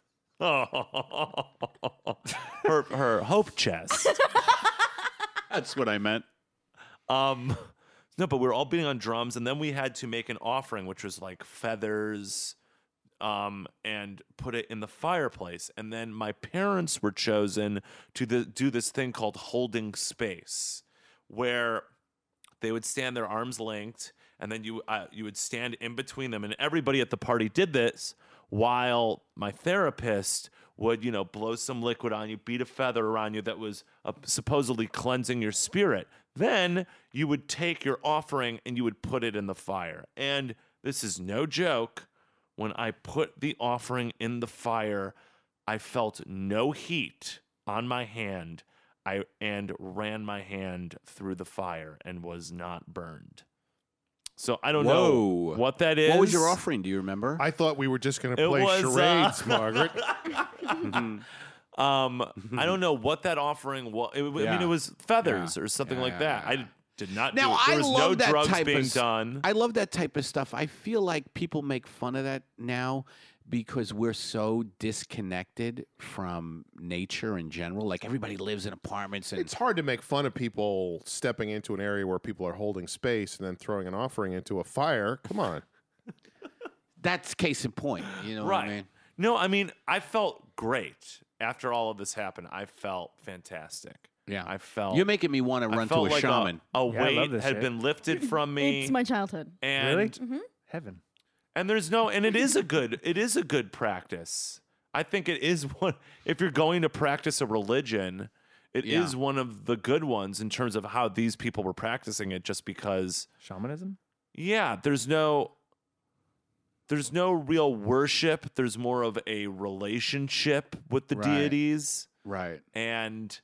[SPEAKER 6] her her hope chest.
[SPEAKER 5] That's what I meant.
[SPEAKER 6] Um, No, but we were all beating on drums, and then we had to make an offering, which was like feathers, um, and put it in the fireplace. And then my parents were chosen to the, do this thing called holding space, where they would stand their arms linked, and then you uh, you would stand in between them, and everybody at the party did this while my therapist would you know blow some liquid on you, beat a feather around you that was uh, supposedly cleansing your spirit. Then you would take your offering and you would put it in the fire. And this is no joke. When I put the offering in the fire, I felt no heat on my hand. I and ran my hand through the fire and was not burned. So I don't
[SPEAKER 5] Whoa.
[SPEAKER 6] know what that is.
[SPEAKER 5] What was your offering? Do you remember?
[SPEAKER 2] I thought we were just going to
[SPEAKER 6] It
[SPEAKER 2] play
[SPEAKER 6] was, uh,
[SPEAKER 2] charades, Margaret.
[SPEAKER 6] Um, I don't know what that offering was. It, I mean,
[SPEAKER 5] Yeah.
[SPEAKER 6] it was feathers or something
[SPEAKER 5] Yeah,
[SPEAKER 6] like
[SPEAKER 5] yeah,
[SPEAKER 6] that.
[SPEAKER 5] yeah, yeah.
[SPEAKER 6] I did not. do
[SPEAKER 5] now
[SPEAKER 6] it.
[SPEAKER 5] I
[SPEAKER 6] there was
[SPEAKER 5] love
[SPEAKER 6] no
[SPEAKER 5] that
[SPEAKER 6] drugs
[SPEAKER 5] type
[SPEAKER 6] being
[SPEAKER 5] of s-
[SPEAKER 6] done.
[SPEAKER 5] I love that type of stuff. I feel like people make fun of that now because we're so disconnected from nature in general. Like everybody lives in apartments and
[SPEAKER 2] it's hard to make fun of people stepping into an area where people are holding space and then throwing an offering into a fire. Come on.
[SPEAKER 5] that's case in point. You know what I mean?
[SPEAKER 6] No, I mean, I felt great after all of this happened. I felt fantastic.
[SPEAKER 5] Yeah.
[SPEAKER 6] I felt.
[SPEAKER 5] You're making me want to
[SPEAKER 6] Oh. I
[SPEAKER 5] run to a
[SPEAKER 6] felt like
[SPEAKER 5] shaman.
[SPEAKER 6] A,
[SPEAKER 3] Yeah, I love
[SPEAKER 6] weight
[SPEAKER 3] this
[SPEAKER 6] had
[SPEAKER 3] shit.
[SPEAKER 6] been lifted from me.
[SPEAKER 4] It's my childhood.
[SPEAKER 6] and
[SPEAKER 3] Really?
[SPEAKER 4] Mm-hmm.
[SPEAKER 3] Heaven.
[SPEAKER 6] And there's no, and it is a good, it is a good practice. I think it is one. If you're going to practice a religion, it is
[SPEAKER 5] Yeah.
[SPEAKER 6] one of the good ones in terms of how these people were practicing it. Just because,
[SPEAKER 3] Shamanism?
[SPEAKER 6] yeah, there's no, there's no real worship. There's more of a relationship with the
[SPEAKER 5] Right.
[SPEAKER 6] deities,
[SPEAKER 5] right.
[SPEAKER 6] and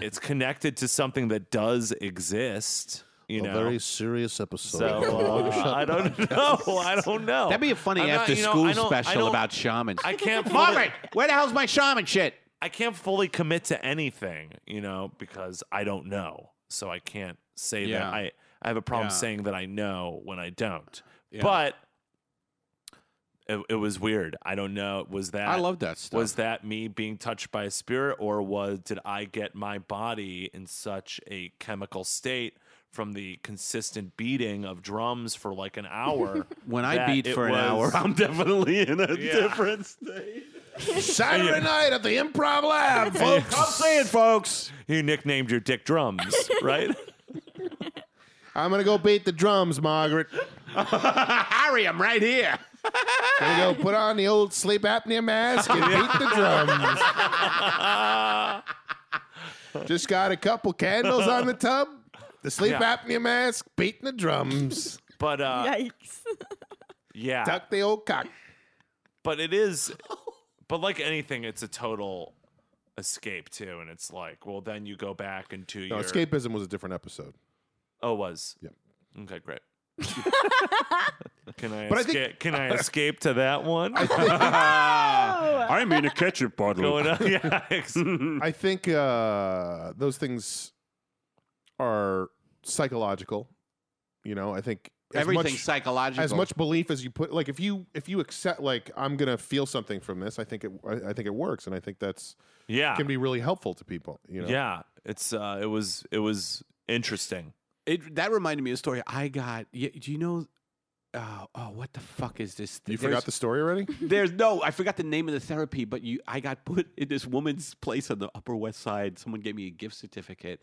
[SPEAKER 6] it's connected to something that does exist. You know,
[SPEAKER 2] serious episode.
[SPEAKER 6] so uh, I don't know. I don't know.
[SPEAKER 5] That'd be a funny
[SPEAKER 6] I'm not-
[SPEAKER 5] after
[SPEAKER 6] you know,
[SPEAKER 5] school
[SPEAKER 6] I don't- I
[SPEAKER 5] special
[SPEAKER 6] don't-
[SPEAKER 5] about shamans.
[SPEAKER 6] I can't. Fully,
[SPEAKER 5] Margaret, where the hell's my shaman shit?
[SPEAKER 6] I can't fully commit to anything, you know, because I don't know. So I can't say
[SPEAKER 5] Yeah.
[SPEAKER 6] that I. I have a problem
[SPEAKER 5] Yeah.
[SPEAKER 6] saying that I know when I don't. But it, it was weird. I don't know. Was that
[SPEAKER 5] I love that stuff.
[SPEAKER 6] was that me being touched by a spirit, or was did I get my body in such a chemical state from the consistent beating of drums for like an hour?
[SPEAKER 5] when I
[SPEAKER 6] that
[SPEAKER 5] beat
[SPEAKER 6] it
[SPEAKER 5] for an
[SPEAKER 6] was-
[SPEAKER 5] hour, I'm definitely in a
[SPEAKER 6] Yeah.
[SPEAKER 5] different state.
[SPEAKER 2] Saturday night at the Improv Lab, folks.
[SPEAKER 5] Come see it, folks.
[SPEAKER 6] you nicknamed your dick drums, right?
[SPEAKER 2] I'm gonna go beat the drums, Margaret.
[SPEAKER 5] Harry, I'm right here.
[SPEAKER 2] Gonna go put on the old sleep apnea mask and beat the drums. Just got a couple candles on the tub. The sleep
[SPEAKER 6] Yeah.
[SPEAKER 2] apnea mask, beating the drums.
[SPEAKER 6] But uh,
[SPEAKER 4] Yikes.
[SPEAKER 6] yeah.
[SPEAKER 2] Tuck the old cock.
[SPEAKER 6] but it is but like anything it's a total escape too and it's like well then you go back into
[SPEAKER 2] No,
[SPEAKER 6] your
[SPEAKER 2] escapism was a different episode.
[SPEAKER 6] oh it was
[SPEAKER 2] Yep.
[SPEAKER 6] okay great can I,
[SPEAKER 2] But I
[SPEAKER 6] escape,
[SPEAKER 2] think-
[SPEAKER 6] can I escape to that one?
[SPEAKER 5] I mean a ketchup bottle.
[SPEAKER 6] Going up, yeah, ex-
[SPEAKER 2] I think uh, those things are psychological. You know, I think as
[SPEAKER 5] Everything's
[SPEAKER 2] much-
[SPEAKER 5] psychological.
[SPEAKER 2] as much belief as you put like if you if you accept like i'm gonna feel something from this i think it i, I think it works and i think that's
[SPEAKER 6] yeah,
[SPEAKER 2] can be really helpful to people you know
[SPEAKER 6] Ah. yeah. It's uh, it was it was interesting.
[SPEAKER 5] It, that reminded me of a story I got. y- Do you know? Uh, oh, what the fuck is this?
[SPEAKER 2] you
[SPEAKER 5] There's-
[SPEAKER 2] forgot the story already
[SPEAKER 5] There's no, I forgot the name of the therapy, but you, I got put in this woman's place on the Upper West Side. Someone gave me a gift certificate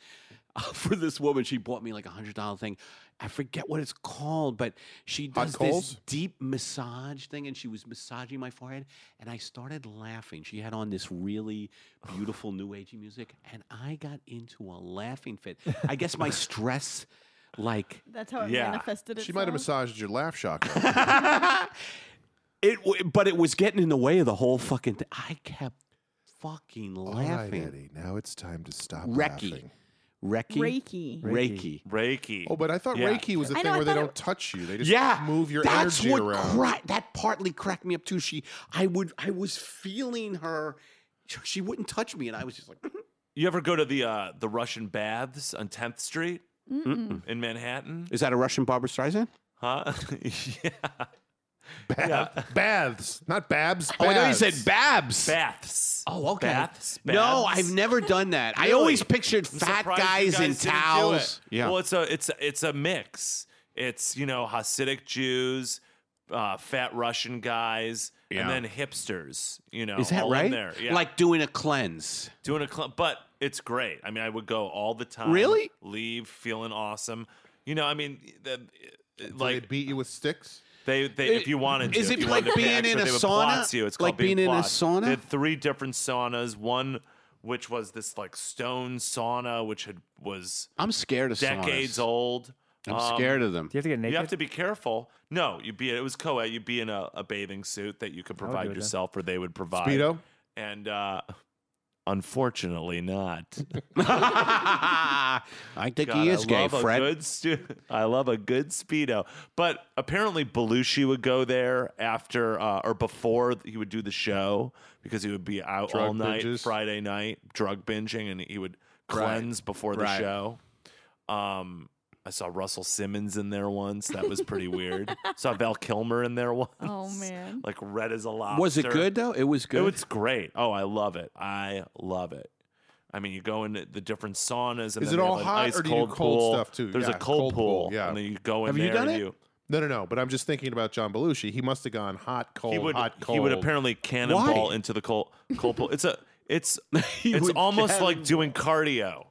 [SPEAKER 5] uh, for this woman. She bought me like a hundred dollar thing. I forget what it's called, but she
[SPEAKER 2] Hot
[SPEAKER 5] does
[SPEAKER 2] coals?
[SPEAKER 5] this deep massage thing, and she was massaging my forehead, and I started laughing. She had on this really beautiful new agey music, and I got into a laughing fit. I guess my stress, like.
[SPEAKER 4] That's how it
[SPEAKER 6] Yeah.
[SPEAKER 4] manifested itself.
[SPEAKER 2] she might have massaged your laugh chakra
[SPEAKER 5] It, w- but it was getting in the way of the whole fucking thing. I kept fucking laughing.
[SPEAKER 2] eddie now it's time to stop
[SPEAKER 5] Reiki.
[SPEAKER 2] laughing.
[SPEAKER 4] Reiki.
[SPEAKER 5] Reiki, Reiki.
[SPEAKER 6] Reiki.
[SPEAKER 2] oh but i thought
[SPEAKER 6] Yeah.
[SPEAKER 2] reiki was the
[SPEAKER 4] I know,
[SPEAKER 2] thing
[SPEAKER 4] I
[SPEAKER 2] where they
[SPEAKER 4] thought it-
[SPEAKER 2] don't touch you they just
[SPEAKER 5] Yeah,
[SPEAKER 2] move your
[SPEAKER 5] that's
[SPEAKER 2] energy
[SPEAKER 5] what
[SPEAKER 2] around
[SPEAKER 5] cra- that partly cracked me up too. She, I would, I was feeling her. She- She wouldn't touch me, and I was just like,
[SPEAKER 6] You ever go to the uh, the Russian baths on 10th Street in Manhattan?
[SPEAKER 5] "Is that a Russian Barbara Streisand?"
[SPEAKER 6] Huh? yeah.
[SPEAKER 2] Bath- Baths, not babs.
[SPEAKER 5] Oh, I know you
[SPEAKER 2] baths.
[SPEAKER 5] said Babs.
[SPEAKER 6] Baths.
[SPEAKER 5] Oh, okay.
[SPEAKER 6] Baths.
[SPEAKER 5] No,
[SPEAKER 6] baths.
[SPEAKER 5] I've never done that. I
[SPEAKER 6] Really?
[SPEAKER 5] always pictured
[SPEAKER 6] I'm
[SPEAKER 5] fat
[SPEAKER 6] surprised you
[SPEAKER 5] guys, in
[SPEAKER 6] didn't do it.
[SPEAKER 5] towels. Yeah.
[SPEAKER 6] Well, it's a it's it's a mix. It's you know Hasidic Jews, uh, fat Russian guys,
[SPEAKER 5] Yeah.
[SPEAKER 6] and then hipsters. You know,
[SPEAKER 5] Is that
[SPEAKER 6] all in
[SPEAKER 5] right?
[SPEAKER 6] there. Yeah.
[SPEAKER 5] Like doing a cleanse.
[SPEAKER 6] doing a club, but it's great. I mean, I would go all the time.
[SPEAKER 5] Really?
[SPEAKER 6] Leave feeling awesome. You know, I mean, the,
[SPEAKER 2] Do they
[SPEAKER 6] like
[SPEAKER 2] beat you with sticks.
[SPEAKER 6] they, they if you wanted to,
[SPEAKER 5] Is
[SPEAKER 6] if
[SPEAKER 5] it
[SPEAKER 6] you
[SPEAKER 5] like
[SPEAKER 6] wanted to pay
[SPEAKER 5] being in
[SPEAKER 6] extra,
[SPEAKER 5] a
[SPEAKER 6] they would
[SPEAKER 5] sauna?
[SPEAKER 6] Plot you. It's
[SPEAKER 5] Like
[SPEAKER 6] called being,
[SPEAKER 5] being in a
[SPEAKER 6] plot.
[SPEAKER 5] sauna?
[SPEAKER 6] They had three different saunas. One which was this like stone sauna, which had was
[SPEAKER 5] I'm scared of saunas.
[SPEAKER 6] decades old.
[SPEAKER 5] I'm
[SPEAKER 6] Um,
[SPEAKER 5] scared of them.
[SPEAKER 3] Do you have to get naked?
[SPEAKER 6] You have to be careful. No, you'd be it was co-ed. You'd be in a, a bathing suit that you could
[SPEAKER 3] would do it
[SPEAKER 6] provide
[SPEAKER 3] then.
[SPEAKER 6] yourself, or they would provide.
[SPEAKER 2] Speedo.
[SPEAKER 6] And uh, unfortunately, not.
[SPEAKER 5] I think
[SPEAKER 6] God,
[SPEAKER 5] he is
[SPEAKER 6] I
[SPEAKER 5] gay,
[SPEAKER 6] love a
[SPEAKER 5] Fred.
[SPEAKER 6] good stu- I love a good speedo. But apparently Belushi would go there after uh, or before he would do the show because he would be out
[SPEAKER 2] Drug
[SPEAKER 6] all night
[SPEAKER 2] binges.
[SPEAKER 6] Friday night drug binging and he would cleanse before the
[SPEAKER 5] Right.
[SPEAKER 6] show. Um, I saw Russell Simmons in there once. That was pretty weird. saw Val Kilmer in there once.
[SPEAKER 4] Oh, man.
[SPEAKER 6] like red as a lobster.
[SPEAKER 5] Was it good though? It was good.
[SPEAKER 6] It was great. Oh, I love it. I love it. I mean, you go into the different saunas and
[SPEAKER 2] Is
[SPEAKER 6] then
[SPEAKER 2] it
[SPEAKER 6] they
[SPEAKER 2] all
[SPEAKER 6] have an
[SPEAKER 2] hot,
[SPEAKER 6] ice
[SPEAKER 2] or do you do
[SPEAKER 6] cold
[SPEAKER 2] cold
[SPEAKER 6] pool.
[SPEAKER 2] stuff, too?
[SPEAKER 6] There's
[SPEAKER 2] Yeah,
[SPEAKER 6] a cold,
[SPEAKER 2] cold
[SPEAKER 6] pool,
[SPEAKER 2] pool, yeah.
[SPEAKER 6] and then you go in
[SPEAKER 5] Have you
[SPEAKER 6] there.
[SPEAKER 5] done
[SPEAKER 6] and
[SPEAKER 5] it?
[SPEAKER 6] You,
[SPEAKER 2] No, no, no. But I'm just thinking about John Belushi. He must have gone hot, cold,
[SPEAKER 6] he would
[SPEAKER 2] hot, cold.
[SPEAKER 6] he would apparently cannonball
[SPEAKER 5] Why?
[SPEAKER 6] into the cold cold pool. It's a it's
[SPEAKER 5] He
[SPEAKER 6] it's
[SPEAKER 5] would
[SPEAKER 6] almost like doing cardio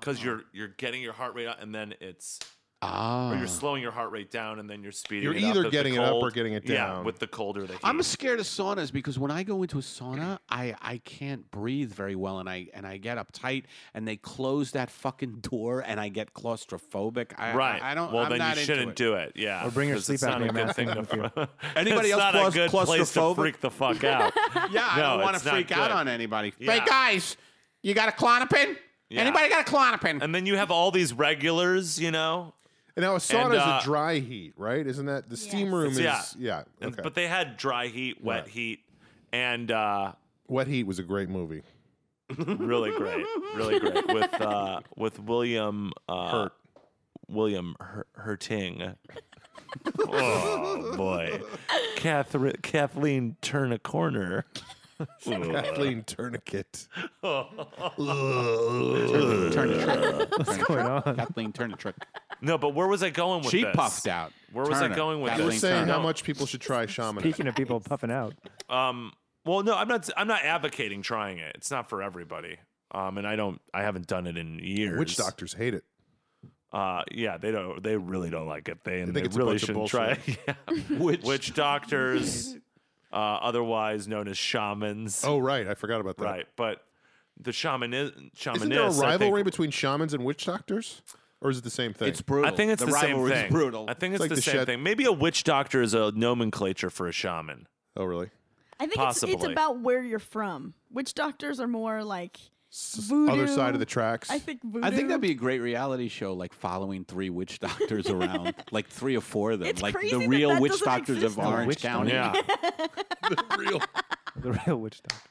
[SPEAKER 6] because you're you're getting your heart rate up and then it's
[SPEAKER 5] Ah.
[SPEAKER 6] or Oh, you're slowing your heart rate down and then you're speeding.
[SPEAKER 2] You're
[SPEAKER 6] it up
[SPEAKER 2] either
[SPEAKER 6] as the
[SPEAKER 2] getting it up or
[SPEAKER 6] cold-
[SPEAKER 2] getting it
[SPEAKER 6] Yeah,
[SPEAKER 2] down.
[SPEAKER 6] with the colder the heat.
[SPEAKER 5] I'm scared of saunas because when I go into a sauna, I, I can't breathe very well and I and I get uptight and they close that fucking door and I get claustrophobic. I,
[SPEAKER 6] right.
[SPEAKER 5] I, I don't.
[SPEAKER 6] Well,
[SPEAKER 5] I'm
[SPEAKER 6] then
[SPEAKER 5] not
[SPEAKER 6] you
[SPEAKER 5] into
[SPEAKER 6] shouldn't
[SPEAKER 5] it.
[SPEAKER 6] do it. Yeah.
[SPEAKER 3] Or bring your
[SPEAKER 6] 'cause it's
[SPEAKER 3] sleep
[SPEAKER 6] not a
[SPEAKER 3] apn't
[SPEAKER 6] good thing
[SPEAKER 3] mask
[SPEAKER 6] to.
[SPEAKER 5] Anybody
[SPEAKER 6] it's
[SPEAKER 5] else
[SPEAKER 6] not
[SPEAKER 5] claus-
[SPEAKER 6] a good place to
[SPEAKER 5] claustrophobic?
[SPEAKER 6] freak the fuck out.
[SPEAKER 5] Yeah, I
[SPEAKER 6] No,
[SPEAKER 5] don't want
[SPEAKER 6] it's
[SPEAKER 5] to
[SPEAKER 6] not
[SPEAKER 5] freak out
[SPEAKER 6] good.
[SPEAKER 5] on anybody.
[SPEAKER 6] Yeah.
[SPEAKER 5] Hey guys, you got a clonopin?
[SPEAKER 6] Yeah.
[SPEAKER 5] Anybody got a clonopin?
[SPEAKER 6] And then you have all these regulars, you know,
[SPEAKER 2] And now a sauna
[SPEAKER 6] And, uh,
[SPEAKER 2] is a dry heat, right? Isn't that the steam
[SPEAKER 4] Yes.
[SPEAKER 2] room? Is
[SPEAKER 6] Yeah.
[SPEAKER 2] yeah.
[SPEAKER 6] And-
[SPEAKER 2] Okay.
[SPEAKER 6] but they had dry heat, wet
[SPEAKER 2] Right.
[SPEAKER 6] heat, and uh,
[SPEAKER 2] Wet Heat was a great movie.
[SPEAKER 6] really great, really great with uh, with William uh,
[SPEAKER 2] Hurt.
[SPEAKER 6] William Hur- Hurting. oh boy, Catherine Kathleen turn a corner.
[SPEAKER 2] Kathleen Tourniquet.
[SPEAKER 5] Turn the trick. What's
[SPEAKER 3] going on?
[SPEAKER 5] Kathleen, turn the trick.
[SPEAKER 6] No, but where was I going with
[SPEAKER 5] She
[SPEAKER 6] this?
[SPEAKER 5] puffed out.
[SPEAKER 6] Where was I
[SPEAKER 5] Turner.
[SPEAKER 6] going with
[SPEAKER 5] Kathleen
[SPEAKER 2] We're
[SPEAKER 6] this?
[SPEAKER 2] saying
[SPEAKER 5] Turner.
[SPEAKER 2] how
[SPEAKER 6] No.
[SPEAKER 2] much people should try shamanism.
[SPEAKER 3] Speaking of people puffing out,
[SPEAKER 6] Um, well, no, I'm not. I'm not advocating trying it. It's not for everybody. Um, and I don't. I haven't done it in years.
[SPEAKER 2] Witch doctors hate it.
[SPEAKER 6] Uh, yeah, they don't. They really don't like it. They and
[SPEAKER 2] think
[SPEAKER 6] they,
[SPEAKER 2] it's a
[SPEAKER 6] really
[SPEAKER 2] bunch of
[SPEAKER 6] shouldn't try. it. Yeah.
[SPEAKER 5] Witch-
[SPEAKER 6] Witch doctors, uh, otherwise known as shamans,
[SPEAKER 2] Oh, right. I forgot about that.
[SPEAKER 6] right? But the shamanism,
[SPEAKER 2] Isn't there a
[SPEAKER 6] shamanists, I
[SPEAKER 2] rivalry
[SPEAKER 6] think,
[SPEAKER 2] between shamans and witch doctors? Or is it the same thing?
[SPEAKER 5] It's brutal.
[SPEAKER 6] I think it's the, same
[SPEAKER 5] rivalry's
[SPEAKER 6] thing.
[SPEAKER 5] brutal.
[SPEAKER 6] I think it's,
[SPEAKER 2] like
[SPEAKER 6] the,
[SPEAKER 2] the
[SPEAKER 6] same
[SPEAKER 2] shed-
[SPEAKER 6] thing. Maybe a witch doctor is a nomenclature for a shaman.
[SPEAKER 2] oh, really?
[SPEAKER 4] I think it's, it's
[SPEAKER 6] Possibly.
[SPEAKER 4] about where you're from. Witch doctors are more like
[SPEAKER 2] S-
[SPEAKER 4] voodoo.
[SPEAKER 2] Other side of the tracks.
[SPEAKER 4] I think voodoo.
[SPEAKER 5] I think that'd be a great reality show, like following three witch doctors around, like three or four of them,
[SPEAKER 4] It's
[SPEAKER 5] like
[SPEAKER 4] crazy
[SPEAKER 5] the
[SPEAKER 4] that
[SPEAKER 5] real
[SPEAKER 4] that
[SPEAKER 5] witch
[SPEAKER 4] doesn't
[SPEAKER 5] doctors of
[SPEAKER 4] exist.
[SPEAKER 5] Orange
[SPEAKER 3] Witch
[SPEAKER 5] County.
[SPEAKER 6] Yeah,
[SPEAKER 2] real.
[SPEAKER 3] the real witch doctor.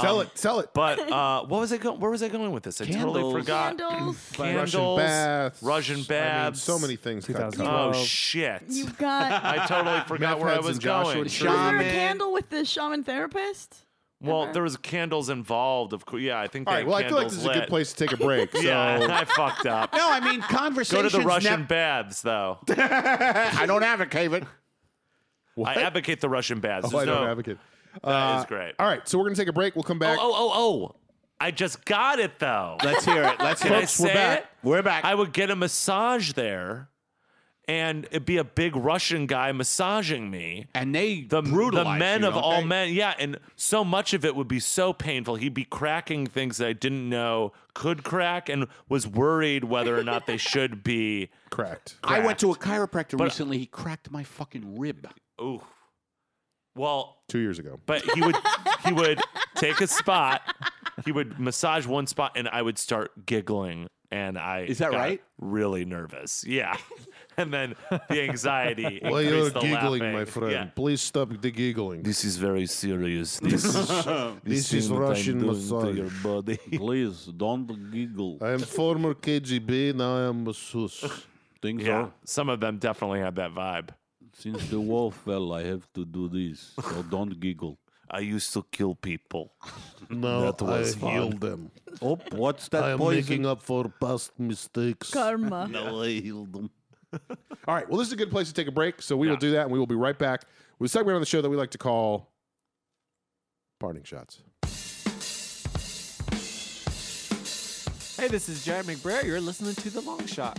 [SPEAKER 2] sell
[SPEAKER 6] Um,
[SPEAKER 2] it. Sell it.
[SPEAKER 6] but uh, what was I going? Where was I going with this? I
[SPEAKER 5] Candles.
[SPEAKER 6] totally forgot.
[SPEAKER 4] candles.
[SPEAKER 6] Candles,
[SPEAKER 2] Russian baths.
[SPEAKER 6] Russian
[SPEAKER 2] I mean,
[SPEAKER 6] baths.
[SPEAKER 2] so many things. got
[SPEAKER 3] 2000.
[SPEAKER 2] cut.
[SPEAKER 6] Oh
[SPEAKER 3] Well,
[SPEAKER 6] shit!
[SPEAKER 4] You've got.
[SPEAKER 6] I totally forgot
[SPEAKER 2] Meth
[SPEAKER 6] where I
[SPEAKER 2] heads
[SPEAKER 6] was
[SPEAKER 2] and Joshua
[SPEAKER 6] going.
[SPEAKER 2] trees.
[SPEAKER 4] Was there a
[SPEAKER 5] Shaman.
[SPEAKER 4] candle with the shaman therapist?
[SPEAKER 6] Well, there was candles involved, of course. Yeah, I think.
[SPEAKER 2] All right.
[SPEAKER 6] they had
[SPEAKER 2] Well, I feel like
[SPEAKER 6] candles
[SPEAKER 2] this is a good
[SPEAKER 6] lit.
[SPEAKER 2] place to take a break. So
[SPEAKER 6] Yeah, I fucked up.
[SPEAKER 5] No, I mean
[SPEAKER 6] Go to
[SPEAKER 5] conversations.
[SPEAKER 6] the Russian
[SPEAKER 5] nev-
[SPEAKER 6] baths, though.
[SPEAKER 5] I don't advocate it.
[SPEAKER 6] I advocate the Russian baths.
[SPEAKER 2] Oh, I
[SPEAKER 6] There's
[SPEAKER 2] don't
[SPEAKER 6] no-
[SPEAKER 2] advocate. Uh,
[SPEAKER 6] That is great.
[SPEAKER 2] All right, so we're gonna take a break. We'll come
[SPEAKER 6] Oh,
[SPEAKER 2] back.
[SPEAKER 6] oh, oh, oh! I just got it though.
[SPEAKER 5] Let's hear it. Let's hear
[SPEAKER 6] Can I
[SPEAKER 5] it.
[SPEAKER 6] say
[SPEAKER 5] back.
[SPEAKER 6] it?
[SPEAKER 5] We're back.
[SPEAKER 6] I would get a massage there, and it'd be a big Russian guy massaging me.
[SPEAKER 5] and they
[SPEAKER 6] the, the
[SPEAKER 5] brutalize
[SPEAKER 6] men
[SPEAKER 5] you,
[SPEAKER 6] of
[SPEAKER 5] don't
[SPEAKER 6] all
[SPEAKER 5] they?
[SPEAKER 6] men. Yeah, and so much of it would be so painful. He'd be cracking things that I didn't know could crack, and was worried whether or not they should be.
[SPEAKER 2] Cracked.
[SPEAKER 5] I went to a chiropractor
[SPEAKER 6] But-
[SPEAKER 5] recently. He cracked my fucking rib.
[SPEAKER 6] Ooh, well,
[SPEAKER 2] Two years ago.
[SPEAKER 6] but he would he would take a spot. He would massage one spot, and I would start giggling, and I
[SPEAKER 5] Is that
[SPEAKER 6] got
[SPEAKER 5] right?
[SPEAKER 6] Really nervous. Yeah, and then the anxiety.
[SPEAKER 2] Well, you're
[SPEAKER 6] increased the
[SPEAKER 2] giggling,
[SPEAKER 6] laughing.
[SPEAKER 2] my friend.
[SPEAKER 6] Yeah.
[SPEAKER 2] Please stop the giggling.
[SPEAKER 6] This is very serious. This is
[SPEAKER 2] This is Russian massage.
[SPEAKER 6] body.
[SPEAKER 5] Please don't giggle.
[SPEAKER 2] I am former KGB. Now I am masseuse.
[SPEAKER 5] Things
[SPEAKER 6] Yeah, some of them definitely had that vibe.
[SPEAKER 5] Since the wall fell, I have to do this. So don't giggle.
[SPEAKER 6] I used to kill people.
[SPEAKER 7] Now
[SPEAKER 5] That was
[SPEAKER 7] I
[SPEAKER 5] fun.
[SPEAKER 7] healed them.
[SPEAKER 5] Oh, what's that
[SPEAKER 7] I am
[SPEAKER 5] poison?
[SPEAKER 7] making up for past mistakes.
[SPEAKER 4] Karma.
[SPEAKER 5] No, I healed them.
[SPEAKER 2] All right. Well, this is a good place to take a break. So we will
[SPEAKER 6] Yeah.
[SPEAKER 2] do that, and we will be right back with a segment on the show that we like to call "Parting Shots."
[SPEAKER 8] Hey, this is Jared McBrayer. You're listening to The Long Shot.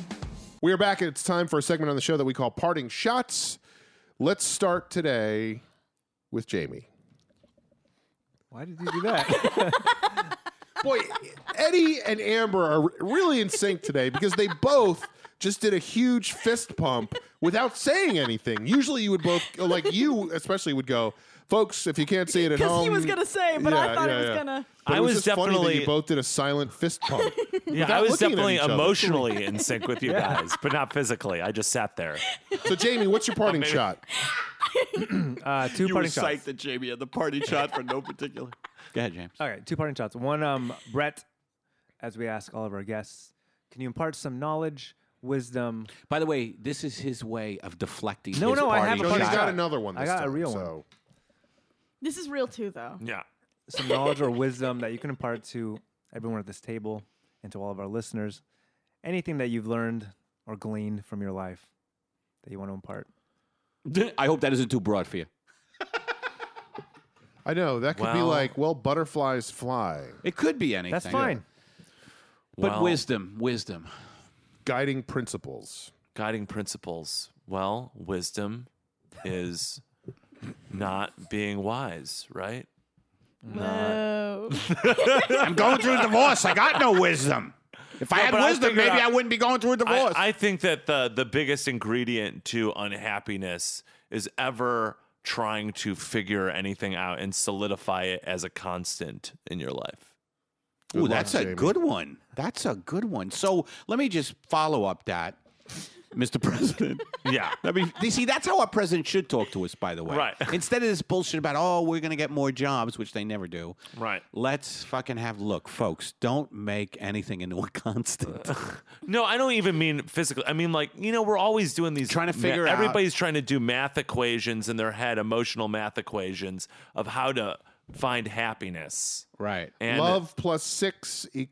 [SPEAKER 2] We are back. and It's time for a segment on the show that we call "Parting Shots." Let's start today with Jamie.
[SPEAKER 3] Why did you do that?
[SPEAKER 2] Boy, Eddie and Amber are really in sync today because they both just did a huge fist pump without saying anything. Usually, you would both like you, especially would go, folks. If you can't see it at
[SPEAKER 4] Because
[SPEAKER 2] home,
[SPEAKER 4] he was gonna say, but I
[SPEAKER 2] Yeah,
[SPEAKER 4] thought
[SPEAKER 2] yeah,
[SPEAKER 4] it was
[SPEAKER 2] yeah.
[SPEAKER 4] gonna.
[SPEAKER 2] But it
[SPEAKER 6] I was
[SPEAKER 2] just funny that
[SPEAKER 6] definitely-
[SPEAKER 2] you both did a silent fist pump.
[SPEAKER 6] Yeah,
[SPEAKER 2] Without
[SPEAKER 6] I was
[SPEAKER 2] looking at
[SPEAKER 6] definitely
[SPEAKER 2] each other.
[SPEAKER 6] emotionally in sync with you guys, but not physically. I just sat there.
[SPEAKER 2] so, Jamie, what's your parting shot?
[SPEAKER 3] uh, two
[SPEAKER 5] You were
[SPEAKER 3] parting shots.
[SPEAKER 5] psyched that Jamie had the party shot for no particular. Go ahead, James.
[SPEAKER 3] All right, two parting shots. One, um, Brett, as we ask all of our guests, can you impart some knowledge, wisdom?
[SPEAKER 5] By the way, this is his way of deflecting.
[SPEAKER 3] No,
[SPEAKER 5] his
[SPEAKER 3] no, I
[SPEAKER 5] party
[SPEAKER 3] have a
[SPEAKER 2] No, he's
[SPEAKER 3] parting
[SPEAKER 5] shot.
[SPEAKER 3] shot.
[SPEAKER 2] got another one. This
[SPEAKER 3] I got a
[SPEAKER 2] time,
[SPEAKER 3] real
[SPEAKER 2] so.
[SPEAKER 4] This is real too, though.
[SPEAKER 6] Yeah.
[SPEAKER 3] Some knowledge or wisdom that you can impart to everyone at this table and to all of our listeners? Anything that you've learned or gleaned from your life that you want to impart?
[SPEAKER 5] I hope that isn't too broad for you.
[SPEAKER 2] I know that could be
[SPEAKER 6] Well-
[SPEAKER 2] like, well, butterflies fly,
[SPEAKER 5] It could be anything.
[SPEAKER 3] That's fine.
[SPEAKER 5] But
[SPEAKER 6] Well-
[SPEAKER 5] wisdom, wisdom.
[SPEAKER 2] guiding principles.
[SPEAKER 6] Guiding principles. Well, wisdom is not being wise, right?
[SPEAKER 4] Whoa.
[SPEAKER 5] I'm going through a divorce. I got no wisdom. If I
[SPEAKER 6] No, but I figured out-
[SPEAKER 5] wouldn't be going through a
[SPEAKER 6] I, I think that the the biggest ingredient to unhappiness is ever trying to figure anything out and solidify it as a constant in your life.
[SPEAKER 5] Ooh,
[SPEAKER 2] luck,
[SPEAKER 5] that's a
[SPEAKER 2] Jamie.
[SPEAKER 5] good one. That's a good one. So let me just follow up that, Mr. President.
[SPEAKER 6] Yeah.
[SPEAKER 5] I mean, you see, that's how our president should talk to us, by the way.
[SPEAKER 6] Right.
[SPEAKER 5] Instead of this bullshit about, oh, we're going to get more jobs, which they never do.
[SPEAKER 6] Right.
[SPEAKER 5] Let's fucking have, look, folks, don't make anything into a constant.
[SPEAKER 6] No, I don't even mean physically. I mean like, you know, we're always doing these
[SPEAKER 5] Trying to
[SPEAKER 6] ma-
[SPEAKER 5] figure out-
[SPEAKER 6] everybody's trying to do math equations in their head, emotional math equations of how to find happiness.
[SPEAKER 5] right.
[SPEAKER 6] And
[SPEAKER 2] Love plus six. E-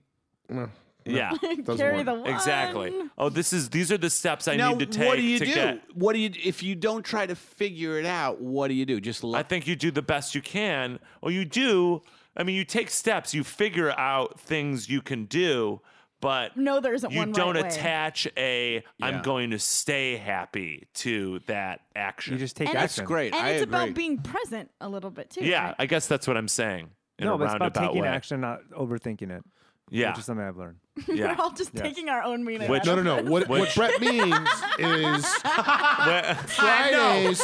[SPEAKER 2] no,
[SPEAKER 6] yeah.
[SPEAKER 2] doesn't
[SPEAKER 4] Carry
[SPEAKER 2] work.
[SPEAKER 4] the one.
[SPEAKER 6] Exactly. Oh, this is these are the steps I
[SPEAKER 5] now,
[SPEAKER 6] need to take
[SPEAKER 5] what do you
[SPEAKER 6] to
[SPEAKER 5] do?
[SPEAKER 6] get
[SPEAKER 5] What do you if you don't try to figure it out? What do you do? Just
[SPEAKER 6] I
[SPEAKER 5] let
[SPEAKER 6] think you do the best you can, or you do. I mean, you take steps, you figure out things you can do, but
[SPEAKER 4] No, there isn't
[SPEAKER 6] you
[SPEAKER 4] one
[SPEAKER 6] don't
[SPEAKER 4] right way.
[SPEAKER 6] attach a
[SPEAKER 5] Yeah.
[SPEAKER 6] am going to stay happy" to that action.
[SPEAKER 3] You just take
[SPEAKER 4] And
[SPEAKER 5] that's
[SPEAKER 3] action.
[SPEAKER 5] great.
[SPEAKER 4] And
[SPEAKER 5] I
[SPEAKER 4] it's
[SPEAKER 5] agree.
[SPEAKER 4] about being present a little bit too.
[SPEAKER 6] yeah,
[SPEAKER 4] right?
[SPEAKER 6] I guess that's what I'm saying. In
[SPEAKER 3] No,
[SPEAKER 6] a
[SPEAKER 3] but it's about
[SPEAKER 6] roundabout
[SPEAKER 3] taking
[SPEAKER 6] way.
[SPEAKER 3] action, not overthinking it.
[SPEAKER 6] Yeah,
[SPEAKER 3] Which is something I've learned.
[SPEAKER 6] yeah.
[SPEAKER 4] We're all just
[SPEAKER 3] Yeah.
[SPEAKER 4] taking our own meaning.
[SPEAKER 6] Which-
[SPEAKER 4] out
[SPEAKER 2] no,
[SPEAKER 4] of
[SPEAKER 2] no, no. What, what
[SPEAKER 6] Which-
[SPEAKER 2] Brett means is Fridays.
[SPEAKER 5] He don't
[SPEAKER 2] Fridays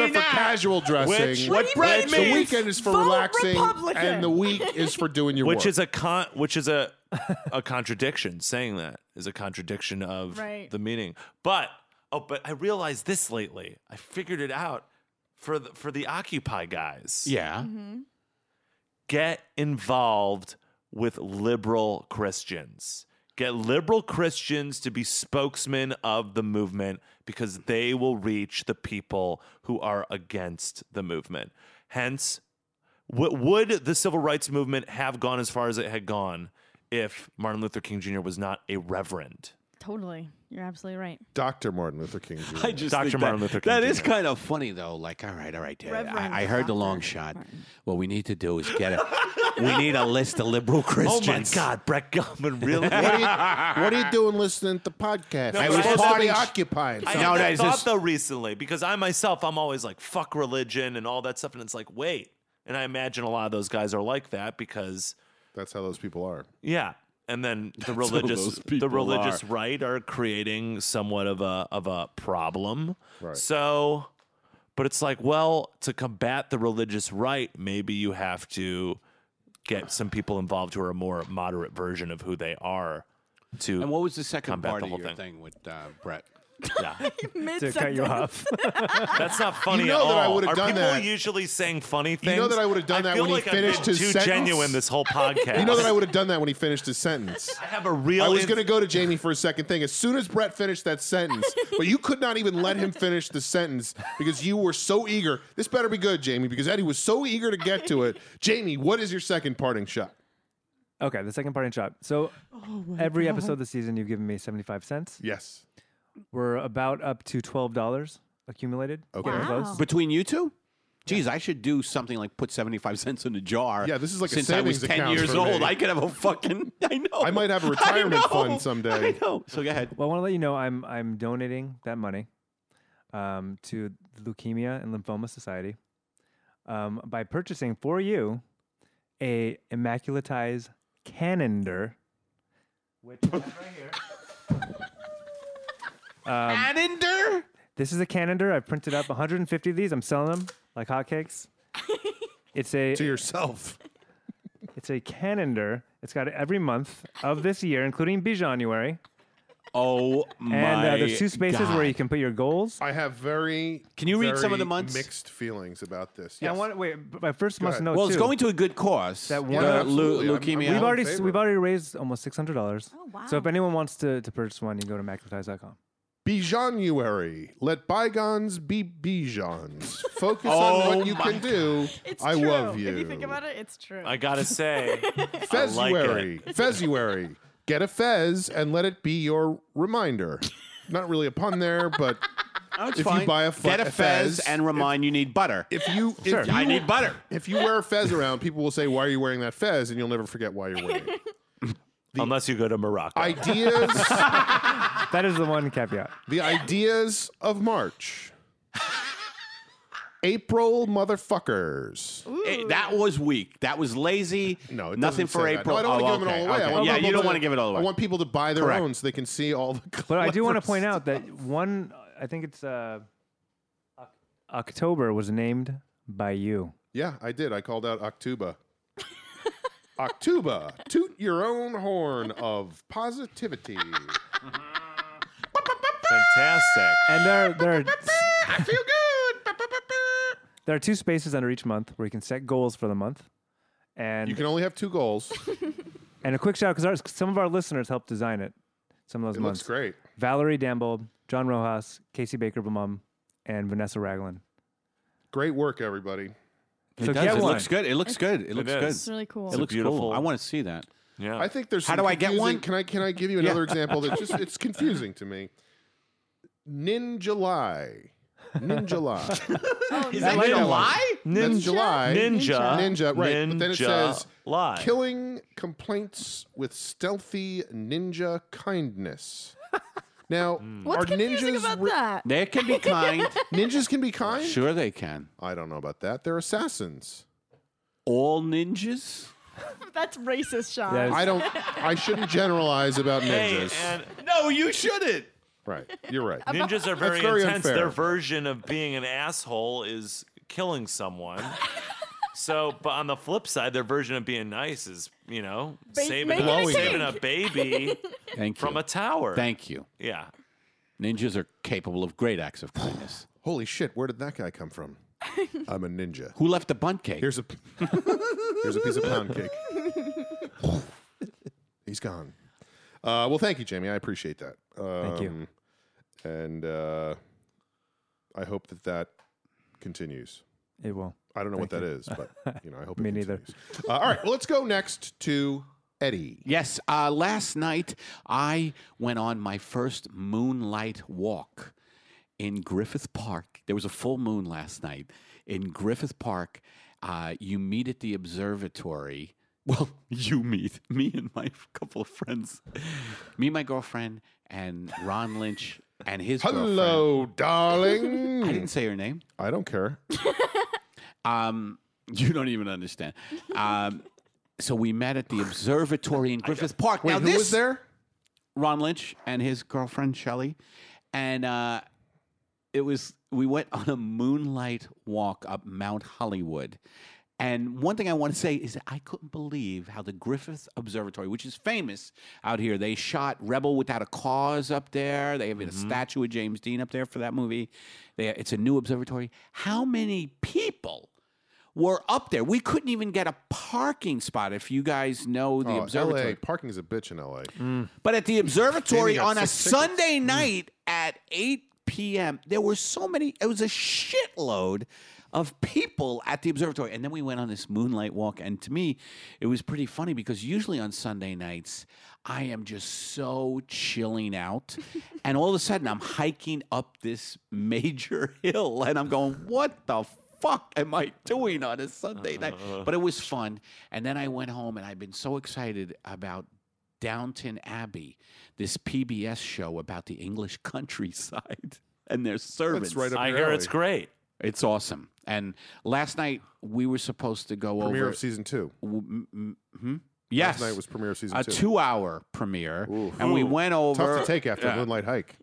[SPEAKER 2] are
[SPEAKER 5] mean
[SPEAKER 2] for
[SPEAKER 5] that.
[SPEAKER 2] casual dressing.
[SPEAKER 6] Which-
[SPEAKER 4] What do you
[SPEAKER 6] Brett
[SPEAKER 4] mean?
[SPEAKER 2] the weekend is for
[SPEAKER 4] Vote
[SPEAKER 2] relaxing,
[SPEAKER 4] Republican.
[SPEAKER 2] and the week is for doing your
[SPEAKER 6] which
[SPEAKER 2] work.
[SPEAKER 6] is a con, which is a a contradiction. Saying that is a contradiction of
[SPEAKER 4] Right.
[SPEAKER 6] the meaning. But oh, but I realized this lately. I figured it out for the, for the Occupy guys.
[SPEAKER 5] yeah.
[SPEAKER 4] Mm-hmm.
[SPEAKER 6] get involved with liberal Christians. Get liberal Christians to be spokesmen of the movement because they will reach the people who are against the movement. Hence, w- would the civil rights movement have gone as far as it had gone if Martin Luther King Jr. was not a reverend?
[SPEAKER 4] Totally. You're absolutely right.
[SPEAKER 2] Dr. Martin Luther King Jr.
[SPEAKER 5] I just
[SPEAKER 6] Dr.
[SPEAKER 5] think
[SPEAKER 6] Martin
[SPEAKER 5] that,
[SPEAKER 6] Luther King
[SPEAKER 5] That is
[SPEAKER 6] Jr..
[SPEAKER 5] kind of funny though. Like, all right, all right, Dad,
[SPEAKER 4] Reverend
[SPEAKER 5] I, I heard the long
[SPEAKER 4] Dr.
[SPEAKER 5] shot.
[SPEAKER 4] Martin.
[SPEAKER 5] What we need to do is get a. we need a list of liberal
[SPEAKER 6] Oh my
[SPEAKER 5] Christians.
[SPEAKER 6] God, Brett Gutman, really?
[SPEAKER 2] what, are you, what are you doing listening to podcasts?
[SPEAKER 6] No,
[SPEAKER 2] I
[SPEAKER 6] I
[SPEAKER 2] was
[SPEAKER 6] was
[SPEAKER 2] supposed to be
[SPEAKER 5] partying.
[SPEAKER 2] occupied.
[SPEAKER 6] I
[SPEAKER 5] No,
[SPEAKER 6] had
[SPEAKER 5] no,
[SPEAKER 6] that
[SPEAKER 5] it's
[SPEAKER 6] thought
[SPEAKER 5] just-
[SPEAKER 6] though recently because I myself I'm always like fuck religion and all that stuff, and it's like wait, and I imagine a lot of those guys are like that because
[SPEAKER 2] That's how those people are.
[SPEAKER 6] yeah, and then the religious
[SPEAKER 5] those
[SPEAKER 6] the
[SPEAKER 5] people
[SPEAKER 6] religious
[SPEAKER 5] are.
[SPEAKER 6] right are creating somewhat of a of a problem.
[SPEAKER 2] Right.
[SPEAKER 6] So, but it's like well, to combat the religious right, maybe you have to get some people involved who are a more moderate version of who they are. To
[SPEAKER 5] And what was the second
[SPEAKER 6] Combat
[SPEAKER 5] part
[SPEAKER 6] the
[SPEAKER 5] of
[SPEAKER 6] whole
[SPEAKER 5] your
[SPEAKER 6] thing.
[SPEAKER 5] thing with uh, Brett?
[SPEAKER 6] Yeah.
[SPEAKER 4] Mid
[SPEAKER 3] to cut you off.
[SPEAKER 6] That's not funny
[SPEAKER 2] know
[SPEAKER 6] at
[SPEAKER 2] that I
[SPEAKER 6] all.
[SPEAKER 2] would've
[SPEAKER 6] Are
[SPEAKER 2] done
[SPEAKER 6] people
[SPEAKER 2] that.
[SPEAKER 6] usually saying funny things?
[SPEAKER 2] know that I would've done that
[SPEAKER 6] feel
[SPEAKER 2] when he
[SPEAKER 6] like
[SPEAKER 2] finished
[SPEAKER 6] I've been
[SPEAKER 2] his
[SPEAKER 6] too
[SPEAKER 2] sentence.
[SPEAKER 6] genuine this whole podcast.
[SPEAKER 2] You know that I would have done that when he finished his sentence.
[SPEAKER 6] I have a real.
[SPEAKER 2] I was
[SPEAKER 6] in-
[SPEAKER 2] going to go to Jamie for a second thing as soon as Brett finished that sentence, but you could not even let him finish the sentence because you were so eager. This better be good, Jamie, because Eddie was so eager to get to it. Jamie, what is your second parting shot?
[SPEAKER 3] okay, the second parting shot. So every episode this season, you've given me 75 cents.
[SPEAKER 2] Yes.
[SPEAKER 3] We're about up to $12 accumulated.
[SPEAKER 2] Okay.
[SPEAKER 3] Getting
[SPEAKER 4] Wow.
[SPEAKER 3] close.
[SPEAKER 5] Between you two? Geez, I should do something like put 75 cents in a jar.
[SPEAKER 2] Yeah, this is like a
[SPEAKER 5] Since I
[SPEAKER 2] savings
[SPEAKER 5] was 10
[SPEAKER 2] account
[SPEAKER 5] years
[SPEAKER 2] for me.
[SPEAKER 5] old, I could have a fucking. I know.
[SPEAKER 2] I might have a
[SPEAKER 5] I
[SPEAKER 2] retirement
[SPEAKER 5] know.
[SPEAKER 2] fund someday.
[SPEAKER 5] I know. So go ahead.
[SPEAKER 3] Well, I want to let you know I'm I'm donating that money um, to the Leukemia and Lymphoma Society um, by purchasing for you a immaculatized calendar, which I have right here.
[SPEAKER 5] Annander?
[SPEAKER 3] This is a calendar. I've printed up 150 of these. I'm selling them like hotcakes. It's a
[SPEAKER 2] To yourself.
[SPEAKER 3] it's a calendar. It's got every month of this year, including Bijanuary,
[SPEAKER 5] Oh, my.
[SPEAKER 3] and uh, there's two spaces
[SPEAKER 5] God.
[SPEAKER 3] where you can put your goals.
[SPEAKER 2] I have very
[SPEAKER 5] Can you read some of
[SPEAKER 2] very
[SPEAKER 5] the months?
[SPEAKER 2] mixed feelings about this.
[SPEAKER 3] Yeah, I
[SPEAKER 2] Yes.
[SPEAKER 3] want wait. but I first must
[SPEAKER 2] ahead.
[SPEAKER 3] know
[SPEAKER 5] Well, it's
[SPEAKER 3] too,
[SPEAKER 5] going to a good cause.
[SPEAKER 3] That
[SPEAKER 5] The
[SPEAKER 3] one- Yeah,
[SPEAKER 5] leu-
[SPEAKER 2] absolutely. I'm- I'm
[SPEAKER 5] leukemia.
[SPEAKER 2] all
[SPEAKER 3] We've
[SPEAKER 2] in
[SPEAKER 3] already
[SPEAKER 2] favor.
[SPEAKER 3] we've already raised almost six hundred dollars.
[SPEAKER 4] Oh, wow.
[SPEAKER 3] So if anyone wants to, to purchase one, you go to MacRetize.com.
[SPEAKER 2] Bijanuary. Let bygones be Bijans. Focus
[SPEAKER 5] Oh
[SPEAKER 2] on what you
[SPEAKER 5] my
[SPEAKER 2] can do.
[SPEAKER 4] It's
[SPEAKER 2] I
[SPEAKER 4] true.
[SPEAKER 2] love you.
[SPEAKER 4] If you think about it, it's true.
[SPEAKER 6] I gotta say, like
[SPEAKER 2] February. February. Get a fez and let it be your reminder. Not really a pun there, but
[SPEAKER 5] Oh, it's
[SPEAKER 2] If you
[SPEAKER 5] fine.
[SPEAKER 2] buy a fe-
[SPEAKER 5] Get a
[SPEAKER 2] a
[SPEAKER 5] fez
[SPEAKER 2] fez,
[SPEAKER 5] and remind you need butter.
[SPEAKER 2] if you if you,
[SPEAKER 5] I need butter.
[SPEAKER 2] if you wear a fez around, people will say, "Why are you wearing that fez?" and you'll never forget why you're wearing it.
[SPEAKER 6] unless you go to Morocco.
[SPEAKER 2] Ideas.
[SPEAKER 3] That is the one caveat.
[SPEAKER 2] The ideas of March. April motherfuckers.
[SPEAKER 5] Eh, that was weak. That was lazy.
[SPEAKER 2] No, it
[SPEAKER 5] nothing
[SPEAKER 2] doesn't
[SPEAKER 5] for
[SPEAKER 2] say that.
[SPEAKER 5] April.
[SPEAKER 2] No, I don't
[SPEAKER 5] oh,
[SPEAKER 2] want to give
[SPEAKER 5] okay,
[SPEAKER 2] them all away. I
[SPEAKER 5] okay.
[SPEAKER 2] want
[SPEAKER 5] Yeah, you
[SPEAKER 2] people
[SPEAKER 5] don't want to give it all away.
[SPEAKER 2] I want people to buy their
[SPEAKER 5] Correct.
[SPEAKER 2] own so they can see all the.
[SPEAKER 3] But I do want
[SPEAKER 2] clever
[SPEAKER 3] to point
[SPEAKER 2] stuff.
[SPEAKER 3] out that one. I think it's uh, Oc- October was named by you.
[SPEAKER 2] Yeah, I did. I called out Octuba. Octuba, toot your own horn of positivity.
[SPEAKER 6] Fantastic.
[SPEAKER 3] And there there are, I feel good. There are two spaces under each month where you can set goals for the month. And
[SPEAKER 2] You can only have two goals.
[SPEAKER 3] and a quick shout because some of our listeners helped design it. Some of those
[SPEAKER 2] It
[SPEAKER 3] months.
[SPEAKER 2] looks great.
[SPEAKER 3] Valerie Dambold, John Rojas, Casey Baker Bamum, and Vanessa Ragland.
[SPEAKER 2] Great work, everybody.
[SPEAKER 3] So
[SPEAKER 5] It does.
[SPEAKER 3] get
[SPEAKER 5] It
[SPEAKER 3] one.
[SPEAKER 5] looks good. It looks good. It looks
[SPEAKER 6] is.
[SPEAKER 4] it's
[SPEAKER 5] good.
[SPEAKER 4] really cool.
[SPEAKER 5] It looks
[SPEAKER 6] beautiful.
[SPEAKER 5] cool. I want to see that.
[SPEAKER 6] Yeah.
[SPEAKER 2] I think there's.
[SPEAKER 5] Uh, How
[SPEAKER 2] some
[SPEAKER 5] do I get
[SPEAKER 2] confusing-
[SPEAKER 5] one?
[SPEAKER 2] Can I can I give you another example that just it's confusing to me? Ninjalai. Ninjalai.
[SPEAKER 5] Is
[SPEAKER 3] that
[SPEAKER 5] that
[SPEAKER 3] like a
[SPEAKER 5] a
[SPEAKER 3] lie?
[SPEAKER 5] lie?
[SPEAKER 2] That's July.
[SPEAKER 6] Ninja.
[SPEAKER 2] Ninja. Right. but then it
[SPEAKER 6] Ninja
[SPEAKER 2] says
[SPEAKER 6] lie.
[SPEAKER 2] killing complaints with stealthy ninja kindness. Now,
[SPEAKER 4] What's
[SPEAKER 2] are
[SPEAKER 4] confusing
[SPEAKER 2] ninjas
[SPEAKER 4] about
[SPEAKER 2] re-
[SPEAKER 4] that?
[SPEAKER 5] They can be kind.
[SPEAKER 2] ninjas can be kind?
[SPEAKER 5] sure, they can.
[SPEAKER 2] I don't know about that. They're assassins.
[SPEAKER 5] All ninjas.
[SPEAKER 4] That's racist, Sean.
[SPEAKER 3] That is-
[SPEAKER 2] I don't. I shouldn't generalize about
[SPEAKER 6] Hey,
[SPEAKER 2] ninjas.
[SPEAKER 6] and
[SPEAKER 5] No, you shouldn't.
[SPEAKER 2] right. You're right.
[SPEAKER 6] ninjas are very,
[SPEAKER 2] very
[SPEAKER 6] intense.
[SPEAKER 2] unfair.
[SPEAKER 6] Their version of being an asshole is killing someone. so, but on the flip side, their version of being nice is, you know, saving,
[SPEAKER 4] making
[SPEAKER 6] a,
[SPEAKER 2] a
[SPEAKER 6] saving a baby
[SPEAKER 5] Thank you.
[SPEAKER 6] from a tower.
[SPEAKER 5] Thank you.
[SPEAKER 6] yeah.
[SPEAKER 5] Ninjas are capable of great acts of kindness.
[SPEAKER 2] Holy shit! Where did that guy come from? I'm a ninja.
[SPEAKER 5] Who left the bun cake?
[SPEAKER 2] Here's a here's a piece of pound cake. He's gone. Uh, well, thank you, Jamie. I appreciate that. Um,
[SPEAKER 3] Thank you.
[SPEAKER 2] And uh, I hope that that continues.
[SPEAKER 3] it will.
[SPEAKER 2] I don't know what
[SPEAKER 3] Thank
[SPEAKER 2] that
[SPEAKER 3] you.
[SPEAKER 2] is, but you know, I hope. it
[SPEAKER 3] Me neither.
[SPEAKER 2] continues. Uh, all right, well, let's go next to Eddie.
[SPEAKER 5] Yes, uh, last night I went on my first moonlight walk in Griffith Park. There was a full moon last night in Griffith Park. Uh, you meet at the observatory. Well, you meet me and my couple of friends, me, and my girlfriend, and Ron Lynch and his girlfriend.
[SPEAKER 2] Hello, darling.
[SPEAKER 5] I didn't say her name.
[SPEAKER 2] I don't care.
[SPEAKER 5] Um, you don't even understand. Um, so we met at the observatory in Griffith Park.
[SPEAKER 2] Wait,
[SPEAKER 5] now
[SPEAKER 2] who
[SPEAKER 5] this,
[SPEAKER 2] was there?
[SPEAKER 5] Ron Lynch and his girlfriend Shelley, and uh, it was we went on a moonlight walk up Mount Hollywood, And one thing I want to say is that I couldn't believe how the Griffith Observatory, which is famous out here, they shot Rebel Without a Cause up there. They have a statue of James Dean up there for that movie. They, it's a new observatory. How many people were up there? We couldn't even get a parking spot if you guys know the
[SPEAKER 2] Oh,
[SPEAKER 5] observatory.
[SPEAKER 2] LA parking's a bitch in LA.
[SPEAKER 3] Mm.
[SPEAKER 5] But at the observatory
[SPEAKER 2] got
[SPEAKER 5] on a
[SPEAKER 2] six tickets. Mm.
[SPEAKER 5] Sunday night at 8 p.m., there were so many, it was a shitload of people at the observatory. And then we went on this moonlight walk. And to me, it was pretty funny because usually on Sunday nights, I am just so chilling out. and all of a sudden, I'm hiking up this major hill and I'm going, what the fuck am I doing on a Sunday night? But it was fun. And then I went home and I've been so excited about Downton Abbey, this PBS show about the English countryside and their servants.
[SPEAKER 2] That's right up
[SPEAKER 6] I
[SPEAKER 2] your
[SPEAKER 6] hear
[SPEAKER 2] alley.
[SPEAKER 6] it's great.
[SPEAKER 5] It's awesome. And last night we were supposed to go
[SPEAKER 2] Premiere
[SPEAKER 5] over.
[SPEAKER 2] of season two.
[SPEAKER 5] w- m- m- hmm? Yes,
[SPEAKER 2] Last night was premiere of season
[SPEAKER 5] a
[SPEAKER 2] two.
[SPEAKER 5] two-hour premiere,
[SPEAKER 2] Oof.
[SPEAKER 5] and we went over.
[SPEAKER 2] Tough to take after
[SPEAKER 5] Yeah.
[SPEAKER 2] Moonlight Hike.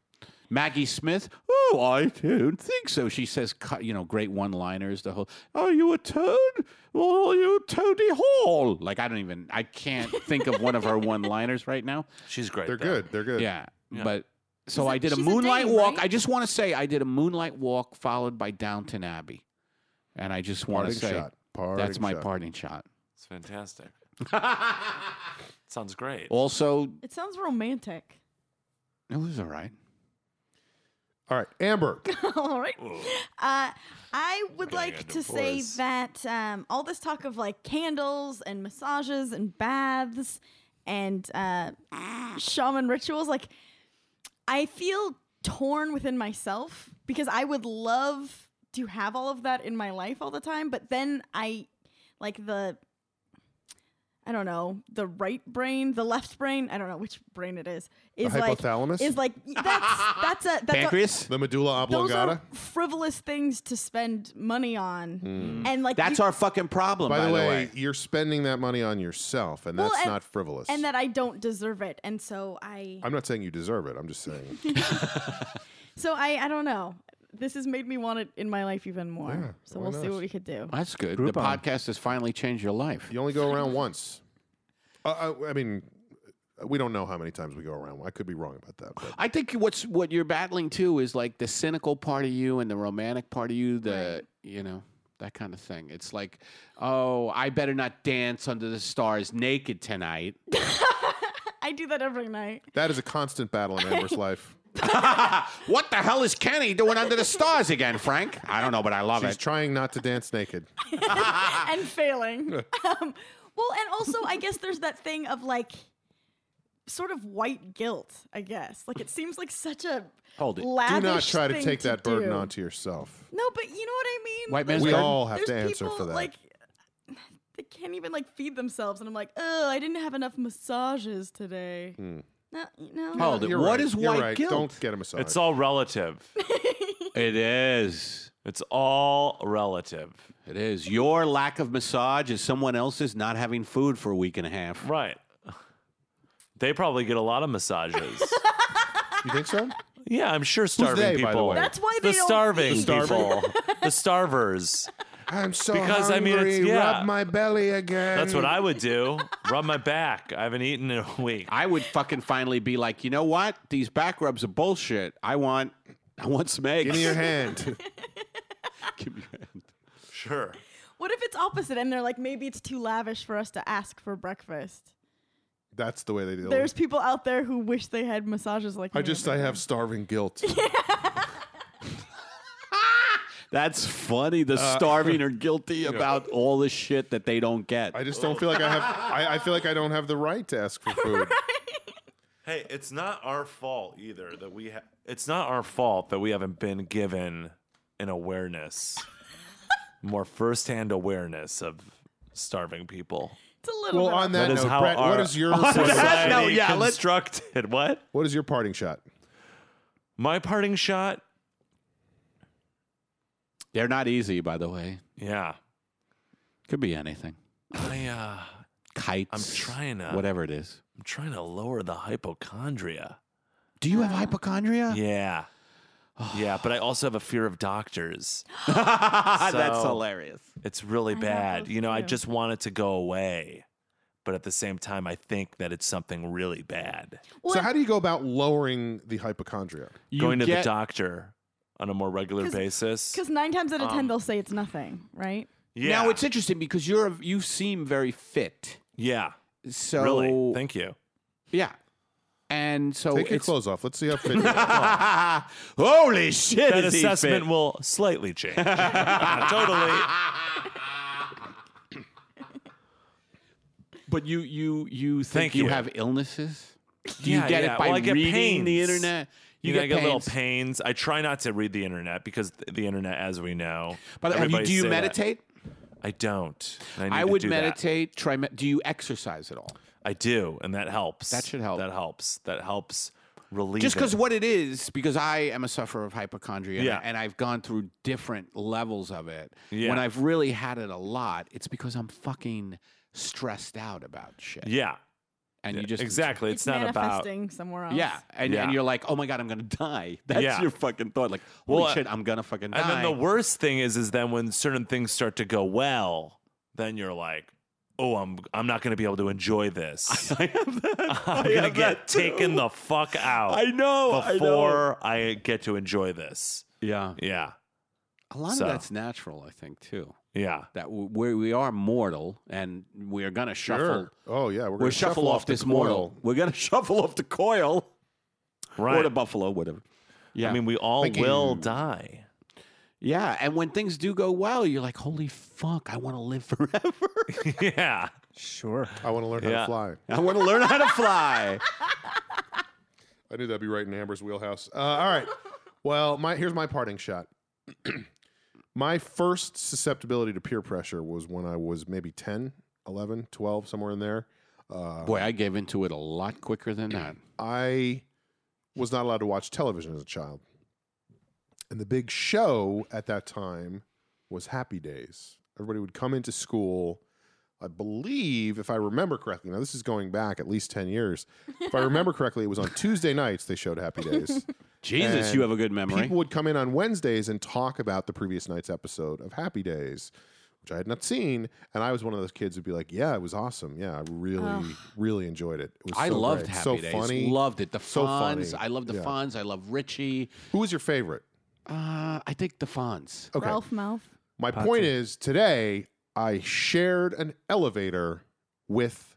[SPEAKER 5] Maggie Smith. Oh, I don't think so. She says, cu- you know, great one-liners. The whole, "Are you a toad? Oh, are you Toady Hall?" Like I don't even, I can't think of one of her one-liners right now.
[SPEAKER 6] She's great.
[SPEAKER 2] They're
[SPEAKER 6] though.
[SPEAKER 2] good. They're good.
[SPEAKER 5] Yeah.
[SPEAKER 6] Yeah.
[SPEAKER 5] But so
[SPEAKER 4] She's a-
[SPEAKER 5] I did a
[SPEAKER 4] she's a
[SPEAKER 5] moonlight
[SPEAKER 4] dame,
[SPEAKER 5] walk.
[SPEAKER 4] right?
[SPEAKER 5] I just want to say I did a moonlight walk followed by Downton Abbey. And I just want to
[SPEAKER 2] Parting
[SPEAKER 5] say
[SPEAKER 2] shot. Parting
[SPEAKER 5] that's my
[SPEAKER 2] shot.
[SPEAKER 5] parting shot.
[SPEAKER 6] It's fantastic. Sounds great.
[SPEAKER 5] Also,
[SPEAKER 4] It sounds romantic.
[SPEAKER 5] it was all right.
[SPEAKER 2] All right, Amber.
[SPEAKER 4] all right. Uh, I would
[SPEAKER 6] Getting a
[SPEAKER 4] like to say
[SPEAKER 6] divorce.
[SPEAKER 4] that um, all this talk of like candles and massages and baths and uh, shaman rituals, like, I feel torn within myself because I would love to have all of that in my life all the time, but then I like the I don't know, the right brain, the left brain, I don't know which brain it is. Is like
[SPEAKER 2] hypothalamus?
[SPEAKER 4] Is like that's that's a that's a,
[SPEAKER 5] Pancreas?
[SPEAKER 2] The medulla
[SPEAKER 4] those
[SPEAKER 2] oblongata.
[SPEAKER 4] are frivolous things to spend money on,
[SPEAKER 2] Hmm.
[SPEAKER 4] and like
[SPEAKER 5] That's
[SPEAKER 4] you-
[SPEAKER 5] our fucking problem, by,
[SPEAKER 2] By the way, you're spending that money on yourself, and
[SPEAKER 4] Well,
[SPEAKER 2] that's
[SPEAKER 4] and-
[SPEAKER 2] not frivolous.
[SPEAKER 4] and that I don't deserve it, and so I,
[SPEAKER 2] I'm not saying you deserve it. I'm just saying.
[SPEAKER 4] so I, I don't know. This has made me want it in my life even more. so
[SPEAKER 2] why
[SPEAKER 4] we'll see
[SPEAKER 2] not?
[SPEAKER 4] what we could do.
[SPEAKER 5] That's good. The
[SPEAKER 3] Groupon.
[SPEAKER 5] podcast has finally changed your life.
[SPEAKER 2] You only go around once. Uh, I, I mean, we don't know how many times we go around. I could be wrong about that. But
[SPEAKER 5] I think what's what you're battling too is like the cynical part of you and the romantic part of you, the you know that kind of thing. It's like, oh, I better not dance under the stars naked tonight.
[SPEAKER 4] I do that every night.
[SPEAKER 2] that is a constant battle in Amber's life.
[SPEAKER 5] What the hell is Kenny doing under the stars again, Frank? I don't know, but I love
[SPEAKER 2] She's
[SPEAKER 5] it.
[SPEAKER 2] trying not to dance naked. Ah.
[SPEAKER 4] and failing. um, well, and also, I guess there's that thing of like sort of white guilt, I guess. Like it seems like such a
[SPEAKER 5] Hold it. Do
[SPEAKER 4] lavish
[SPEAKER 2] Do not try to
[SPEAKER 4] thing
[SPEAKER 2] take that burden
[SPEAKER 4] do.
[SPEAKER 2] onto yourself.
[SPEAKER 4] No, but you know what I mean?
[SPEAKER 5] White
[SPEAKER 4] There's
[SPEAKER 5] man's
[SPEAKER 2] We
[SPEAKER 5] burden?
[SPEAKER 2] all have to
[SPEAKER 4] there's
[SPEAKER 2] answer
[SPEAKER 4] people,
[SPEAKER 2] for that.
[SPEAKER 4] Like, they can't even like feed themselves, and I'm like, oh, I didn't have enough massages today.
[SPEAKER 2] Hmm.
[SPEAKER 4] No, no.
[SPEAKER 5] Hold it.
[SPEAKER 2] You're
[SPEAKER 5] What
[SPEAKER 2] right.
[SPEAKER 5] is
[SPEAKER 2] You're
[SPEAKER 5] white
[SPEAKER 2] right.
[SPEAKER 5] guilt?
[SPEAKER 2] Don't get a massage.
[SPEAKER 6] It's all relative.
[SPEAKER 5] It is.
[SPEAKER 6] It's all relative.
[SPEAKER 5] It is. Your lack of massage is someone else's not having food for a week and a half.
[SPEAKER 6] Right. They probably get a lot of massages.
[SPEAKER 2] you think so?
[SPEAKER 6] yeah, I'm sure starving
[SPEAKER 2] they, by the
[SPEAKER 6] people.
[SPEAKER 2] way?
[SPEAKER 4] That's why they
[SPEAKER 6] the
[SPEAKER 4] don't
[SPEAKER 6] starving
[SPEAKER 4] eat.
[SPEAKER 6] people, the starvers.
[SPEAKER 2] I'm so
[SPEAKER 6] Because, I
[SPEAKER 2] hungry.
[SPEAKER 6] mean, it's- yeah.
[SPEAKER 2] Rub my belly again.
[SPEAKER 6] That's what I would do. Rub my back. I haven't eaten in a week.
[SPEAKER 5] I would fucking finally be like, you know what? These back rubs are bullshit. I want, I want some eggs.
[SPEAKER 2] Give me your hand.
[SPEAKER 5] Give me your hand.
[SPEAKER 6] Sure.
[SPEAKER 4] What if it's opposite, and they're like, maybe it's too lavish for us to ask for breakfast?
[SPEAKER 2] That's the way they deal.
[SPEAKER 4] There's
[SPEAKER 2] with
[SPEAKER 4] people out there who wish they had massages like
[SPEAKER 2] it. I
[SPEAKER 4] me
[SPEAKER 2] just I
[SPEAKER 4] every
[SPEAKER 2] have starving guilt.
[SPEAKER 5] That's funny. The starving are guilty about all the shit that they don't get.
[SPEAKER 2] I just don't feel like I have. I, I feel like I don't have the right to ask for food.
[SPEAKER 6] Hey, it's not our fault either that we ha- it's not our fault that we haven't been given an awareness, more firsthand awareness of starving people.
[SPEAKER 4] It's a little
[SPEAKER 2] Well,
[SPEAKER 4] bit
[SPEAKER 2] on that,
[SPEAKER 6] That is
[SPEAKER 2] note,
[SPEAKER 6] how
[SPEAKER 2] Brett, what
[SPEAKER 6] our-
[SPEAKER 2] is your
[SPEAKER 5] that note, yeah, let's-
[SPEAKER 6] constructed. What?
[SPEAKER 2] what is your parting shot?
[SPEAKER 6] My parting shot.
[SPEAKER 5] They're not easy, by the way.
[SPEAKER 6] Yeah,
[SPEAKER 5] Could be anything.
[SPEAKER 6] I uh,
[SPEAKER 5] Kites.
[SPEAKER 6] I'm trying uh, to-
[SPEAKER 5] Whatever it is.
[SPEAKER 6] I'm trying to lower the hypochondria.
[SPEAKER 5] Do you have hypochondria?
[SPEAKER 6] Yeah. yeah, but I also have a fear of doctors.
[SPEAKER 5] That's
[SPEAKER 6] So-
[SPEAKER 5] hilarious.
[SPEAKER 6] It's really
[SPEAKER 4] I know
[SPEAKER 6] bad.
[SPEAKER 4] those
[SPEAKER 6] You know, I
[SPEAKER 4] too.
[SPEAKER 6] just want it to go away. But at the same time, I think that it's something really bad.
[SPEAKER 2] so how do you go about lowering the hypochondria?
[SPEAKER 6] Going to the
[SPEAKER 5] get-
[SPEAKER 6] doctor on a more regular
[SPEAKER 4] 'Cause-
[SPEAKER 6] basis.
[SPEAKER 4] Because nine times out of ten,
[SPEAKER 6] Um,
[SPEAKER 4] they'll say it's nothing, right?
[SPEAKER 6] Yeah.
[SPEAKER 5] Now it's interesting because you're you seem very fit.
[SPEAKER 6] yeah.
[SPEAKER 5] So
[SPEAKER 6] really. Thank you.
[SPEAKER 5] yeah, and so
[SPEAKER 2] Take your
[SPEAKER 5] it's
[SPEAKER 2] clothes off. Let's see how fit you are.
[SPEAKER 5] holy shit.
[SPEAKER 6] That
[SPEAKER 5] is he
[SPEAKER 6] assessment
[SPEAKER 5] fit.
[SPEAKER 6] will slightly change. Yeah, totally.
[SPEAKER 5] But you you you think
[SPEAKER 6] Thank
[SPEAKER 5] you,
[SPEAKER 6] you.
[SPEAKER 5] have illnesses? Do you
[SPEAKER 6] Yeah,
[SPEAKER 5] get
[SPEAKER 6] yeah.
[SPEAKER 5] it by
[SPEAKER 6] Well, I get
[SPEAKER 5] reading the
[SPEAKER 6] pains.
[SPEAKER 5] internet?
[SPEAKER 6] You, know, I get little
[SPEAKER 5] pains.
[SPEAKER 6] pains. I try not to read the internet because th- the internet, as we know,
[SPEAKER 5] By the way, have you,
[SPEAKER 6] everybody
[SPEAKER 5] do you
[SPEAKER 6] say that.
[SPEAKER 5] meditate?
[SPEAKER 6] I don't. and need
[SPEAKER 5] I
[SPEAKER 6] to
[SPEAKER 5] would
[SPEAKER 6] do that.
[SPEAKER 5] meditate. Try. me- do you exercise at all?
[SPEAKER 6] I do, and that helps.
[SPEAKER 5] That should help.
[SPEAKER 6] That helps. That helps relieve.
[SPEAKER 5] Just because
[SPEAKER 6] it.
[SPEAKER 5] what it is, because I am a sufferer of hypochondria, and-
[SPEAKER 6] Yeah.
[SPEAKER 5] and I've gone through different levels of it.
[SPEAKER 6] Yeah.
[SPEAKER 5] When I've really had it a lot, it's because I'm fucking stressed out about shit.
[SPEAKER 6] Yeah.
[SPEAKER 5] and
[SPEAKER 6] yeah,
[SPEAKER 5] you just
[SPEAKER 6] exactly. It's, not about.
[SPEAKER 4] manifesting somewhere else.
[SPEAKER 5] Yeah, and,
[SPEAKER 6] Yeah.
[SPEAKER 5] and you're like, oh my god, I'm gonna die. That's
[SPEAKER 6] Yeah.
[SPEAKER 5] your fucking thought. Like, holy
[SPEAKER 6] Well,
[SPEAKER 5] shit, I'm gonna fucking die.
[SPEAKER 6] And then the worst thing is, is then when certain things start to go well, then you're like, oh, I'm I'm not going to be able to enjoy this.
[SPEAKER 5] I have that.
[SPEAKER 6] I'm
[SPEAKER 5] I
[SPEAKER 6] gonna
[SPEAKER 5] have
[SPEAKER 6] get
[SPEAKER 5] that too.
[SPEAKER 6] taken the fuck out.
[SPEAKER 5] I know. I know.
[SPEAKER 6] before I, get to enjoy this.
[SPEAKER 5] Yeah,
[SPEAKER 6] Yeah.
[SPEAKER 5] a lot
[SPEAKER 6] So.
[SPEAKER 5] of that's natural, I think, too.
[SPEAKER 6] Yeah.
[SPEAKER 5] That w- we we are mortal, and we are gonna shuffle.
[SPEAKER 2] Sure. Oh yeah, we're
[SPEAKER 5] We're
[SPEAKER 2] gonna
[SPEAKER 5] shuffle, off,
[SPEAKER 2] the
[SPEAKER 5] this mortal.
[SPEAKER 2] coil.
[SPEAKER 5] We're gonna shuffle off the coil
[SPEAKER 6] Right.
[SPEAKER 5] or the buffalo, whatever. Yeah,
[SPEAKER 6] I mean, we all
[SPEAKER 2] Thank
[SPEAKER 6] will
[SPEAKER 2] you.
[SPEAKER 6] die.
[SPEAKER 5] yeah. And when things do go well, you're like, holy fuck, I want to live forever.
[SPEAKER 6] yeah.
[SPEAKER 3] Sure.
[SPEAKER 2] I want to learn how
[SPEAKER 6] Yeah.
[SPEAKER 2] to fly.
[SPEAKER 5] I want to learn how to fly.
[SPEAKER 2] I knew that'd be right in Amber's wheelhouse. Uh, all right. Well, my here's my parting shot. my first susceptibility to peer pressure was when I was maybe 10, 11, 12, somewhere in there. Uh,
[SPEAKER 5] Boy, I gave into it a lot quicker than that.
[SPEAKER 2] I was not allowed to watch television as a child. And the big show at that time was Happy Days. Everybody would come into school. I believe, if I remember correctly, now this is going back at least 10 years. If I remember correctly, it was on Tuesday nights they showed Happy Days.
[SPEAKER 5] Jesus,
[SPEAKER 2] And
[SPEAKER 5] you have a good memory.
[SPEAKER 2] People would come in on Wednesdays and talk about the previous night's episode of Happy Days, which I had not seen. And I was one of those kids who'd be like, "Yeah, it was awesome. Yeah, I really, really enjoyed it. It was
[SPEAKER 5] I
[SPEAKER 2] so
[SPEAKER 5] loved
[SPEAKER 2] great.
[SPEAKER 5] Happy
[SPEAKER 2] so
[SPEAKER 5] Days.
[SPEAKER 2] funny.
[SPEAKER 5] Loved it. The
[SPEAKER 2] So
[SPEAKER 5] Fonz.
[SPEAKER 2] funny.
[SPEAKER 5] I love the
[SPEAKER 2] Yeah.
[SPEAKER 5] Fonz. I love Richie.
[SPEAKER 2] Who was your favorite?
[SPEAKER 5] Uh, I think the Fonz.
[SPEAKER 2] Okay.
[SPEAKER 4] Ralph Mouth.
[SPEAKER 2] My point is today I shared an elevator with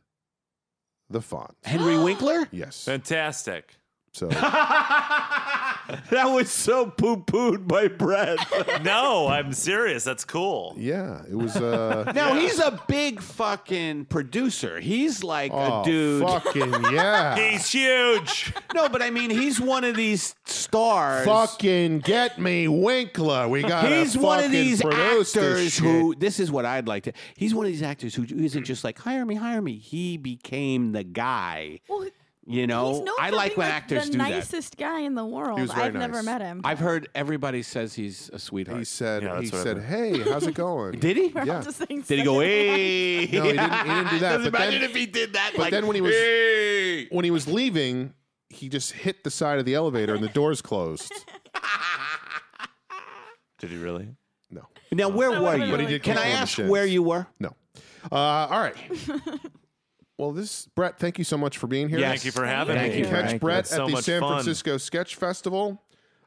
[SPEAKER 2] the font.
[SPEAKER 5] Henry Winkler.
[SPEAKER 2] Yes.
[SPEAKER 6] Fantastic.
[SPEAKER 2] So
[SPEAKER 5] that was so poo pooed by Brett.
[SPEAKER 6] no, I'm serious. That's cool.
[SPEAKER 2] yeah, it was. Uh,
[SPEAKER 5] Now he's a big fucking producer. He's like
[SPEAKER 2] oh,
[SPEAKER 5] a dude.
[SPEAKER 2] Fucking yeah.
[SPEAKER 6] He's huge.
[SPEAKER 5] No, but I mean, he's one of these stars.
[SPEAKER 2] Fucking get me Winkler. We got.
[SPEAKER 5] He's one of these
[SPEAKER 2] produce this
[SPEAKER 5] actors
[SPEAKER 2] shit.
[SPEAKER 5] who. This is what I'd like to. He's one of these actors who isn't just like hire me, hire me. He became the guy.
[SPEAKER 4] Well,
[SPEAKER 5] You
[SPEAKER 4] he's
[SPEAKER 5] know,
[SPEAKER 4] known
[SPEAKER 5] I
[SPEAKER 4] for
[SPEAKER 5] like
[SPEAKER 4] being,
[SPEAKER 5] when actors
[SPEAKER 4] the
[SPEAKER 5] do that.
[SPEAKER 4] nicest guy in the world.
[SPEAKER 2] was very
[SPEAKER 4] I've never
[SPEAKER 2] nice.
[SPEAKER 4] met him.
[SPEAKER 5] I've heard everybody says he's a sweetheart.
[SPEAKER 2] He said,
[SPEAKER 6] Yeah,
[SPEAKER 2] he
[SPEAKER 6] that's what I
[SPEAKER 2] said,
[SPEAKER 6] mean.
[SPEAKER 2] hey, how's it going?
[SPEAKER 5] Did he?
[SPEAKER 4] We're all
[SPEAKER 2] yeah.
[SPEAKER 4] just saying
[SPEAKER 5] Did he go?
[SPEAKER 4] second-
[SPEAKER 5] Hey.
[SPEAKER 2] No, he didn't- he didn't do that,
[SPEAKER 5] Just
[SPEAKER 2] but then-
[SPEAKER 5] imagine if he did that.
[SPEAKER 2] but
[SPEAKER 5] like,
[SPEAKER 2] then when he was-
[SPEAKER 5] "Hey."
[SPEAKER 2] when he was leaving, he just hit the side of the elevator and the doors closed.
[SPEAKER 6] Did he really?
[SPEAKER 2] No,
[SPEAKER 5] Now, where were
[SPEAKER 4] would've been But
[SPEAKER 5] you?
[SPEAKER 4] he really
[SPEAKER 2] did cool.
[SPEAKER 5] Can
[SPEAKER 2] kick him
[SPEAKER 5] I
[SPEAKER 2] in the
[SPEAKER 5] ask
[SPEAKER 2] shins.
[SPEAKER 5] where you were?
[SPEAKER 2] no. Uh, all right. Well, this Brett, thank you so much for being here.
[SPEAKER 5] Yes.
[SPEAKER 6] Thank you for having
[SPEAKER 5] Thank
[SPEAKER 6] me.
[SPEAKER 5] you.
[SPEAKER 2] Catch
[SPEAKER 3] Thank you.
[SPEAKER 2] Brett
[SPEAKER 6] That's
[SPEAKER 2] at
[SPEAKER 6] so
[SPEAKER 2] the
[SPEAKER 6] much
[SPEAKER 2] San
[SPEAKER 6] fun.
[SPEAKER 2] Francisco Sketch Festival,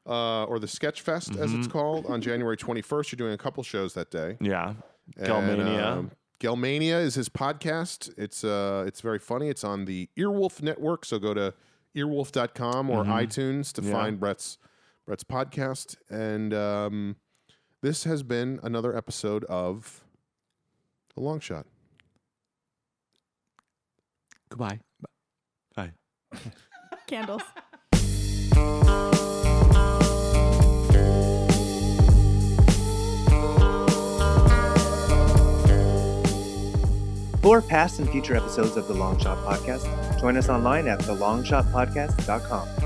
[SPEAKER 2] uh, or the Sketch Fest, as
[SPEAKER 6] Mm-hmm.
[SPEAKER 2] it's called, on January 21st. You're doing a couple shows that day.
[SPEAKER 6] Yeah.
[SPEAKER 2] And,
[SPEAKER 6] Galmania.
[SPEAKER 2] um, Galmania is his podcast. It's uh, it's very funny. It's on the Earwolf Network. So go to earwolf.com or
[SPEAKER 6] Mm-hmm.
[SPEAKER 2] iTunes to find Brett's Brett's podcast. And um, this has been another episode of The Long Shot.
[SPEAKER 5] Goodbye.
[SPEAKER 4] Candles.
[SPEAKER 3] For past and future episodes of the Long Shot Podcast, join us online at thelongshotpodcast.com.